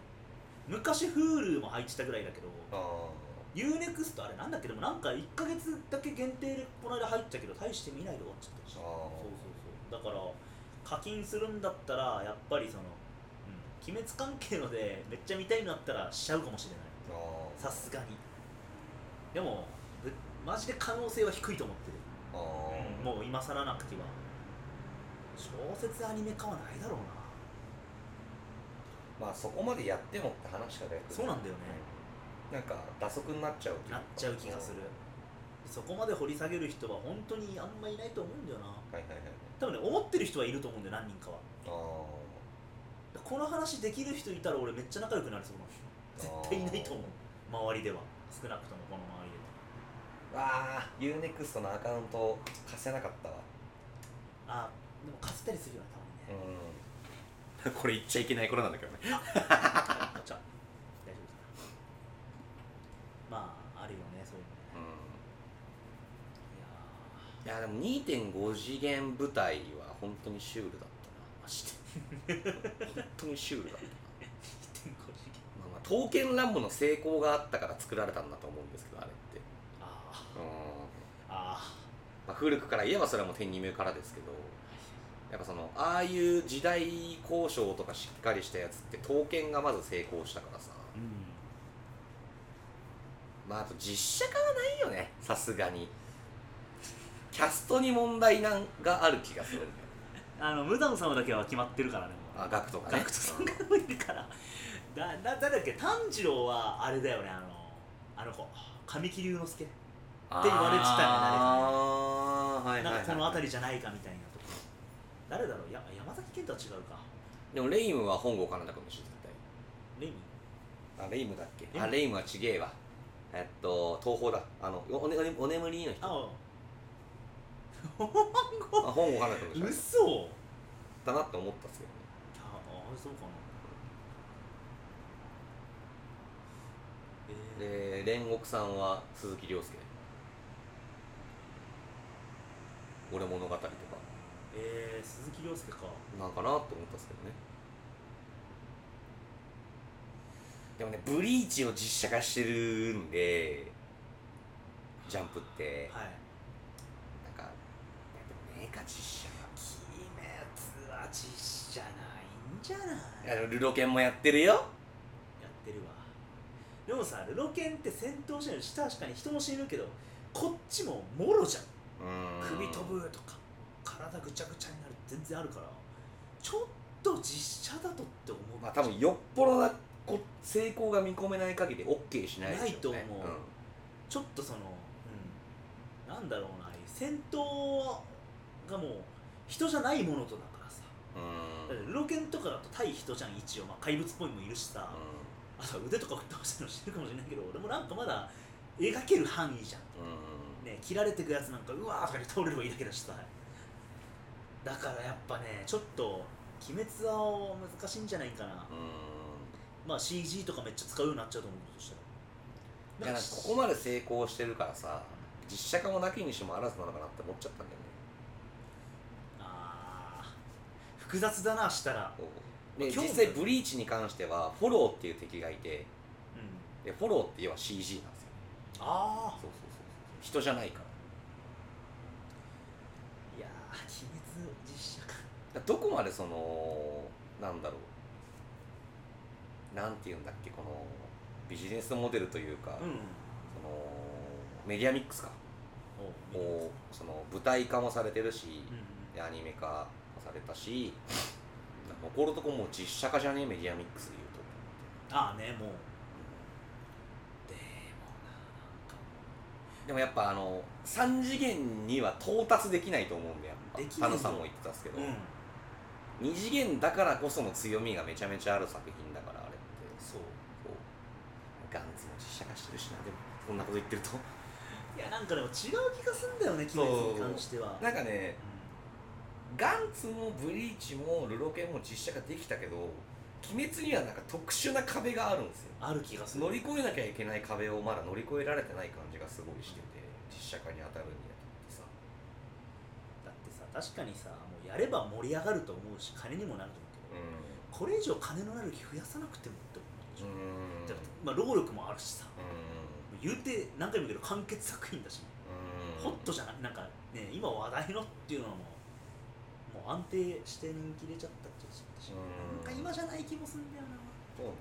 昔 Hulu も入ってたぐらいだけど
あ
UNEXT あれなんだっけでもなんか1ヶ月だけ限定でこの間入ったけど大して見ないで終わっちゃったでし
ー
ょ
あ
そうそうそうだから課金するんだったらやっぱりその、うん、鬼滅関係のでめっちゃ見たいのあったらしちゃうかもしれない
ーあ
さすがにでもぶマジで可能性は低いと思ってる、
あー
うんもう今更なくては小説アニメ化はないだろうな
まあそこまでやってもって話が出てくる
そうなんだよね
なんか打足になっちゃうというか
なっちゃう気がするそこまで掘り下げる人は本当にあんまいないと思うんだよな
はいはいはい
多分ね思ってる人はいると思うんだよ何人かは
あ
この話できる人いたら俺めっちゃ仲良くなりそうなの絶対いないと思う周りでは少なくともこの周りで
ーわあ UNEXT のアカウント貸せなかったわ
はあでも貸せたりするよねたまにね
うん これ言っちゃいけない頃なんだけどね
あじゃあ大丈夫ですかまああるよねそういうのねいや
いやでも2.5次元舞台は本当にシュールだったなマジで本当にシュールだったな
ー1.5次元
まあまあ刀剣乱舞の成功があったから作られたんだと思うんですけどあれって
あ
うん、
ーあ
まあ、古くから言えばそれはもう天に目からですけどやっぱそのああいう時代交渉とかしっかりしたやつって刀剣がまず成功したからさ
ーうん
まああと実写化はないよねさすがにキャストに問題なんがある気がするんだよ
あのムダム様だけは決まってるからねもう
あガクトがね
ガクトさんが多いからだだ誰だっけ炭治郎はあれだよねあのあの子神木隆之介って言われてたね
あーはいはい
な
は
ん
い、
かこの辺りじゃないかみたいなとこ誰だろうや山崎賢人は違うか
でもレイムは本郷かなんだかもしれない
レミ
あレイムだっけ
レイム
あレイムはちげえわえっと東宝だあのおお,、ね、おねお眠りの人あ
あ
本郷かなんだかもしれない
嘘
だなって思ったんですけどね
ああそうかなえー、
で煉獄さんは鈴木亮介俺物語とか
えー、鈴木亮介か
なんかなって思ったんですけどねでもねブリーチを実写化してるんでジャンプって
はい
なんかでもねえか実写
鬼滅は実じゃないんじゃない
いやでもルロケンもやってるよ
やってるわでもさルロケンって戦闘シーンより下確かに人も死ぬけどこっちももろじゃん首飛ぶとか体ぐちゃぐちゃになる全然あるからちょっと実写だとって思う、
まあ多分よっぽどなこ成功が見込めない限り OK しないでしょうね
ないと思うちょっとその、うん、なんだろうな戦闘がもう人じゃないものとだからさ
うん
だって老犬とかだと対人じゃん一応、まあ、怪物っぽいのもいるしさ、
う
あとは腕とか吹っ飛ばしたのしてるかもしれないけど俺もなんかまだ描ける範囲じゃん
んうん
ね切られてくやつなんかうわーとかで倒れればいいだけだしさだからやっぱねちょっと「鬼滅は難しいんじゃないかな、
うん
まあ CG とかめっちゃ使うようになっちゃうと思うそし
い
たら
や
だ
な
か
んか
ら
ここまで成功してるからさ実写化もなきにしもあらずなのかなって思っちゃったんだよね
あー複雑だなしたら
で
興
実
味
際ブリーチに関してはフォローっていう敵がいて
うん
でフォローって要は CG なんですよ
あ
そうそうそう人じゃないから
あいやー鬼滅実写か
だからどこまでそのなんだろうなんていうんだっけこのビジネスモデルというか、
う
そ
ん
のメディアミックスか
おう
をその舞台化もされてるし
う、ん
でアニメ化もされた し残るとこもう実写化じゃねえメディアミックスで言うと
ああねもうでもななんか
でもやっぱあの3次元には到達できないと思うんでやっぱ
できな
タ
い
ヌさんも言ってたんですけど、
うん
二2次元だからこその強みがめちゃめちゃある作品だからあれって
そう
こうガンツも実写化してるしなでもそんなこと言ってると
いやなんかでも違う気がすんだよね
そう
鬼滅に関しては
なんかねガンツもブリーチもルロケンも実写化できたけど鬼滅にはなんか特殊な壁があるんですよ
ある気がする
乗り越えなきゃいけない壁をまだ乗り越えられてない感じがすごいしてて実写化に当たるにあたってさ
だってさ確かにさもうやれば盛り上がると思うし金にもなると思う
う
けど、これ以上金のなる気増やさなくてもって思うでし
ん
ょ、だってまあ、労力もあるしさ
う
言うて何回も言うけど完結作品だし、
ん
ホットじゃななんかね今話題のっていうのももう安定して人気出ちゃったっていうし
うん
なんか今じゃない気もすんだよな、
そうね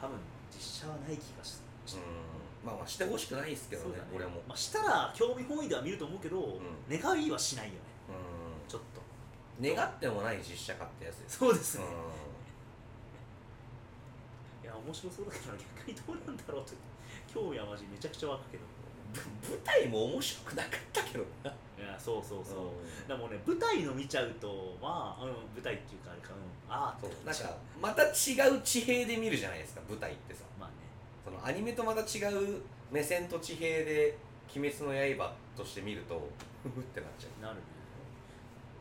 多分実写はない気がしして
うんまあまあしてほしくないですけどね
そうだ
俺も
まあ、したら興味本位では見ると思うけど、
ん
願いはしないよね
う
ちょっと
ん願ってもない実写化ってやつです
そうで すね、
う
いや面白そうだけど逆にどうなんだろうって興味はマジめちゃくちゃ湧くけど
ん舞台も面白くなかったけどない
やそうそうそう、
う
でもね舞台の見ちゃうとまあ、うん、舞台っていうかあれかうんああ
そう
って
なん
ちゃ
かまた違う地平で見るじゃないですか舞台ってさ
まあね
そのアニメとまた違う目線と地平で「鬼滅の刃」として見るとふふってなっちゃ
なるね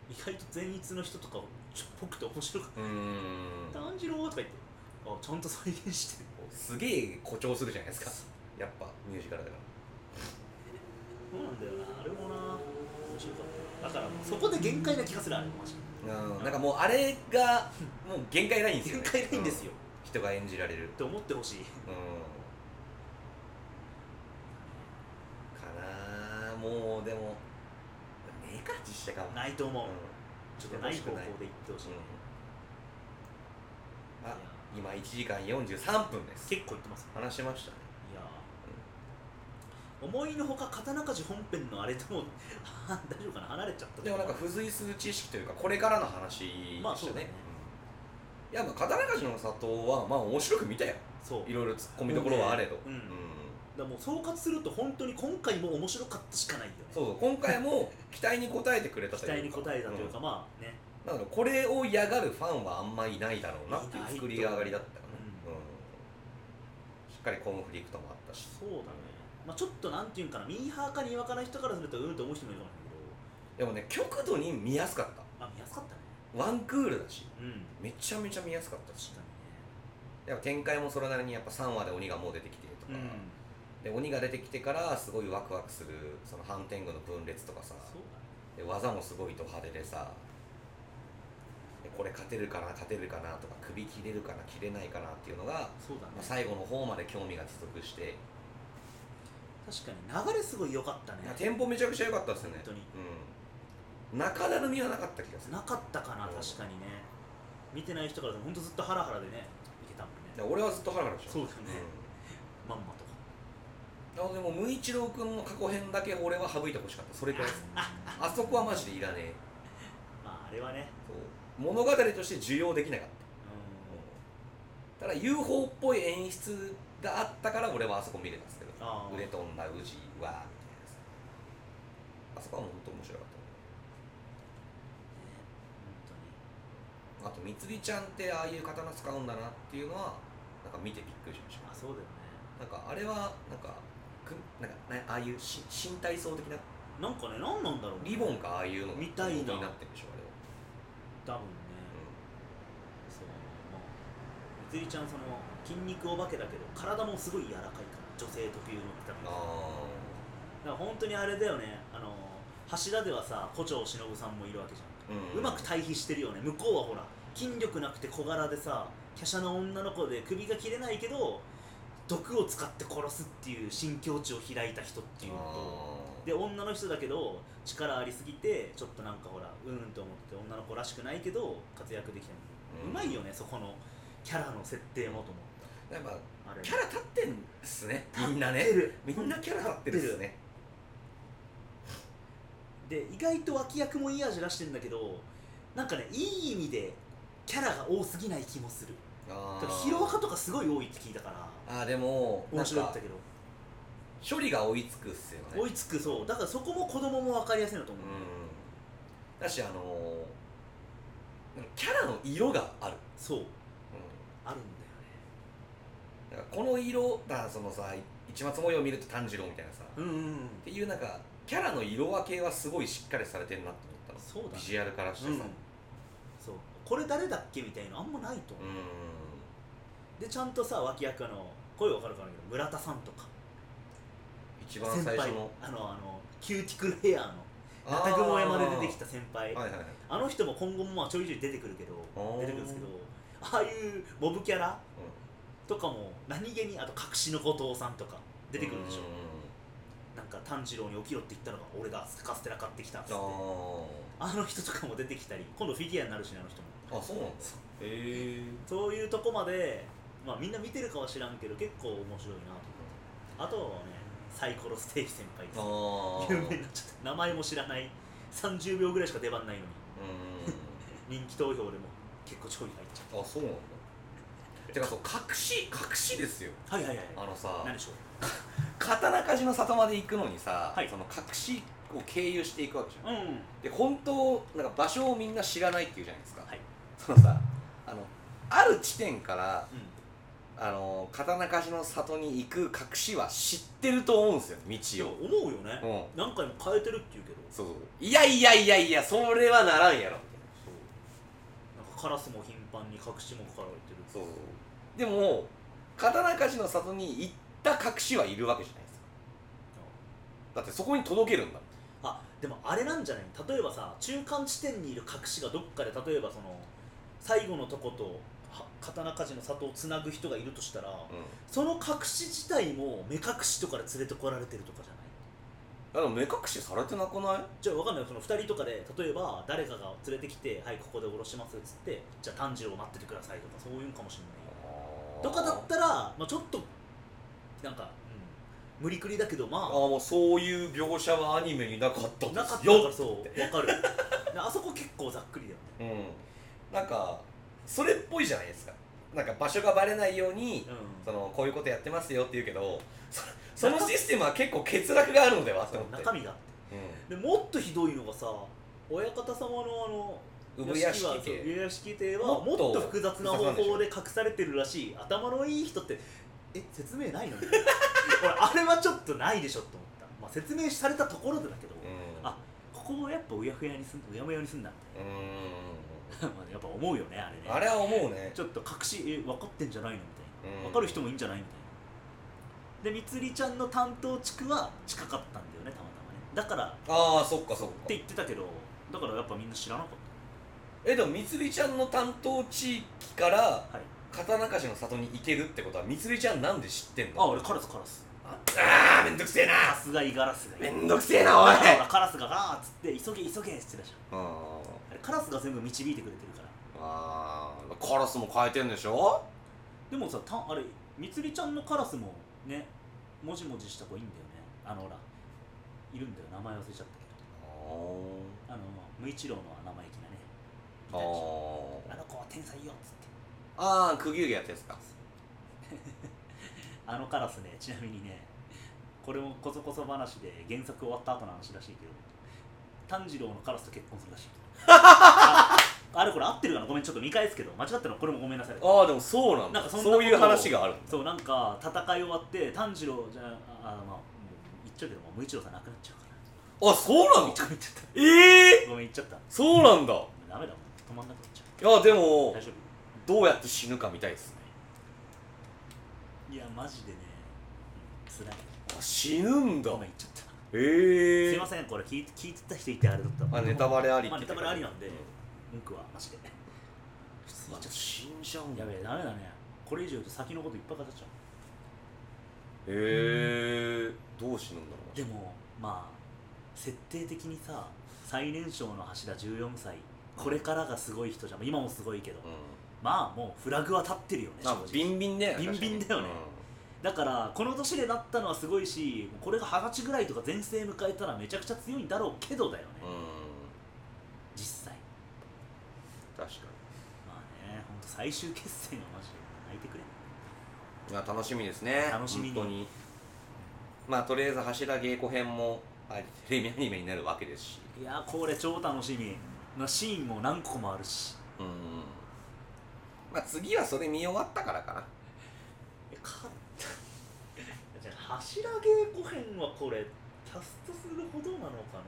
意外と前日の人とかちょっぽくて面白かっ
ううん
た「炭治郎」とか言ってあちゃんと再現してる
すげえ誇張するじゃないですかやっぱミュージカルだか
そうなんだよなあれもな面白かっただからもうそこで限界な気がするあれマジ
らうんなんかもうあれがもう限界ないんですよ
限
ね
界ないんです
よ、
よ、
うん人が演じられる
って思ってほしい
うんかなあもうでもねえか実写化も
ないと思う、
う
ちょっとない方向でいってほしい、
ん
い
うんあ
や
今1時間43分です
結構言ってます
話しましたね
いやー思いのほか刀鍛冶本編のあれとも 大丈夫かな離れちゃった
でもなんか付随する知識というかこれからの話でしたね,、
まあそうだね
いやまあ刀鍛冶の里はまあ面白く見たよ
そう
いろいろ突っ込みどころはあれど、
うんだからもう総括すると本当に今回も面白かったしかないよね
そうそう今回も期待に応えてくれた
期待に応えたというか、
ん
まあね
だからこれを嫌がるファンはあんまいないだろうなっていう作り上がりだったか
う
ら、うんしっかりコンフリクトもあったし
そうだね、まあ、ちょっとなんていうんかなミーハーかにわかな人からするとうんと思う人もいるかもしれない
でもね極度に見やすかった
けどあ見やすかったね
ワンクールだし
うん
めちゃめちゃ見やすかったし
確か
やっぱ展開もそれなりにやっぱ3話で鬼がもう出てきてと
に
か、
ね
で鬼が出てきてからすごいワクワクするその反転後の分裂とかさ
そうだね
で技もすごいド派手でさでこれ勝てるかな勝てるかなとか首切れるかな切れないかなっていうのが、
そうだ
まあ
ね
最後の方まで興味が持続して、
確かに流れすごい良かったね
いやテンポめちゃくちゃ良かったですよね
本当に、
うん、中だるみはなかった気がする
なかったかな
うん
確かにね見てない人からすると本当ずっとハラハラでねいけたもん
で
ね
俺はずっとハラハラしてた
そうだねまんまと
うん、あのでも無一郎君の過去編だけ俺は省いてほしかったそれくらいです あそこはマジでいらねえ
まああれはね
そう物語として受容できなかった
うん
ただ UFO っぽい演出があったから俺はあそこ見れたんですけど
あー
腕と女宇治はみたいなやつああそこは本当面白かったねあと三つりちゃんってああいう刀使うんだなっていうのはなんか見てびっくりしまし
あ
た
そうだよ
な
ね
んかあれはなんかくなんかねああいうし身体操的な
なんかね何なんだろう
リボンかああいうのが
みたいな
リボンになってるでしょあれは、
多分ねそうまあみつりちゃんその筋肉お化けだけど体もすごい柔らかいから女性特有のってた
うん、
か
あ
ら本当にあれだよねあの柱ではさ胡蝶忍さんもいるわけじゃん
あ、うん
うまく対比してるよね向こうはほら筋力なくて小柄でさ華奢な女の子で首が切れないけど毒を使って殺すっていう新境地を開いた人っていうのと
あー
で女の人だけど力ありすぎてちょっとなんかほらうーんと思って女の子らしくないけど活躍できたの、う
うん
まいよねそこのキャラの設定もと思
やっぱ
ったあれ
キャラ立ってんですねみんな
立っ
ね
てる
みんなキャラ立ってるっすね
で意外と脇役もいい味出してんだけどなんかねいい意味でキャラが多すぎない気もする
あ
だ
ー
からヒロアカとかすごい多いって聞いたから
あーでもな
面
ん
白かっ
か
たけど、
処理が追いつくっすよね
追いつくそうだからそこも子供も分かりやすいなと思う、
うんだしあのーなんかキャラの色がある、
そう
う
あるん
ん、なんかこの色だからそのさ市松模様を見ると炭治郎みたいなさ、
だよねうんうんうん
っていうなんかキャラの色分けはすごいしっかりされてるなって思った
そう
の
だね
ビジュアルからしてさ、
うんそうこれ誰だっけみたいなあんまないと思う、
う
でちゃんとさ脇役あの声分かるかなけど村田さんとか
ん一番最初の
あのあのキューティクルヘアの
あー
中雲山で出てきた先輩あ
はいはいはい
の人も今後もまあちょいちょい出てくるけど
あー
出てくるんですけどああいうモブキャラとかも何気にあと隠しの後藤さんとか出てくるでしょ、
うん
なんか炭治郎に起きろって言ったのが俺だカステラ買ってきたっつって
あ
あの人とかも出てきたり今度フィギュアになるしねあの人も
ーあそうなんだへえ
そういうとこまで、まあ、みんな見てるかは知らんけど結構面白いなとあとはねサイコロステーキ先輩です
ああ
有名になっちゃった名前も知らない30秒ぐらいしか出番ないの
う
に人気投票でも結構上位入っちゃ
んあそうなんだてかそう隠し隠しですよ
うはいはいはい
あのさ
何でしょう
刀鍛冶の里まで行くのにさ、
はい
その隠しを経由していくわけじゃん、
うん
で本当なんか場所をみんな知らないっていうじゃないですか、
はい
そのさあのある地点から
う
あの刀鍛冶の里に行く隠しは知ってると思うんですよ道を
ん思うよね、
うん
何回も変えてるって言うけど
そうそういやいやいやいやそれはならんやろ
そうなんかカラスも頻繁に隠しもかかられてる
そうそうでも刀鍛冶の里に行った隠しはいるわけじゃないですかだってそこに届けるんだもん
あでもあれなんじゃない例えばさ中間地点にいる隠しがどっかで例えばその最後のとことは刀鍛冶の里をつなぐ人がいるとしたらその隠し自体も目隠しとかで連れてこられてるとかじゃない
あでも目隠しされてなくない
じゃあ分かんないその2人とかで例えば誰かが連れてきて「はいここで降ろします」っつって「じゃあ炭治郎待っててください」とかそういうのかもしれないよとかだったら、まあ、ちょっとなんか、うん、無理くりだけどま
あ
あ
ーもうそういう描写はアニメになかったんで
なかった
す
か
よ
らそう分かるであそこ結構ざっくりだよね
うんなんかそれっぽいじゃないですかなんか場所がバレないように、
うん
そのこういうことやってますよって言うけどそそのシステムは結構欠落があるのではって思って
中身がでもっとひどいのがさ親方様のあの
うん産屋敷
はそう
系
産屋敷邸はも
も
っ
っと
と複雑な方
複雑な
法
ん
で
で
隠されてるらしい頭のいい人ってえ説明ないの 俺あれはちょっとないでしょって思った、まあ、説明されたところでだけど、
うん
あここもやっぱうやふやにすんうやむやにすんだ
う
みたいな まあやっぱ思うよねあれね
んあれは思うね
ちょっと隠しえ分かってんじゃないのみたいな、
うん
分かる人もいいんじゃないみたいなでみつりちゃんの担当地区は近かったんだよねたまたまねだから
ああそっかそっ
っ
か
て言ってたけどだからやっぱみんな知らなかっ
えでもみつりちゃんの担当地域から
たはい
刀鍛冶の里に行けるってことはみつりちゃんなんで知ってんの
あ俺カラスカラス
あーめんどくせえな
さすがイガラスがい
め
る
んどくせえなおい
ほらカラスがガーッつって急げ急げっつってたじゃ
あ
んあれカラスが全部導いてくれてるから
あーカラスも変えてんでしょ
でもさたあれみつりちゃんのカラスもねもじもじした子いいんだよねあのほらいるんだよ名前忘れちゃったけどあの無一郎の生意気なねい
あ
たでしょ
ー
あの子は天才よっつって
あー釘やったやつか
あのカラスね、ちなみにね、これもこそこそ話で原作終わった後の話らしいけど、炭治郎のカラスと結婚するらしいあ あれこれ合ってるかなごめんちょっと見返すけど間違ったのこれもごめんなさい
ああでもそうなんだ
なんかそんなこと
そういう話がある
そうなんか戦い終わって炭治郎じゃああまあもう言っちゃうけどもう無一郎さん亡くなっちゃうから
あそうなの
ごめん言っちゃっ
ええ
たごめん言っちゃった
そうなんだ
ダメだもん止まんなくなっちゃ
いやで
う
も
大丈
どうやって死ぬか見たいですね
夫いやマジでねつらい
あ死ぬんだ
ごめん言っちゃった
ええ
すいませんこれ聞い聞いてた人いてあれだったら
まあネタバレありって
まあ、ネタバレありなんで
うん
文句はマジで普通に言っちゃっ
死んじゃうん
た
だ
やべえダメだねこれ以上言うと先のこといっぱい語っちゃう
へえどう死ぬんだろう
でもまあ設定的にさ最年少の橋田14歳これからがすごい人じゃん今もすごいけど、
う
まあもうフラグは立ってるよね
んなんかビンビンだよね
ビンビンだよねだからこの年でなったのはすごいしこれが二十歳ぐらいとか全盛迎えたらめちゃくちゃ強いんだろうけどだよね、
うん、うん
実際
確か
まあね本当最終決戦はマジで泣いてくれ
にいや楽しみですね
楽しみに
本当にまあとりあえず柱稽古編もあテレビアニメになるわけですし
いやーこれ超楽しみ、まあ、シーンも何個もあるし
うんまあ次はそれ見終わったからかな
えか じゃあ柱稽古編はこれキャストするほどなのか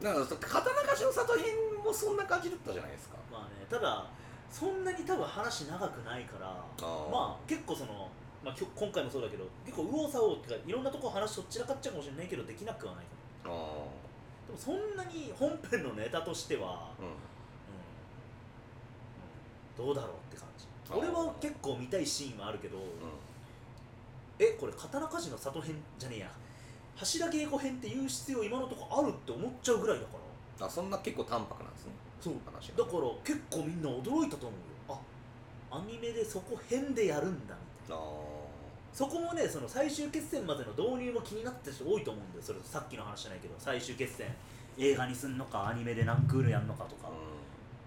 な
だからそ刀鍛冶の里編もそんな感じだったじゃないですか
まあねただそんなに多分話長くないから
ー
まあ結構その、まあ、きょ今回もそうだけど結構右往左往ってかいろんなとこ話とっちらかっちゃうかもしれないけどできなくはないかも
ああ
でもそんなに本編のネタとしては、
うん
うんうんどうだろうって感じ
あー
俺は結構見たいシーンはあるけど、
う
えこれ刀鍛冶の里編じゃねえや柱稽古編って言う必要今のとこあるって思っちゃうぐらいだから
んあそんな結構淡白なんですね
そう
話
だ
が
から結構みんな驚いたと思うよあアニメでそこ編でやるんだみたいな
ああ
そこもねその最終決戦までの導入も気になってる人多いと思うんだよそれさっきの話じゃないけど最終決戦映画にすんのかアニメで何クールやんのかとか、
う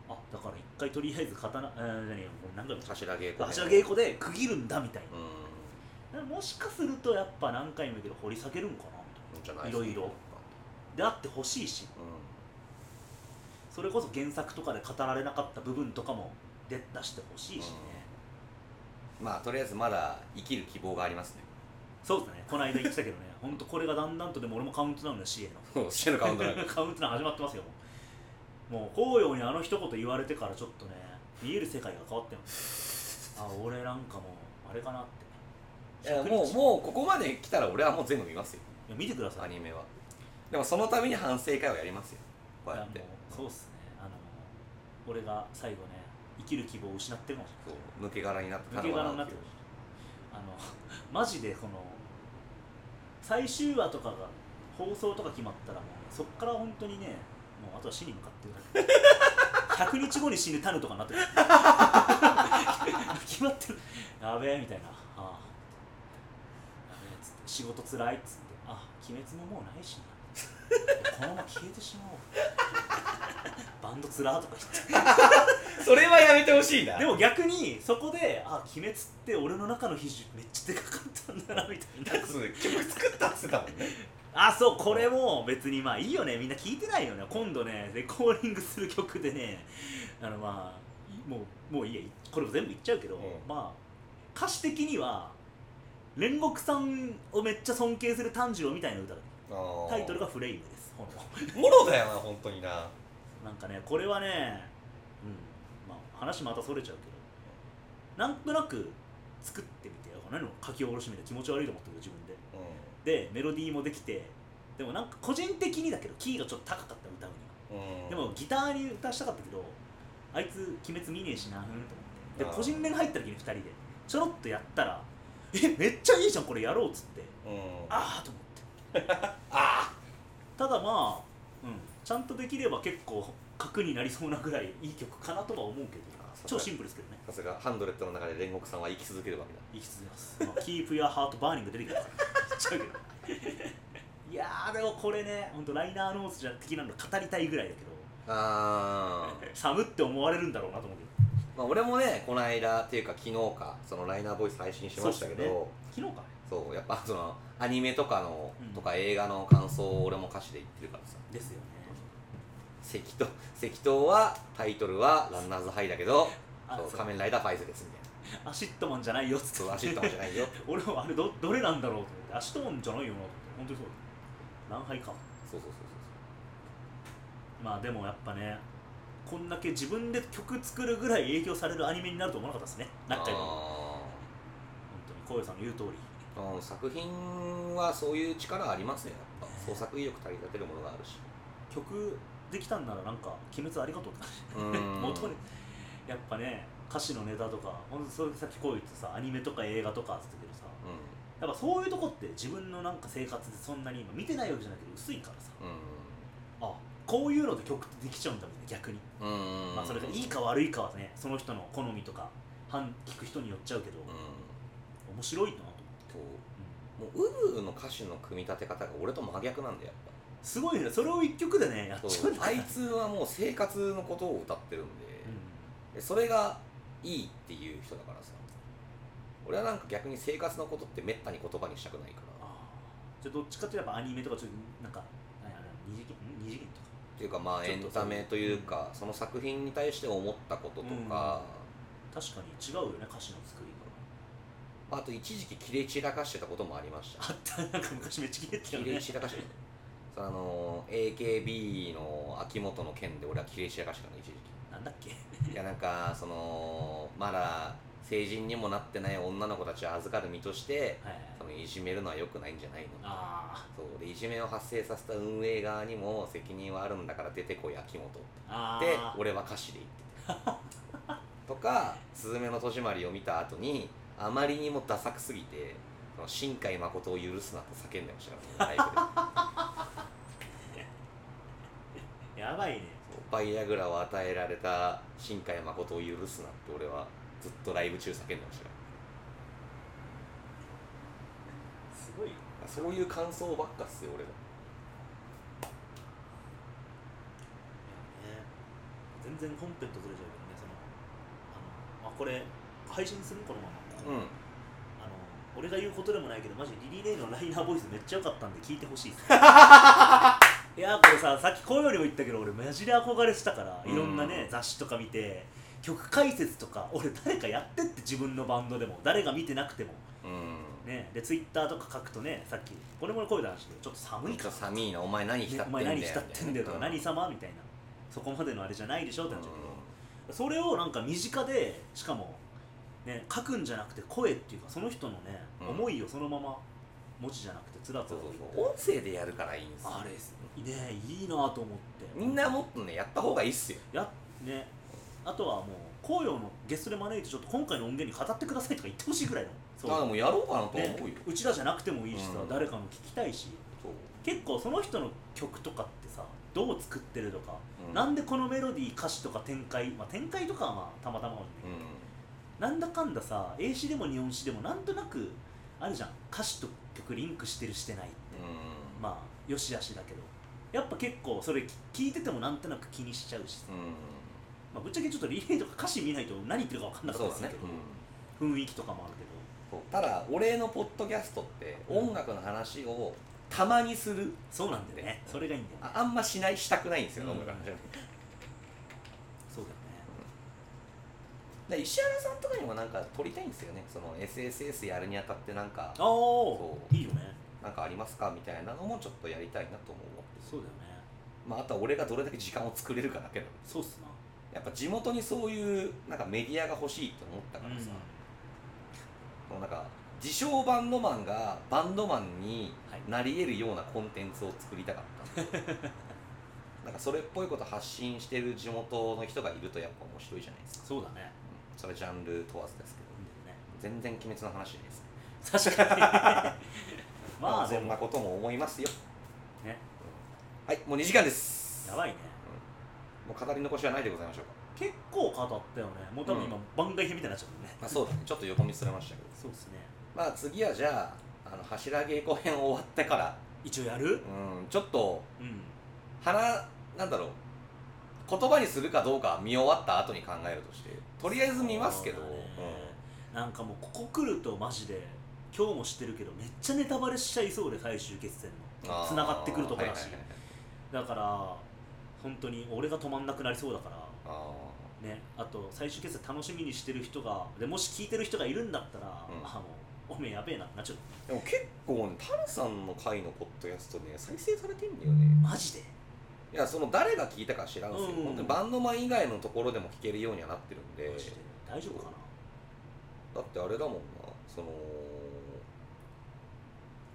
あだから一回とりあえず刀えー、何もう何回も
ん柱稽古編
柱稽古で区切るんだみたい
うん
な、もしかするとやっぱ何回も言うけど掘り下げるんかなみたい
じゃないですか
いろいろなであってほしいし
う
それこそ原作とかで語られなかった部分とかも出出してほしいしね、
んまあとりあえずまだ生きる希望がありますね
そうですねこの間言ってたけどね 本当これがだんだんとでも俺もカウントダウンの CA の
そうしてるカウントダウン
カウントダウン始まってますよもうもう紅葉にあの一言言われてからちょっとね見える世界が変わってます あ俺なんかもうあれかなって
いやもう
う
もうここまで来たら俺はもう全部見ますよ
見てくださ
ア
い
ニメはでもそのために反省会をやりますよこう
い
や
や
って
もうそうっすねあの俺が最後ね生きる希望を失ってるかもし
そ
れないう
抜け殻になって
抜け殻になってるあのマジでこの最終話とかが放送とか決まったらもう、そっから本当にねもうあとは死に向かってる100日後に死ぬタヌとかになってる 決まってるやべえみたいなああやべえっつって仕事つらいっつってあ鬼滅ももうないしなこのまま消えてしまおうバンドつらーとか言って
それはやめてほしいな
でも逆にそこで「あ鬼滅って俺の中の比重めっちゃでかかったんだな」みたい
曲
な
作ったっつってたもんね
あそうこれも別にまあいいよねみんな聞いてないよね今度ねレコーディングする曲でねあのまあもうもういいやこれも全部言っちゃうけど、
うん
まあ歌詞的には煉獄さんをめっちゃ尊敬する炭治郎みたいな歌だタイトルが「フレイム」ですほんと
もろだよな本当にな
なんかねこれはね、うんまあ、話またそれちゃうけどなんとなく作ってみてあ何も書き下ろしみたいな気持ち悪いと思ってる自分で
う
でメロディーもできてでもなんか個人的にだけどキーがちょっと高かった歌うに
ん、うん、
はでもギターに歌したかったけどあいつ鬼滅見ねえしなうんと思ってで
あー
個人練入った時に2人でちょろっとやったらえめっちゃいいじゃんこれやろうっつって
うん
ああと思ってああただまあ、うん、ちゃんとできれば結構核になりそうなぐらいいい曲かなとは思うけど
あそうだ
超シンプルですけどね
さすがハンドレットの中で煉獄さんは生き続けるわけだ
行き続けます、まあ、キープやハートバーニング出てきたから言っちゃうけど いやーでもこれね本当ライナーノースじゃ的なの語りたいぐらいだけど
あ
寒って思われるんだろうなと思うけ
まあ、俺もねこの間っていうか昨日かそのライナーボイス配信しましたけど
そうっすよ
昨日かね
そうやっぱそのアニメとかの、
うん
とか映画の感想を俺も歌詞で言ってるからさ
ですよね
赤刀赤刀はタイトルはランナーズハイだけど
あ
そう
そう
仮面ライダーファイズですみたいな
アシットマンじゃないよっつ
そ
っ
う
て
アシットマンじゃない よ
俺もあれどどれなんだろうと思ってアシットマンじゃないよなと思って本当にそうだ何杯か
そうそうそう
まあでもやっぱねこんだけ自分で曲作るぐらい影響されるアニメになると思わなかったですね
そう
何回も本
あ
当にこういうさんの言う通り
ーうん作品はそういう力ありますねやっぱ創作意欲駆り立てるものがある し
曲できたんならなんか「鬼滅ありがとう」って感じ
うーん
元にやっぱね歌詞のネタとかほんとそれさっきこう言ってさアニメとか映画とかっつってたけどさ
う
やっぱそういうとこって自分のなんか生活でそんなに今見てないわけじゃないけど薄いからさ
ん
あこういうので曲ってできちゃうんだみたいな逆に、
うんうんうん
まあそれがいいか悪いかはねその人の好みとか反聞く人によっちゃうけど、
うん
面白いなと思って、
そう
うん
もうウブの歌詞の組み立て方が俺と真逆なんだよやっぱ
すごいねそれを一曲でねやっちゃ
そううん
だ
あ
から
いつはもう生活のことを歌ってるん
うん
でそれがいいっていう人だからさ俺はなんか逆に生活のことってめったに言葉にしたくないからっ
あーじゃあどっちかというとやっぱアニメとかちょっとなんか何あれ二次元ん二次元とか
ていうかまあ
ちょ
エ
っと
ンタメというかその作品に対して思ったこととか、
確かに違うよね歌詞の作りが
あと一時期切れ散らかしてたこともありました
あったなんか昔めっちゃ切れてた
切
よ
れ
ね
散らかしてたそのあの AKB の秋元の件で俺は切れ散らかしてたの一時期
なんだっけ
いやなんかそのまだ成人にもなってない女の子たちを預かる身として
はいはい
そのいじめるのは良くないんじゃないの
あ
そうでいじめを発生させた運営側にも責任はあるんだから出てこい秋元
ーあ
で
ー
俺は歌詞で言ってたとか「すずめの戸締まり」を見た後にあまりにもダサくすぎてその新海誠を許すなって叫んでましたからねライブで
やばいね
そうバイアグラを与えられた新海誠を許すなって俺はずっとライブ中叫んでましたから
すご
そ
い
ういう感想ばっかっすよ俺は
ね全然本編とずれちゃうけどねそのあのあこれ配信するこのまま、
うん
あの俺が言うことでもないけどマジリリー・レイのライナーボイスめっちゃ良かったんで聞いて ほしいですいやーこれささっき声よりも言ったけど俺マジで憧れしたからいろんなね、
うん
雑誌とか見て曲解説とか俺誰かやってって自分のバンドでも誰が見てなくても
うん
ねでツイッターとか書くとねさっきこれも声出してちょっと寒い
ち
か
ょっと寒いなお前何浸
ね
っ、て
お
んだ
前
よ
何浸ってんだよとか、
みたいな
何様みたいなそこまでのあれじゃないでしょってなっちゃうけど、それをなんか身近でしかも、ね、書くんじゃなくて声っていうかその人のね、
うん
思いをそのまま文字じゃなくてつらつ
そ
ら
う
と
そうそう音声でやるからいいんですよ
あれですねいいなと思って
みんなもっとねやった方がいいっすよ
やねあとはもう紅葉のゲストで招いてちょっと今回の音源に語ってくださいとか言ってほしいぐらいのそ
あでもやろうかなと思うよ、
ね、うちらじゃなくてもいいしさ、
うん
誰かも聞きたいし
そう、
結構その人の曲とかってさどう作ってるとか、
うん、
なんでこのメロディー歌詞とか展開、まあ、展開とかはまあたまたまかもしれないけど
う
なんだかんださ英詞でも日本詞でもなんとなくあるじゃん歌詞と曲リンクしてるしてない
んうん
まあよしあしだけどやっぱ結構それ聞いててもなんとなく気にしちゃうし、
う
まあ、ぶっちゃけちょっとリレーとか歌詞見ないと何言ってるか分かん
ん
なかった
そう
で
だ
す
ね
け、ど、
うん
雰囲気とかもある
そ
け
うただ俺のポッドキャストって音楽の話をたまにする
どそうなんだよねそれがいいんだよね
ああんましないしたくないんですよ、
うん
音楽の話は
そうだよね
で石原さんとかにもなんか撮りたいんですよねその SSS やるにあたってなんか
ああいいよね
なんかありますかみたいなのもちょっとやりたいなとも思って
そうだよね
まあ、あとは俺がどれだけ時間を作れるかだけど
そうっすな
やっぱ地元にそういうなんかメディアが欲しいと思ったからさ、もうなんか自称バンドマンがバンドマンになり得るようなコンテンツを作りたかったんですよなんかそれっぽいこと発信してる地元の人がいるとやっぱ面白いじゃないですか、
そうだね
うんそれジャンル問わずですけど
いいんだよね
全然鬼滅の話じゃないです
確か にま
ま
あ
あ
で
そん
も
なことも思いますよ
ね
はいもう2時間です
やばいね
もう語り残しはないでございましょうか、
結構語ったよねもう多分今、番外編みたいになっちゃったね
まあ、そうだねちょっと横道それましたけど
そうですね
まあ次はじゃああの柱稽古編終わってから
一応やる
うんちょっと
うん
花なんだろう言葉にするかどうかは見終わった後に考えるとしてとりあえず見ますけど
そううだね
ん
なんかもうここ来るとマジで今日も知ってるけどめっちゃネタバレしちゃいそうで最終決戦
あ
の
ー
繋がってくるとこだ
は
し、
いはいはい
だから本当に俺が止まんなくなりそうだから
あ
ねあと最終決戦楽しみにしてる人がでもし聞いてる人がいるんだったら、
うん
あもうおめえやべえなってなっちゃう
ーでも結構ねタルさんの回のポッドキャストね再生されてんだよね
マジで
いやその誰が聞いたか知らんすけど、
うんうん
本当にバンドマン以外のところでも聞けるようにはなってるんで
マジで大丈夫かな
だってあれだもんなその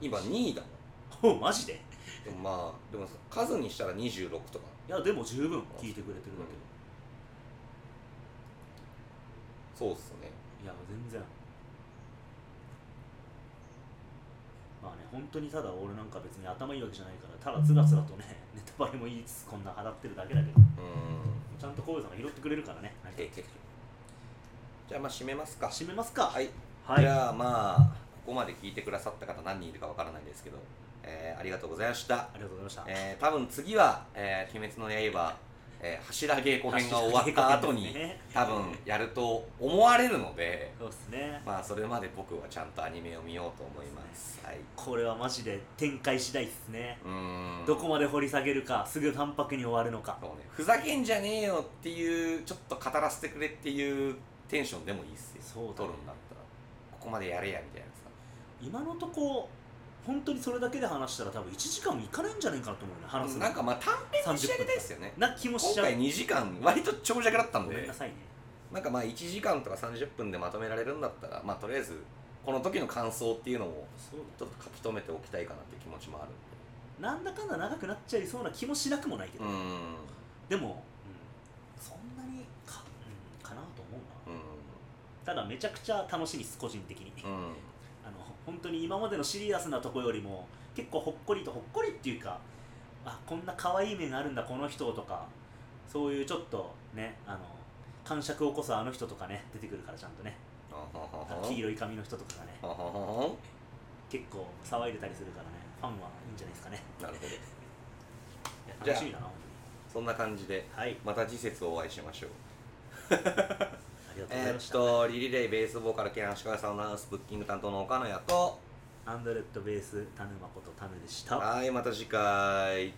今2位だもん
お マジで
でもまあでも数にしたら26とか
いやでも十分聞いてくれてるんだけど、
そうっすね
いや全然まあね本当にただ俺なんか別に頭いいわけじゃないからただつらつらとね ネタバレも言いつつこんな払ってるだけだけど
うん
ちゃんと浩平さんが拾ってくれるからね何か
ええじゃあまあ締めますか
締めますか
はい、
はい
じゃあまあここまで聞いてくださった方何人いるかわからないですけど、えーありがとうございました
ありがとうございました
えー多分次は「えー鬼滅の刃」えー柱稽古編が終わった後に、
ね
多分やると思われるので
そうですね
まあそれまで僕はちゃんとアニメを見ようと思いますはい
これはマジで展開次第ですね
うーん
どこまで掘り下げるかすぐ淡白に終わるのか
そうねふざけんじゃねえよっていうちょっと語らせてくれっていうテンションでもいいっすよ
そうだね
撮るんだったらここまでやれやみたいなさ
今のとこ本当にそれだけで話したら多分1時間いかないんじゃないかなと思うね話すの
なんかまあ短編に仕上げたい
30
っすよね
な気もしち
今
ゃう
回2時間割と長尺だったん
ごめん
で
なさいね
なんかまあ1時間とか30分でまとめられるんだったらまあとりあえずこの時の感想っていうのも
そうだ
ちょっと書き留めておきたいかなっていう気持ちもある
なんだかんだ長くなっちゃいそうな気もしなくもないけど、
んで
でも、うんそんなにか,、うん、かなと思うなただめちゃくちゃ楽しみです個人的に、
うんうんうん
あの本当に今までのシリアスなとこよりも結構ほっこりとほっこりっていうかあこんな可愛い面があるんだこの人とかそういうちょっとねあの感触を起こすあの人とかね出てくるからちゃんとね
あはは
あ
は
黄色い髪の人とかがね
ははは
結構騒いでたりするからねファンはいいんじゃないですかね
なるほど
いや
じゃあ
楽しみだな本
そんな感じで
当にはい
また次節お会いしましょう
ありがとうござい
え
ま
ーっ
した、
とリリレイベースボーカル兼足利さんのナウスブッキング担当の岡野也と
アンドレッドベース、タヌマことタヌでした。
はいまた次回